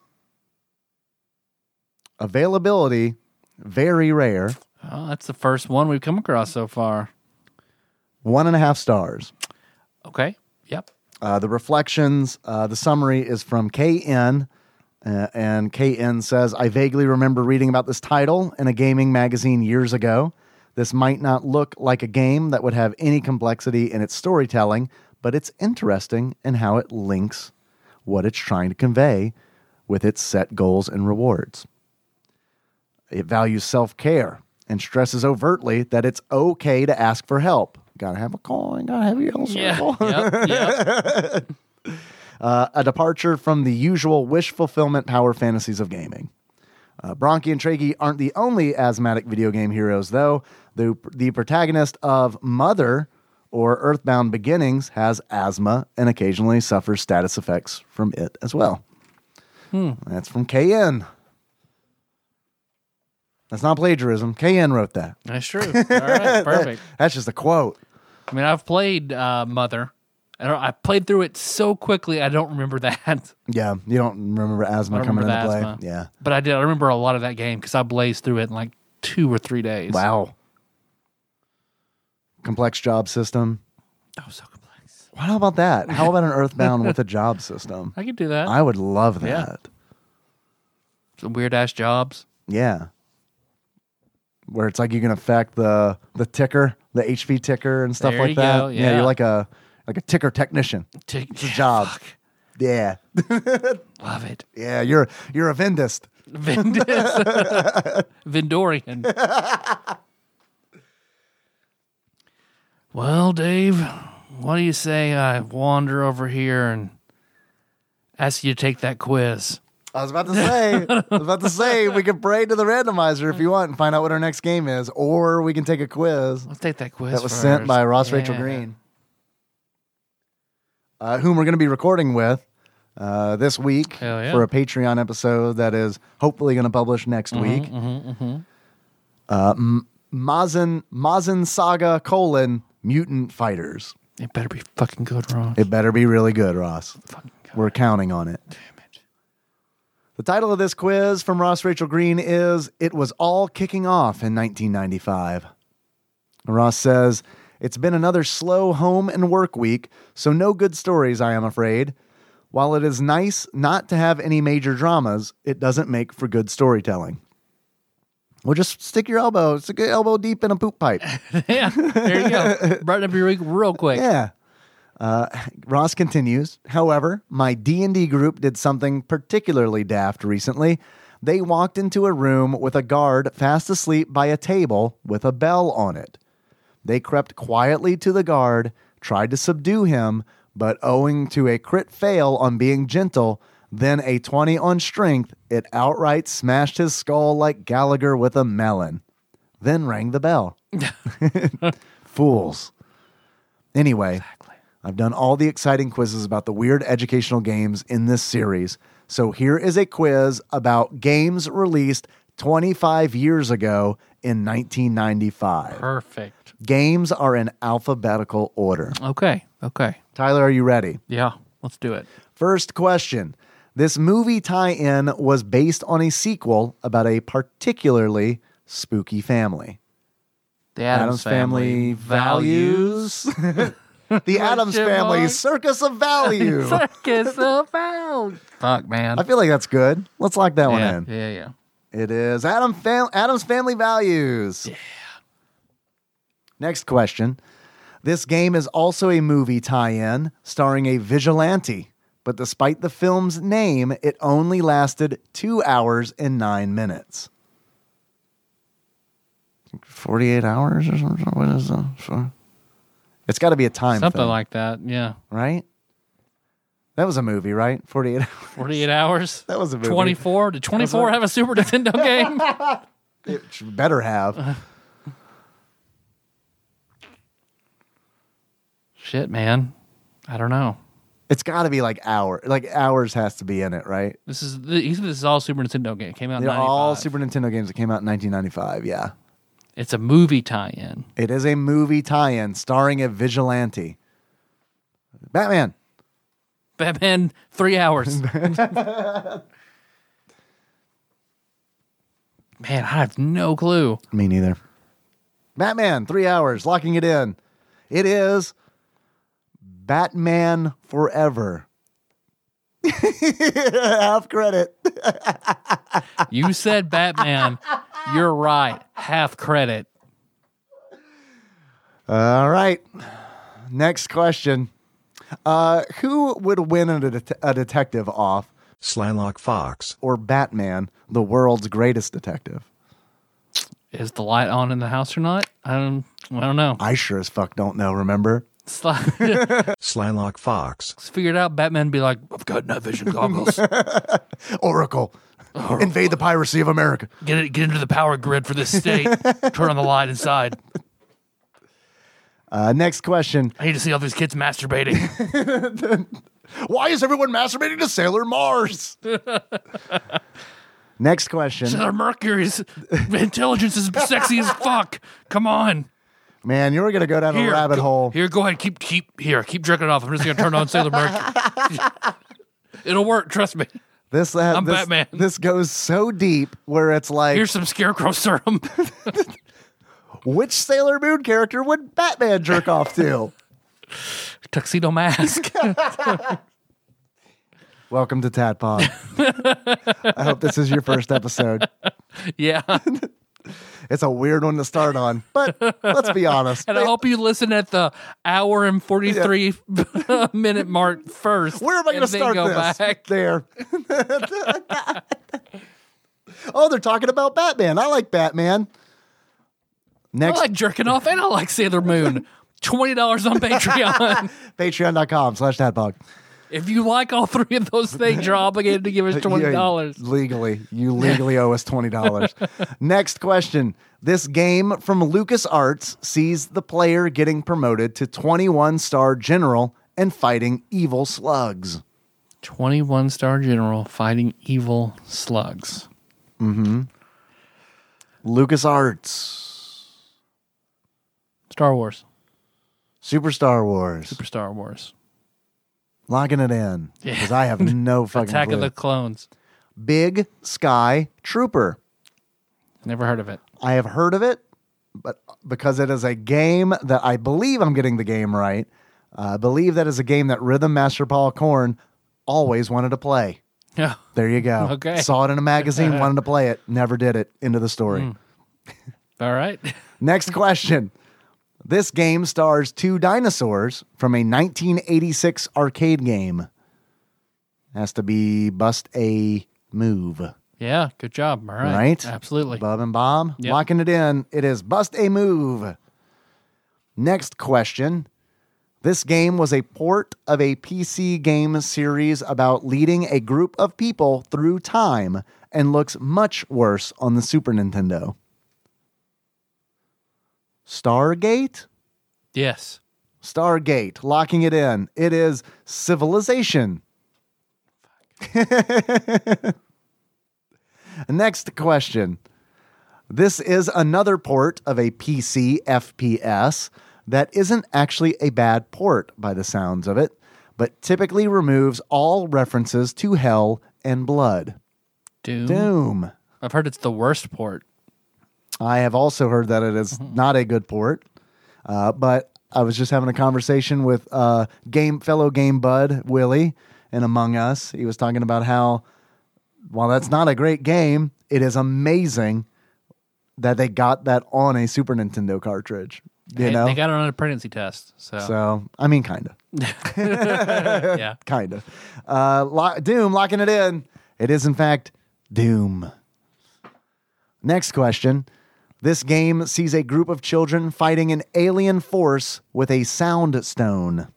S2: Availability, very rare.
S1: Oh, that's the first one we've come across so far.
S2: One and a half stars.
S1: Okay. Yep.
S2: Uh, the reflections, uh, the summary is from KN. Uh, and KN says, I vaguely remember reading about this title in a gaming magazine years ago. This might not look like a game that would have any complexity in its storytelling, but it's interesting in how it links what it's trying to convey with its set goals and rewards. It values self care and stresses overtly that it's okay to ask for help. Gotta have a coin, gotta have your own
S1: Yeah.
S2: circle.
S1: yep. Yep.
S2: Uh, a departure from the usual wish fulfillment power fantasies of gaming. Uh, Bronchi and Trachee aren't the only asthmatic video game heroes, though. The, the protagonist of Mother or Earthbound Beginnings has asthma and occasionally suffers status effects from it as well.
S1: Hmm.
S2: That's from KN. That's not plagiarism. KN wrote that.
S1: That's true. All
S2: [laughs]
S1: right. Perfect.
S2: That's just a quote.
S1: I mean, I've played uh, Mother. I, don't, I played through it so quickly, I don't remember [laughs] that.
S2: Yeah, you don't remember asthma
S1: I don't
S2: coming
S1: remember
S2: into
S1: the
S2: play.
S1: asthma.
S2: Yeah.
S1: But I did. I remember a lot of that game because I blazed through it in like two or three days.
S2: Wow. Complex job system.
S1: That was so complex.
S2: What about that?
S1: [laughs]
S2: How about an Earthbound with a job system?
S1: I could do that.
S2: I would love
S1: Yeah.
S2: that.
S1: Some weird ass jobs.
S2: Yeah. Where it's like you can affect the the ticker, the HP ticker and stuff
S1: There
S2: like
S1: you
S2: that.
S1: go, yeah.
S2: you're like a like a ticker technician.
S1: Take
S2: It's a job. Yeah.
S1: Love it.
S2: Yeah, you're you're a vendist.
S1: Vendis. [laughs] Vendorian. well, Dave, what do you say I wander over here and ask you to take that quiz?
S2: I was about to say, I
S1: [laughs]
S2: was about to say we can pray to the randomizer if you want and find out what our next game is, or we can take a quiz.
S1: Let's take that quiz.
S2: that was sent
S1: first.
S2: by Ross Rachel
S1: Yeah.
S2: Green, uh, whom we're going to be recording with uh, this week
S1: Hell yeah.
S2: for a
S1: Mm-hmm,
S2: Patreon episode that is hopefully going to publish next week. Uh, m- Mazen Mazen Saga colon Mutant Fighters.
S1: It better be fucking good, Ron.
S2: It better be really good, Ross.
S1: fucking good.
S2: We're counting on it.
S1: Damn it.
S2: The title of this quiz from Ross Rachel Green is It Was All Kicking Off in 1995. Ross says, It's been another slow home and work week, so no good stories, I am afraid. While it is nice not to have any major dramas, it doesn't make for good storytelling. Well, just stick your elbow, stick your elbow deep in a poop pipe.
S1: [laughs] yeah, there you go. Brighten up your week real quick.
S2: Yeah. Uh, Ross continues. However, my D and D group did something particularly daft recently. They walked into a room with a guard fast asleep by a table with a bell on it. They crept quietly to the guard, tried to subdue him, but owing to a crit fail on being gentle, then a 20 on strength, it outright smashed his skull like Gallagher with a melon. Then rang the bell. Fools. Anyway, I've done all the exciting quizzes about the weird educational games in this series. So here is a quiz about games released 25 years ago in 1995.
S1: Perfect.
S2: Games are in alphabetical order.
S1: Okay. Okay.
S2: Tyler, are you ready?
S1: Yeah. Let's do it.
S2: First question. This movie tie in was based on a sequel about a particularly spooky family.
S1: The Adams, family, values. [laughs]
S2: the Adams
S1: Question
S2: Family
S1: mark.
S2: Circus
S1: [laughs]
S2: of Value.
S1: Circus of Value. Fuck, man.
S2: I feel like that's good. Let's lock that one
S1: yeah,
S2: in.
S1: yeah, yeah.
S2: It is Adam Fam- Adam's Family Values. Yeah. Next question. This game is also a movie tie in starring a vigilante, but despite the film's name, it only lasted two hours and nine minutes. 48 hours or something? What is that? Sure. It's got to be a time
S1: Something
S2: thing,
S1: like that. Yeah.
S2: right? That was a movie, right? 48 [laughs] hours.
S1: 48 hours.
S2: [laughs] That was a movie.
S1: 24. Did 24 have a Super
S2: [laughs]
S1: Nintendo game?
S2: It sh-
S1: [laughs]
S2: better have.
S1: Shit, man. I don't know.
S2: It's got to be like hour. Like hours has to be in it, right?
S1: This is the, he said this is all Super Nintendo game. It came out in
S2: They're all
S1: 95.
S2: Super Nintendo games that came out in 1995. Yeah,
S1: It's a movie tie-in.
S2: it is a movie tie-in starring a vigilante. Batman.
S1: Batman 3
S2: [laughs]
S1: hours. man, I have no clue.
S2: Me neither. Batman. Three hours. Locking it in. It is Batman Forever. [laughs] Half credit.
S1: You said Batman. You're right. Half credit.
S2: All right. Next question. Uh, who would win a, det- a detective off
S3: Slylock Fox.
S2: or Batman, the world's greatest detective?
S1: Is the light on in the house or not? I don't. I don't know.
S2: I sure as fuck don't know. Remember?
S1: [laughs] Sly-
S3: Slylock Fox.
S1: Figured out Batman be like, I've got night vision goggles.
S2: Oracle, invade the piracy of America.
S1: Get it, get into the power grid for this state. Turn on the light inside.
S2: Uh, next question.
S1: I need to see all these kids masturbating. [laughs]
S2: Why is everyone masturbating to Sailor
S1: [laughs]
S2: Mars? next question.
S1: Senator Mercury's intelligence is sexy as fuck. Come on.
S2: Man, you were going to go down
S1: Here,
S2: a rabbit
S1: go,
S2: hole.
S1: Here, go ahead. Keep keep here. Keep jerking off. I'm just gonna turn on Sailor Mercury. [laughs] It'll work. Trust me.
S2: This, uh,
S1: I'm
S2: this,
S1: Batman.
S2: this goes so deep where it's like,
S1: Here's some scarecrow serum. [laughs]
S2: which Sailor Moon character would Batman jerk
S1: [laughs]
S2: off to?
S1: Tuxedo mask.
S2: Welcome
S1: [laughs]
S2: to Tadpod. I hope this is your first episode.
S1: [laughs] yeah.
S2: It's a weird one to start on, but let's be honest.
S1: [laughs] And I hope you listen at the hour and 43 [laughs] minute mark first.
S2: Where am I
S1: and
S2: going to
S1: then
S2: start
S1: go
S2: this?
S1: Back.
S2: There. oh, they're talking about Batman. I like Batman.
S1: I
S2: Next,
S1: like jerking off and I like Sailor [laughs] Moon. $20 on Patreon.
S2: patreon.com slash tadpog.
S1: [laughs] if you like all three of those things, you're obligated to give [laughs] us $20.
S2: You- legally. You legally owe
S1: [laughs]
S2: us $20. Next question. This game from LucasArts sees the player getting promoted to 21 star general and fighting evil slugs.
S1: 21 star general fighting evil slugs.
S2: LucasArts.
S1: Star Wars.
S2: Super Star Wars.
S1: Super Star Wars.
S2: Locking it in
S1: [laughs] Yeah.
S2: because I have no
S1: [laughs]
S2: fucking
S1: Attack
S2: clue.
S1: of the Clones.
S2: Big Sky Trooper.
S1: Never heard of it. [laughs]
S2: I have heard of it, but because it is a game that I believe I'm getting the game right, uh, I believe that is a game that Rhythm Master Paul Korn always wanted to play.
S1: Yeah.
S2: There you go.
S1: [laughs] Okay.
S2: Saw it in a magazine,
S1: [laughs]
S2: wanted to play it, never did it. End of the story.
S1: All right. [laughs]
S2: Next question. This game stars two dinosaurs from a 1986 arcade game. Has to be bust a move.
S1: Yeah. Good job. All right.
S2: Right?
S1: Absolutely.
S2: Bob and Bob
S1: Yep.
S2: locking it in. It is bust a move. Next question. This game was a port of a PC game series about leading a group of people through time and looks much worse on the Super Nintendo. Stargate?
S1: yes.
S2: Stargate, locking it in. It is Civilization. [laughs] Next question. This is another port of a PC FPS that isn't actually a bad port by the sounds of it, but typically removes all references to hell and blood.
S1: Doom.
S2: Doom.
S1: I've heard it's the worst port.
S2: I have also heard that it is
S1: Mm-hmm.
S2: not a good port, uh, but I was just having a conversation with uh, game fellow game bud Willie, and among us, he was talking about how while that's not a great game, it is amazing that they got that on a Super Nintendo cartridge. You
S1: They-
S2: know,
S1: They got it on a pregnancy test. So,
S2: so I mean, kind of. [laughs]
S1: yeah.
S2: kind of. Uh, lo- Doom locking it in. It is in fact Doom. Next question. This game sees a group of children fighting an alien force with a sound stone.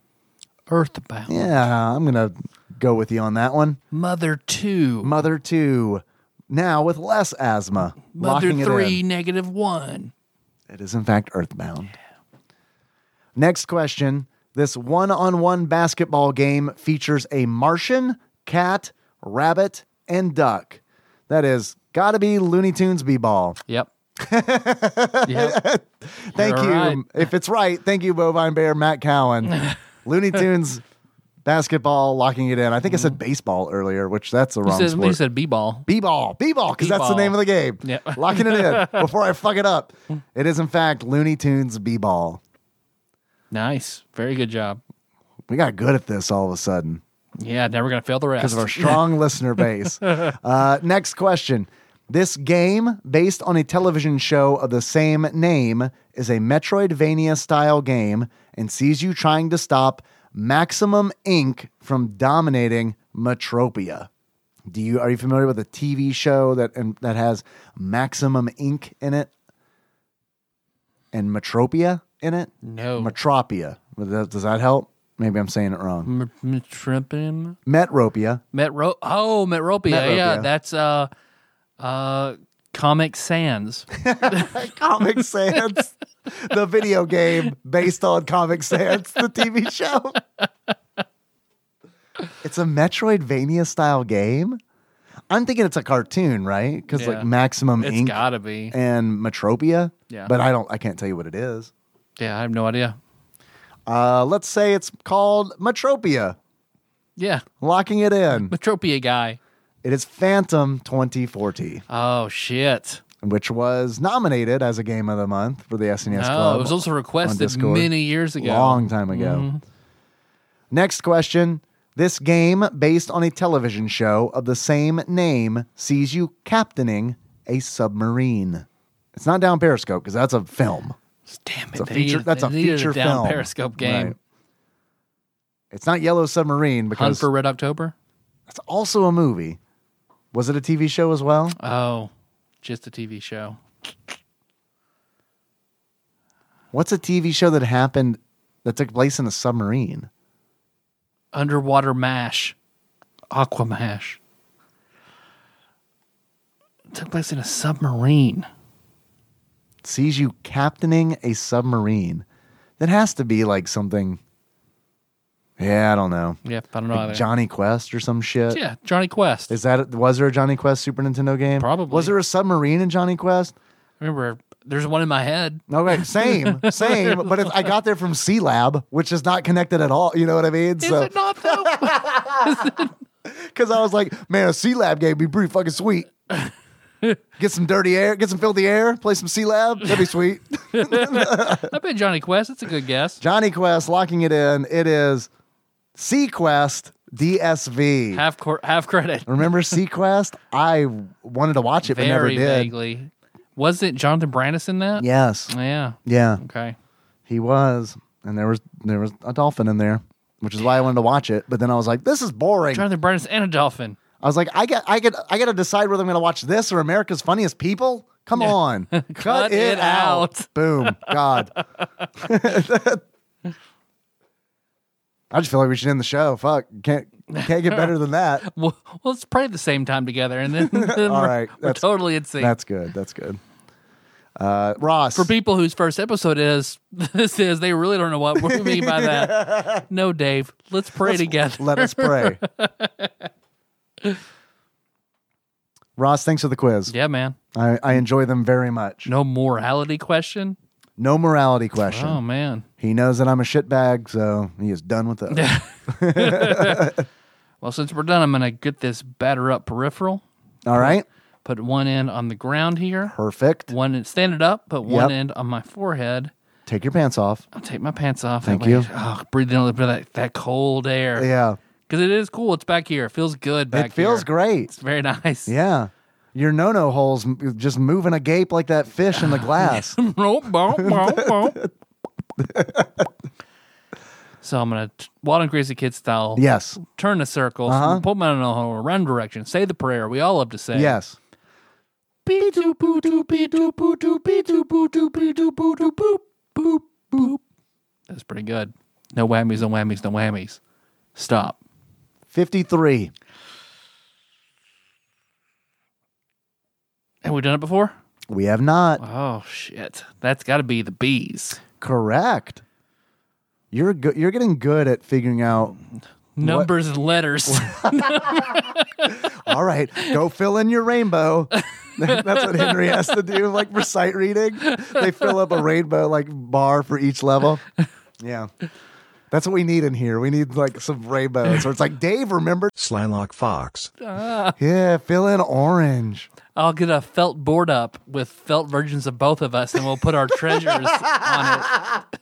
S1: Earthbound.
S2: Yeah, I'm gonna go with you on that one.
S1: Mother 2.
S2: Mother two. Now with less asthma.
S1: Mother
S2: locking
S1: 3,
S2: It,
S1: negative 1.
S2: in. it is in fact Earthbound. Next question. This one on one basketball game features a Martian, cat, rabbit, and duck. That is gotta be Looney Tunes B ball.
S1: Yep. yep.
S2: Thank
S1: You're
S2: you.
S1: right.
S2: [laughs] If it's right, thank you, Bovine Bear, Matt Cowan.
S1: [laughs]
S2: Looney Tunes basketball locking it in. I think I said baseball earlier, which that's the
S1: He
S2: wrong
S1: Mm-hmm. says, he
S2: sport.
S1: said B ball.
S2: B-ball, B-ball, because that's the
S1: B-ball.
S2: name of the game.
S1: Yeah. Hmm.
S2: Locking it
S1: [laughs]
S2: in before I fuck it up. It is in fact Looney Tunes B-ball.
S1: Nice. Very good job.
S2: We got good at this all of a sudden.
S1: Yeah. Now we're going to fail the
S2: because
S1: rest.
S2: of our strong listener base. Uh, next question. This game, based on a television show of the same name, is a Metroidvania style game and sees you trying to stop Maximum Inc. from dominating Metropia. Do you are you familiar with a TV show that and that has Maximum Inc. in it and Metropia in it?
S1: no.
S2: Metropia. Does that- Does that help? Maybe I'm saying it wrong.
S1: M- m- tripping.
S2: Metropia.
S1: Metro. Oh, Metropia. Yeah.
S2: Metropia.
S1: That's uh, uh, Comic Sans.
S2: [laughs] Comic Sans, [laughs] the video game based on Comic Sans, the TV show. It's a Metroidvania style game. I'm thinking it's a cartoon, right? Because
S1: Yeah.
S2: like Maximum
S1: It's
S2: Ink
S1: got to be.
S2: and Metropia.
S1: Yeah.
S2: But I don't. I can't tell you what it is.
S1: Yeah. I have no idea.
S2: Uh, let's say it's called Metropia.
S1: Yeah.
S2: Locking it in.
S1: Metropia guy.
S2: It is Phantom 2040,
S1: Oh, shit.
S2: which was nominated as a game of the month for the SNES Club.
S1: Oh, it was also requested
S2: Discord.
S1: many years ago. Mm-hmm.
S2: Long time ago. Next question. This game, based on a television show of the same name, sees you captaining a submarine. It's not down Periscope because that's a film.
S1: Damn it.
S2: It's a
S1: they
S2: feature.
S1: needed-
S2: that's a
S1: they needed
S2: feature
S1: down
S2: film.
S1: Periscope game.
S2: Right. It's not Yellow Submarine
S1: Hunt
S2: because
S1: for Red October.
S2: it's also a movie. Was it a TV show as well?
S1: Oh, just a TV show.
S2: What's a TV show that happened that took place in a submarine?
S1: Underwater Mash. Aquamash. Took place in a submarine.
S2: sees you captaining a submarine. That has to be like something. Yeah, I don't know.
S1: Yep, I don't know.
S2: Like
S1: either.
S2: Johnny Quest or some shit.
S1: yeah, Johnny Quest.
S2: Is that was there a Johnny Quest Super Nintendo game?
S1: Probably.
S2: Was there a submarine in Johnny Quest?
S1: I remember There's one in my head. [laughs]
S2: Okay, same, same. But it's, I got there from C Lab, which is not connected at all. You know what I mean?
S1: Is
S2: So
S1: it not though? [laughs]
S2: because I was like, man, a C Lab game would be pretty
S1: [laughs]
S2: fucking sweet. Get some dirty air, get some filthy air, play some C Lab. That'd be sweet.
S1: I bet Johnny Quest. That's a good guess.
S2: Johnny Quest, locking it in. It is C Quest DSV.
S1: Half cor- half [laughs] credit.
S2: Remember Sequest? I wanted to watch it, but never
S1: Very
S2: did.
S1: vaguely. Was it Jonathan Brandis in that?
S2: Yes,
S1: Yeah.
S2: yeah,
S1: Okay.
S2: he was, and there was there was a dolphin in there, which is why I wanted to watch it. But then I was like, this is boring.
S1: Jonathan Brandis and a dolphin.
S2: I was like, I got, I got, I got to decide whether I'm going to watch this or America's Funniest People. Come on,
S1: [laughs]
S2: cut,
S1: Cut it out.
S2: Boom,
S1: [laughs]
S2: God. [laughs] I just feel like we should end the show. Fuck, can't can't get better than that.
S1: [laughs] Well, well, let's pray at the same time together, and
S2: [laughs]
S1: then, then
S2: All
S1: we're,
S2: right,
S1: we're
S2: that's-
S1: totally in sync.
S2: That's good. That's good. Uh, Ross,
S1: For people whose first episode is [laughs] this is, they really don't know what we mean
S2: [laughs]
S1: by that. No, Dave, let's pray together.
S2: let us
S1: [laughs]
S2: pray. Ross, thanks for the quiz.
S1: yeah, man.
S2: I, I enjoy them very much.
S1: No morality question.
S2: No morality question.
S1: Oh man.
S2: He knows that I'm a shitbag, so he is done
S1: [laughs]
S2: with us.
S1: Well, since we're done, I'm gonna get this batter up peripheral.
S2: All right.
S1: Put one end on the ground here.
S2: Perfect.
S1: One end, stand it up. Put one
S2: Yep.
S1: end on my forehead.
S2: Take your
S1: [laughs]
S2: pants off.
S1: I'll take my pants off.
S2: Thank
S1: That way-
S2: you.
S1: Oh, breathe in a little bit of that, that cold air.
S2: Yeah.
S1: Because it is cool. It's back here. It feels good back
S2: it feels
S1: here.
S2: great.
S1: It's very [laughs] nice.
S2: Yeah. Your no no hole's m- just moving agape like that
S1: [laughs]
S2: fish in the glass.
S1: Romp, bomp, bomp, bomp. so I'm going to, Wild and Crazy Kid style,
S2: yes.
S1: turn a circle, put my no hole, run direction, say the prayer we all love to say.
S2: Yes.
S1: Pee-doo, poo-doo, pee-doo, poo-doo, pee-doo, poo-doo, pee-doo, poo-doo, boop, boop, boop. That's pretty good. No whammies, no whammies, no whammies. Stop.
S2: 53.
S1: Have we done it before?
S2: We have not.
S1: Oh shit! That's got to be the bees.
S2: Correct. You're go- you're getting good at figuring out.
S1: Numbers and letters.
S2: All right, go fill in your
S1: [laughs]
S2: rainbow. That's what Henry has to do, like for sight reading. They fill up a rainbow like bar for each level. Yeah, that's what we need in here. We need like some rainbows. Or it's like Dave remembered.
S3: Slylock Fox.
S1: Ah.
S2: Yeah, fill in orange.
S1: I'll get a felt board up with felt versions of both of us, and we'll put our treasures on it.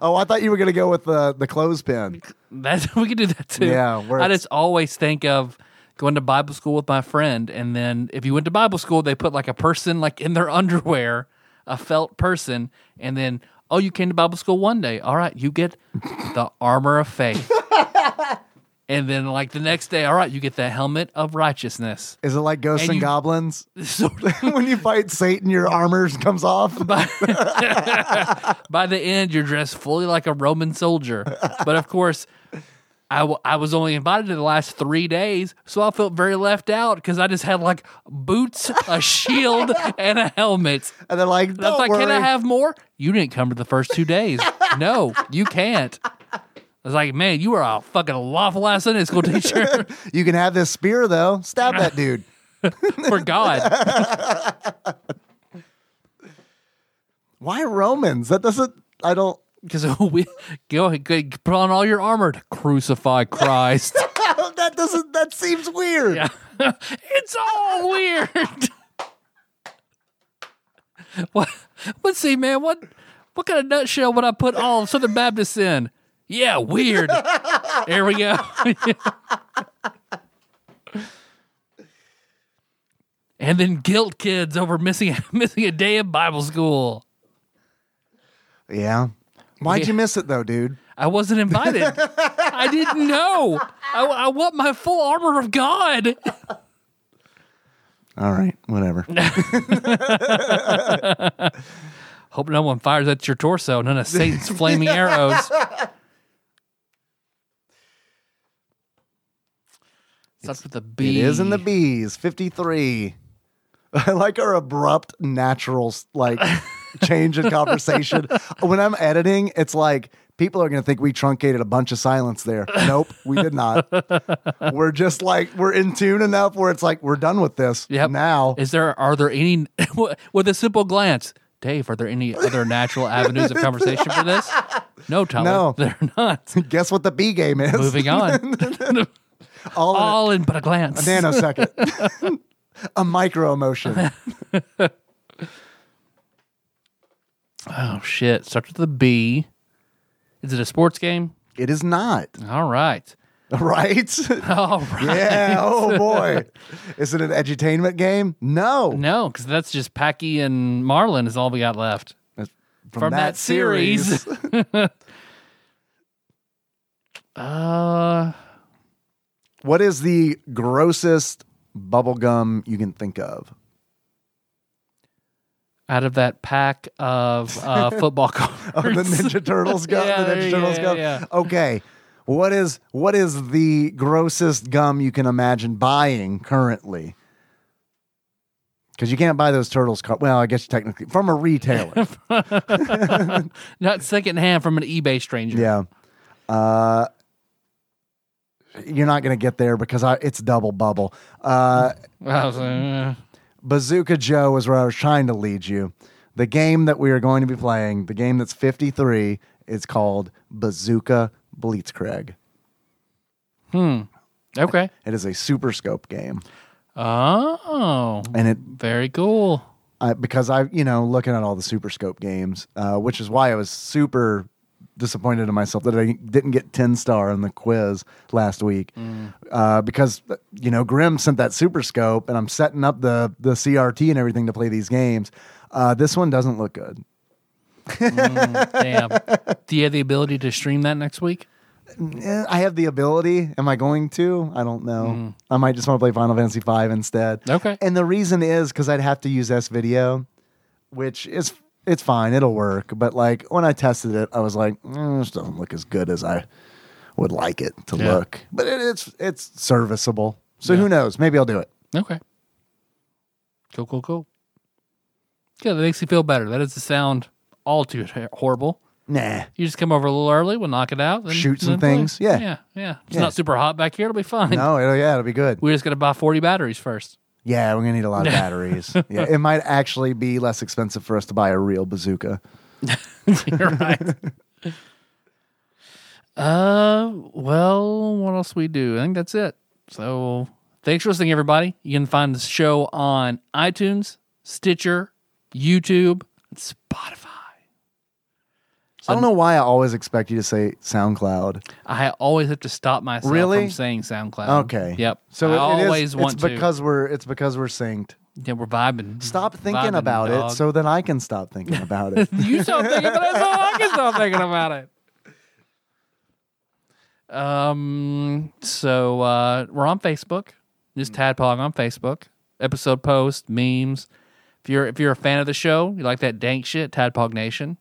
S2: Oh, I thought you were gonna go with the the clothespin.
S1: That [laughs] we could do that too.
S2: Yeah, where
S1: I
S2: it's-
S1: just always think of going to Bible school with my friend, and then if you went to Bible school, they put like a person like in their [laughs] underwear, a felt person, and then oh, you came to Bible school one day. All right, you get the armor of faith. And then, like the next day, all right, you get the helmet of righteousness. [laughs]
S2: Is it like ghosts
S1: And you- [laughs]
S2: and, goblins? [laughs]
S1: So
S2: when you fight Satan, your armor comes off.
S1: by the end, you're dressed fully like a Roman
S2: [laughs]
S1: soldier. But of course, I, w- I was only invited to the last three days, so I felt very left out because I just had like boots, a
S2: [laughs]
S1: shield, and a helmet.
S2: And they're like,
S1: And I was
S2: "Don't
S1: like,
S2: worry."
S1: can I have more? You didn't come to the first two
S2: [laughs]
S1: days. no, you can't. I was like, man, you are a fucking lawful ass Sunday school
S2: [laughs]
S1: teacher
S2: You can have this spear though. Stab that dude.
S1: for God.
S2: Why Romans? That doesn't.
S1: [laughs]
S2: I don't.
S1: Because we go ahead, go- put on all your armor to crucify Christ.
S2: [laughs] that doesn't. That seems weird.
S1: it's all weird. what? Let's see, man. What? What kind of nutshell would I put all of Southern Baptists in? Yeah, weird. there we go. [laughs] and then guilt kids over missing [laughs] missing a day of Bible school.
S2: Yeah. Why'd
S1: Yeah.
S2: you miss it though, dude?
S1: I wasn't invited. I didn't know. I, I want my full armor of God.
S2: All right,
S1: [laughs]
S2: whatever.
S1: Hope no one fires at your torso. None of
S2: [laughs]
S1: Satan's flaming arrows. Starts with the
S2: It
S1: B.
S2: is in the bees. Fifty-three. [laughs] I like our abrupt, natural
S1: [laughs]
S2: like change in conversation. When I'm editing, it's like people are gonna think we truncated a bunch of silence there. Nope, we
S1: [laughs]
S2: did not. we're just like we're in tune enough where it's like we're done with this.
S1: Yep.
S2: Now
S1: [laughs] Is there? Are there any? With a simple glance, Dave, are there any other natural avenues of conversation for this? No, Tyler.
S2: No.
S1: [laughs] They're not.
S2: Guess what the B game is?
S1: Moving on.
S2: [laughs] All, in
S1: All in but a glance.
S2: a nanosecond.
S1: [laughs]
S2: a micro emotion.
S1: Oh, shit. Starts with a B. Is it a sports game?
S2: It is not.
S1: All right. [laughs]
S2: Right?
S1: All right.
S2: yeah. Oh, boy. Is it an edutainment game? No.
S1: No, because that's just Packy and Marlin is all we got left.
S2: That's
S1: From that series. [laughs] Uh,
S2: what is the grossest bubblegum you can think of? [laughs]
S1: out of that pack of [laughs] uh, football cards.
S2: Oh, the Ninja Turtles gum.
S1: Yeah,
S2: the Ninja
S1: yeah,
S2: Turtles
S1: yeah,
S2: gum.
S1: yeah.
S2: Okay. What is what is the grossest gum you can imagine buying currently? Because you can't buy those turtles. Car- well, I guess technically from a retailer.
S1: [laughs] Not secondhand from an eBay stranger.
S2: yeah. Uh, you're not going to get there because I, it's double bubble. Uh,
S1: I was, uh,
S2: Bazooka Joe was where I was trying to lead you. The game that we are going to be playing, the game that's 53, is called Bazooka Blitzkrieg.
S1: "Uh, okay.
S2: It is a super scope game.
S1: Oh,
S2: And it,
S1: very cool.
S2: I, because I, you know, looking at all the super scope games, uh, which is why I was super disappointed in myself that I didn't get 10 star on the quiz last week. Uh, because, you know, Grimm sent that super scope and I'm setting up the, the CRT and everything to play these games. Uh, this one doesn't look good.
S1: [laughs] Damn. Do you have the ability to stream that next week?
S2: Eh, I have the ability. Am I going to? I don't know. I might just want to play Final Fantasy V instead.
S1: Hmm. Okay.
S2: And the reason is because I'd have to use S video, which is it's fine. It'll work. But like when I tested it, I was like, "Mm, this doesn't look as good as I would like it to
S1: Yeah.
S2: look. But it, it's it's serviceable. So who knows? Maybe I'll do it.
S1: Okay. Cool, cool, cool. Good. That makes you feel better. That doesn't sound all too ter- horrible.
S2: Nah.
S1: You just come over a little early. We'll knock it out. Then,
S2: Shoot some
S1: then play.
S2: things, yeah.
S1: Yeah. Yeah. It's
S2: Yeah.
S1: not super hot back here. It'll be fine.
S2: No, it'll, yeah, it'll be good.
S1: We're just going to buy 40 batteries first. [laughs]
S2: Yeah, we're gonna need a lot of batteries. yeah, it might actually be less expensive for us to buy a real bazooka.
S1: You're right. [laughs] uh, well, what else we do? I think that's it. So, thanks for listening, everybody. You can find the show on iTunes, Stitcher, YouTube, and Spotify.
S2: I don't know why I always expect you to say SoundCloud.
S1: I always have to stop myself
S2: Really?
S1: from saying SoundCloud.
S2: Okay.
S1: Yep.
S2: Um,
S1: I
S2: So it- it is-
S1: always want
S2: it's
S1: to.
S2: because we're it's because we're synced.
S1: yeah, we're vibing.
S2: Stop thinking
S1: Vibing,
S2: about
S1: dog.
S2: it so that I can stop thinking
S1: [laughs]
S2: about it.
S1: you stop thinking about it, so I can stop thinking about it. Um. So uh, we're on Facebook. Just tadpog on Facebook. Episode post memes. If you're if you're a fan of the show, you like that dank shit, Tadpog Nation.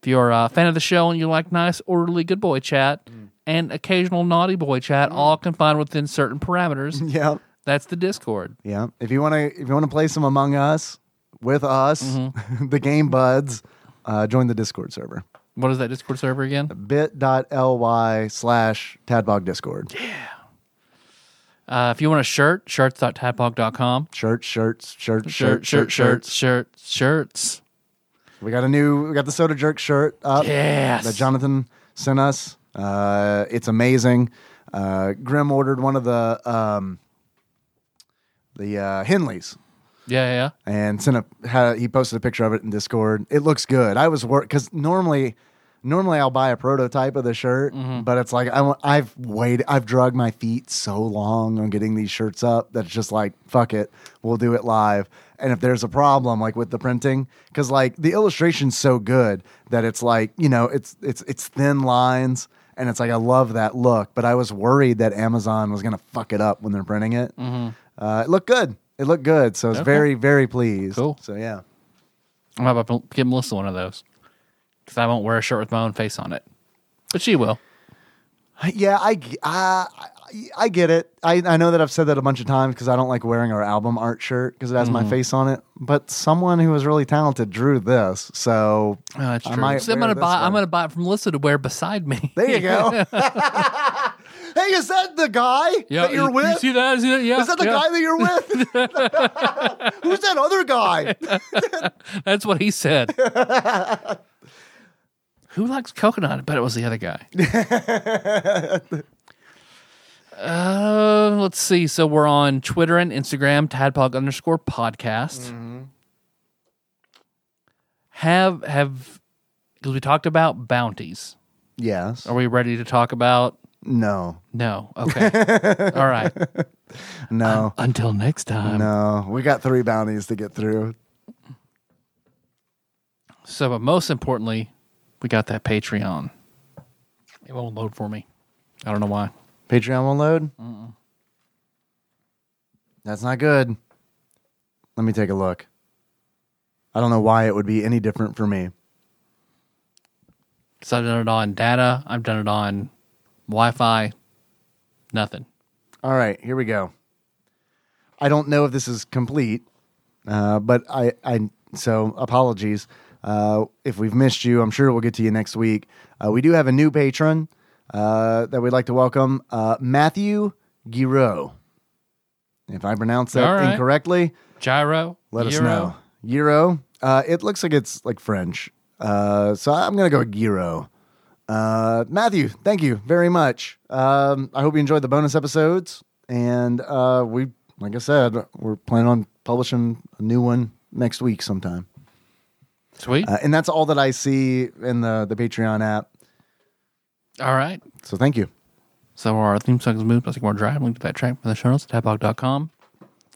S1: If you're a fan of the show and you like nice, orderly, good boy chat and occasional naughty boy chat, all confined within certain parameters,
S2: yeah.
S1: that's the Discord.
S2: Yeah. If you wanna if you wanna play some Among Us with us,
S1: Mm-hmm.
S2: [laughs] the game buds, uh, join the Discord server.
S1: What is that Discord server again?
S2: bit.ly slash tadbog discord.
S1: Uh, if you want a shirt, shirts.tadpog.com.
S2: Shirts, shirts, shirts,
S1: shirt,
S2: shirts,
S1: shirt,
S2: shirts,
S1: shirt,
S2: shirts.
S1: shirt, shirts.
S2: We got a new we got the soda jerk shirt up.
S1: Yes.
S2: that Jonathan sent us. Uh, it's amazing. Uh, Grim ordered one of the um, the uh, Henleys
S1: Yeah, yeah.
S2: and sent a had, he posted a picture of it in Discord. It looks good. I was work because normally normally I'll buy a prototype of the shirt, but it's like I want, I've waited I've drugged my feet so long on getting these shirts up that it's just like fuck it, we'll do it live. And if there's a problem like with the printing, because like the illustration's so good that it's like you know it's it's it's thin lines. And it's like I love that look, but I was worried that Amazon was gonna fuck it up when they're printing it. Uh, it looked good. It looked good. So I was very, very pleased.
S1: Cool.
S2: So yeah.
S1: I'm about to give Melissa one of those because I won't wear a shirt with my own face on it, but she will.
S2: Yeah, I, I, I- I get it. I, I know that I've said that a bunch of times because I don't like wearing our album art shirt because it has
S1: Mm-hmm.
S2: my face on it. But someone who was really talented drew this, so
S1: Oh, that's
S2: I
S1: true.
S2: might
S1: So I'm
S2: wear
S1: gonna
S2: this
S1: buy. I'm
S2: one.
S1: gonna buy it from Lissa to wear beside me.
S2: there
S1: [laughs]
S2: you go. [laughs] hey, is that the guy that you're
S1: you,
S2: with?
S1: You see that? See that? Yeah.
S2: Is that the
S1: yeah.
S2: guy that
S1: [laughs]
S2: you're with? [laughs] Who's that other guy?
S1: That's what he said. Who likes coconut? I bet it was the other guy. uh, let's see. So we're on Twitter and Instagram, tadpog underscore podcast. Have have because we talked about bounties.
S2: Yes.
S1: Are we ready to talk about?
S2: No.
S1: No. Okay. All right.
S2: No.
S1: Until next time.
S2: no. We got three bounties to get through.
S1: So, but most importantly, we got that Patreon. It won't load for me. I don't know why.
S2: Patreon won't load. That's not good. Let me take a look. I don't know why it would be any different for me.
S1: Because I've done it on data, I've done it on Wi Fi, nothing.
S2: All right, here we go. I don't know if this is complete, uh, but I, I so apologies uh, if we've missed you. I'm sure we'll get to you next week. Uh, we do have a new patron uh, that we'd like to welcome, uh, Matthew Giro. If I pronounce that
S1: All right.
S2: incorrectly,
S1: Gyro.
S2: let us
S1: Euro.
S2: know. Euro. Uh, it looks like it's like French. Uh, so I'm going to go with Euro. Uh, Matthew, thank you very much. Um, I hope you enjoyed the bonus episodes. And uh, we, like I said, we're planning on publishing a new one next week sometime.
S1: Sweet.
S2: Uh, and that's all that I see in the, the Patreon app.
S1: All right.
S2: So thank you.
S1: So, our theme song is Moved by Sycamore Drive. Link to that track from the show notes at tadpog.com.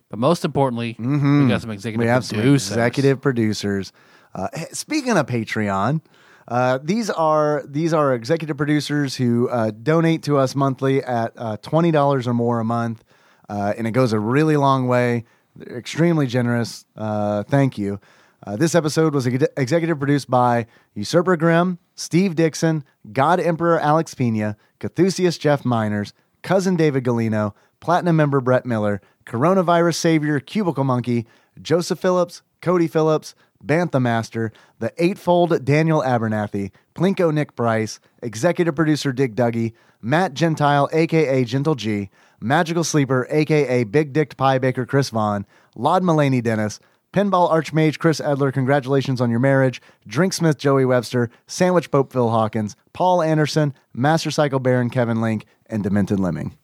S1: But most importantly, we got some executive
S2: Mm-hmm. We have some
S1: producers.
S2: executive producers. Uh, h- speaking of Patreon, uh, these are these are executive producers who uh, donate to us monthly at uh, twenty dollars or more a month, uh, and it goes a really long way. They're extremely generous. Uh, thank you. Uh, this episode was ex- executive produced by Usurper Grimm, Steve Dixon, God Emperor Alex Pena, Cathusius Jeff Miners, Cousin David Galino, Platinum member Brett Miller, Coronavirus Savior Cubicle Monkey, Joseph Phillips, Cody Phillips, Bantha Master, The Eightfold Daniel Abernathy, Plinko Nick Price, Executive Producer Dick Dougie, Matt Gentile, aka Gentle G, Magical Sleeper, aka Big Dicked Pie Baker Chris Vaughn, Laud Mulaney Dennis, Pinball Archmage Chris Edler, congratulations on your marriage. Drinksmith Joey Webster, Sandwich Pope Phil Hawkins, Paul Anderson, Master Cycle Baron Kevin Link, and Demented Lemming.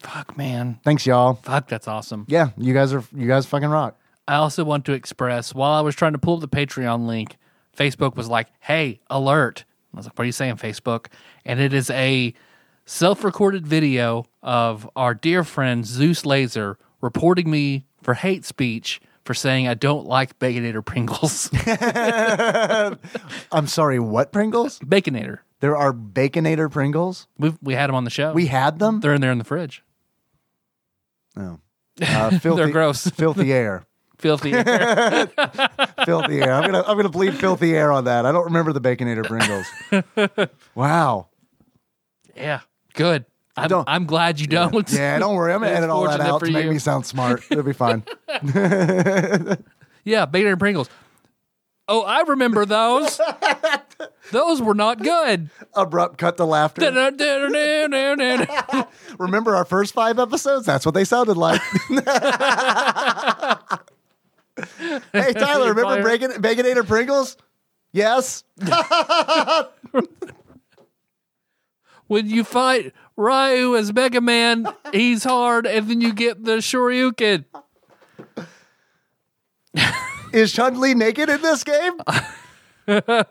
S1: Fuck, man.
S2: Thanks, y'all.
S1: Fuck, that's awesome.
S2: Yeah, you guys are you guys fucking rock.
S1: I also want to express while I was trying to pull up the Patreon link, Facebook was like, hey, alert. I was like, what are you saying, Facebook? And it is a self recorded video of our dear friend Zeus Laser reporting me for hate speech for saying I don't like Baconator
S2: [laughs]
S1: Pringles.
S2: I'm sorry, what Pringles?
S1: Baconator.
S2: There are Baconator Pringles.
S1: We've, we had them on the show.
S2: We had them.
S1: They're in there in the fridge. [laughs]
S2: Uh, filthy,
S1: gross.
S2: Filthy air.
S1: Filthy.
S2: [laughs] Filthy air. I'm gonna I'm gonna bleed filthy air on that. I don't remember the Baconator Pringles.
S1: [laughs]
S2: Wow.
S1: yeah. Good. I'm,
S2: don't-
S1: I'm glad you don't.
S2: Yeah, don't worry. I'm gonna
S1: It's
S2: edit all that
S1: fortunate
S2: out
S1: for
S2: to make
S1: you.
S2: me sound smart. It'll
S1: [laughs]
S2: be fine.
S1: Yeah, Bader and Pringles. Oh, I remember those. those were not good.
S2: Abrupt cut to laughter.
S1: All
S2: Remember our first five episodes? That's what they
S1: [laughs]
S2: sounded like. [laughs] hey Tyler, remember
S1: Fire.
S2: Bacon- Baconator Pringles? Yes.
S1: When you fight Ryu as Mega Man, he's hard, and then you get the Shoryuken.
S2: Is Chun Li naked in this game? I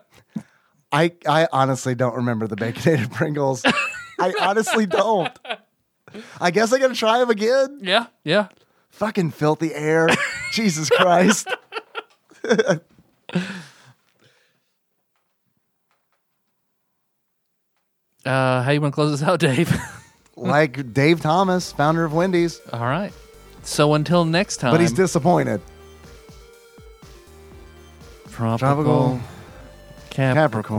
S2: I honestly don't remember the baconated [laughs] Pringles. I honestly don't. I guess I gotta try them again.
S1: Yeah, yeah.
S2: Fucking filthy air. Jesus Christ.
S1: Uh, how you want to close this out, Dave? [laughs]
S2: Like Dave Thomas, founder of Wendy's,
S1: All right. So until next time,
S2: but he's disappointed.
S1: tropical.
S2: Tropical
S1: Capricorn,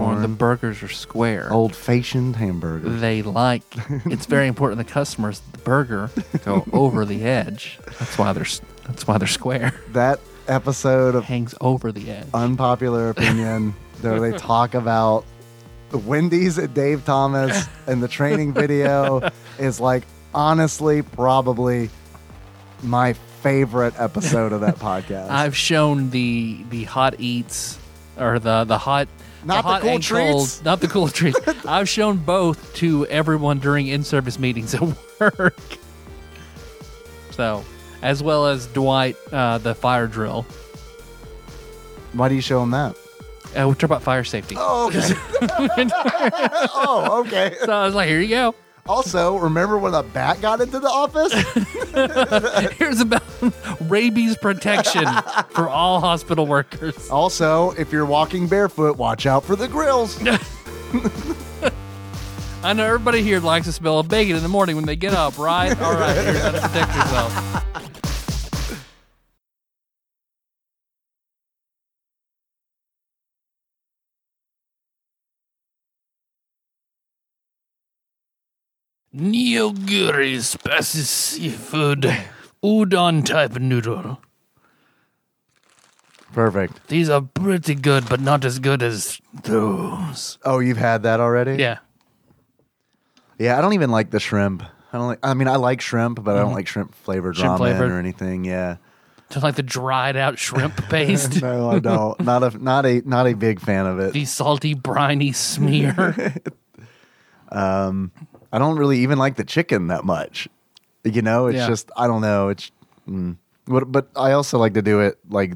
S2: Capricorn. Oh.
S1: the burgers are square.
S2: Old fashioned hamburger.
S1: They
S2: [laughs]
S1: like it's very important to the customers that the burger go over the edge. That's why they're s- that's why they're square.
S2: That episode of
S1: Hangs over the edge.
S2: Unpopular [laughs] Opinion where they talk about the Wendy's at Dave Thomas and the training video [laughs] is like honestly probably my favorite episode of that [laughs] podcast.
S1: I've shown the the hot eats or the the hot
S2: Not the
S1: hot
S2: cool
S1: and cold-
S2: treats.
S1: not the cool
S2: [laughs]
S1: treats. I've shown both to everyone during in-service meetings at [laughs] work. So, as well as Dwight, uh, the fire drill.
S2: Why do you show him that?
S1: Uh, we talk about fire safety.
S2: Oh, okay. [laughs] oh, okay.
S1: So I was like, here you
S2: [laughs]
S1: go.
S2: Also, remember when the bat got into the [laughs] office?
S1: Here's about [laughs] rabies protection for all hospital workers.
S2: also, if you're walking barefoot, watch out for the [laughs] grills.
S1: I know everybody here likes the smell of bacon in the morning when they get up, right? All right, here's how to protect yourself. Niyoguri spicy seafood udon type noodle.
S2: Perfect.
S1: These are pretty good, but not as good as those.
S2: Oh, you've had that already?
S1: Yeah.
S2: Yeah, I don't even like the shrimp. I don't like, I mean, I like shrimp, but I don't like shrimp flavored
S1: Mm-hmm. Shrimp
S2: ramen
S1: flavored.
S2: or anything. Yeah.
S1: Just like the dried out shrimp paste.
S2: [laughs] No, I don't. not a not a not a big fan of it.
S1: the salty, briny
S2: [laughs]
S1: smear.
S2: I don't really even like the chicken that much. You know, it's
S1: Yeah.
S2: just I don't know. It's mm. but but I also like to do it like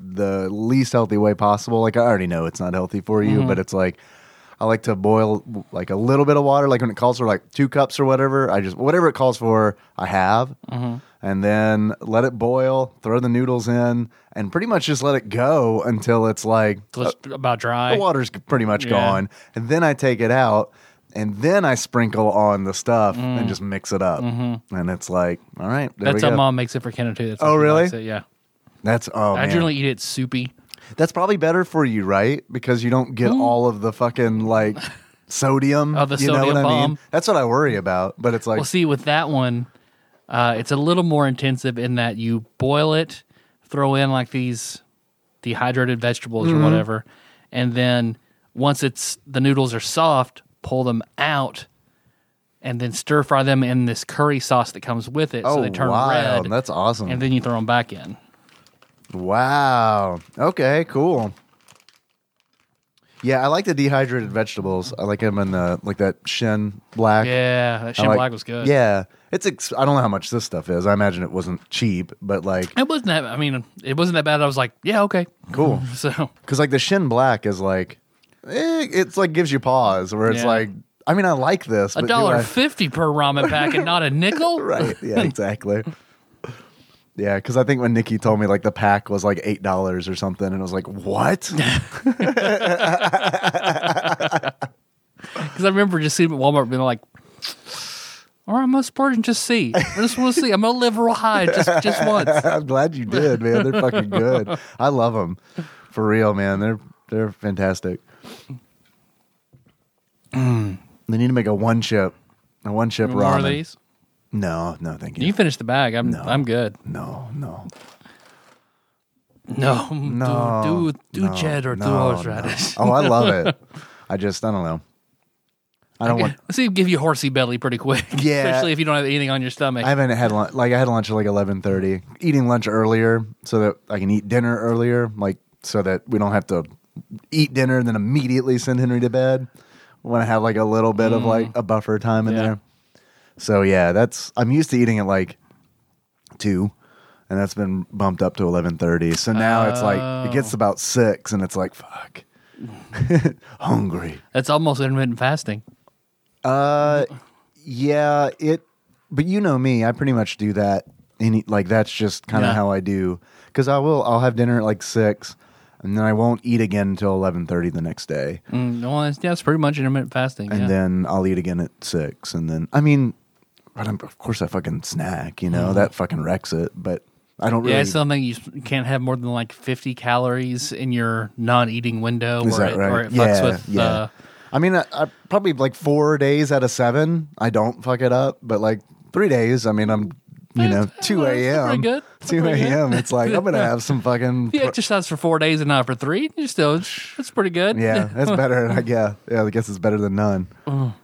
S2: the least healthy way possible. Like I already know it's not healthy for you,
S1: Mm-hmm.
S2: but it's like I like to boil like a little bit of water, like when it calls for like two cups or whatever. I just whatever it calls for, I have,
S1: Mm-hmm.
S2: and then let it boil. Throw the noodles in, and pretty much just let it go until it's like
S1: It's about dry.
S2: the water's pretty much
S1: Yeah.
S2: gone. And then I take it out and then I sprinkle on the stuff and just mix it up. And it's like, all right, there
S1: Mm. Mm-hmm. That's
S2: we
S1: how
S2: go.
S1: mom makes it for Kenna too. That's how
S2: Oh,
S1: she
S2: really?
S1: likes it, Yeah.
S2: That's oh
S1: I
S2: man.
S1: generally eat it soupy.
S2: That's probably better for you, right? Because you don't get all of the
S1: [laughs]
S2: fucking like sodium.
S1: Hmm. Oh, the
S2: you know
S1: sodium
S2: what I mean?
S1: bomb.
S2: That's what I worry about. But it's like
S1: Well, see, with that one, uh, it's a little more intensive in that you boil it, throw in like these dehydrated vegetables
S2: Mm-hmm.
S1: or whatever, and then once it's the noodles are soft, pull them out. And then stir fry them in this curry sauce that comes with it,
S2: oh
S1: so they turn
S2: wow,
S1: red.
S2: that's awesome.
S1: and then you throw them back in.
S2: Wow. Okay, cool. Yeah, I like the dehydrated vegetables. I like them in the like that shin black.
S1: Yeah, that
S2: I
S1: shit
S2: like-
S1: black was good.
S2: Yeah, it's. Ex- I don't know how much this stuff is. I imagine it wasn't cheap,
S1: [clears throat]
S2: but like
S1: It wasn't that. I mean, it wasn't that bad. I was like, yeah, okay,
S2: cool. uh,
S1: So
S2: Because like the Shin Black is like, eh, it's like gives you pause where it's
S1: Yeah.
S2: like, I mean, I like this.
S1: a
S2: but do
S1: dollar
S2: I-
S1: fifty per ramen pack and not a nickel.
S2: [laughs] right? Yeah, exactly. yeah, because I think when Nikki told me like the pack was like eight dollars or something, and I was like, what?
S1: Because I remember just seeing them at Walmart being like, "All right, I'm gonna splurge and just see. I just want to see. I'm gonna live real high just just
S2: [laughs]
S1: once."
S2: I'm glad you did, man. They're
S1: [laughs]
S2: fucking good. I love them, for real, man. They're they're fantastic. [clears throat] They need to make a one chip, a one chip
S1: More
S2: ramen.
S1: of these.
S2: No, no, thank you.
S1: You finish the bag. I'm
S2: No.
S1: I'm good.
S2: no, no,
S1: No,
S2: no.
S1: do do, do
S2: no,
S1: cheddar, do
S2: no,
S1: horseradish.
S2: no. Oh, I love
S1: [laughs]
S2: it. I just, I don't know. I don't want.
S1: See, it'll give you horsey belly pretty quick. [laughs]
S2: Yeah.
S1: especially if you don't have anything on your stomach.
S2: I haven't had lunch. Like I had lunch at like eleven thirty. Eating lunch earlier so that I can eat dinner earlier. Like so that we don't have to eat dinner and then immediately send Henry to bed. Want to have like a little bit of like a buffer time in
S1: Yeah.
S2: there. So yeah, that's I'm used to eating at like two, and that's been bumped up to eleven thirty. So now it's like it gets about six, and it's like fuck, [laughs] hungry.
S1: That's almost intermittent fasting.
S2: Uh,
S1: [laughs]
S2: Yeah, it. But you know me, I pretty much do that. Any like that's just kind of
S1: Yeah.
S2: how I do. Because I will, I'll have dinner at like six, and then I won't eat again until eleven thirty the next day,
S1: Mm, well, that's, yeah, it's pretty much intermittent fasting.
S2: and
S1: yeah.
S2: then I'll eat again at six, and then I mean, but I'm, of course I fucking snack, you know that fucking wrecks it. But I don't really.
S1: Mm. Yeah, it's something you s- can't have more than like 50 calories in your non eating window,
S2: Is
S1: or,
S2: that
S1: it,
S2: right?
S1: or it fucks
S2: Yeah,
S1: with.
S2: yeah.
S1: Uh,
S2: I mean, I, I, probably like four days out of seven, I don't fuck it up. But like three days, I mean, I'm you know
S1: That's-
S2: two
S1: that's
S2: a.m.
S1: Eh, pretty good. That's
S2: Two
S1: pretty good.
S2: a.m. It's like
S1: [laughs]
S2: I'm gonna have some fucking
S1: if you exercise for four days and not for three, you're still, it's pretty good.
S2: yeah. That's better. I guess yeah, I guess it's better than none.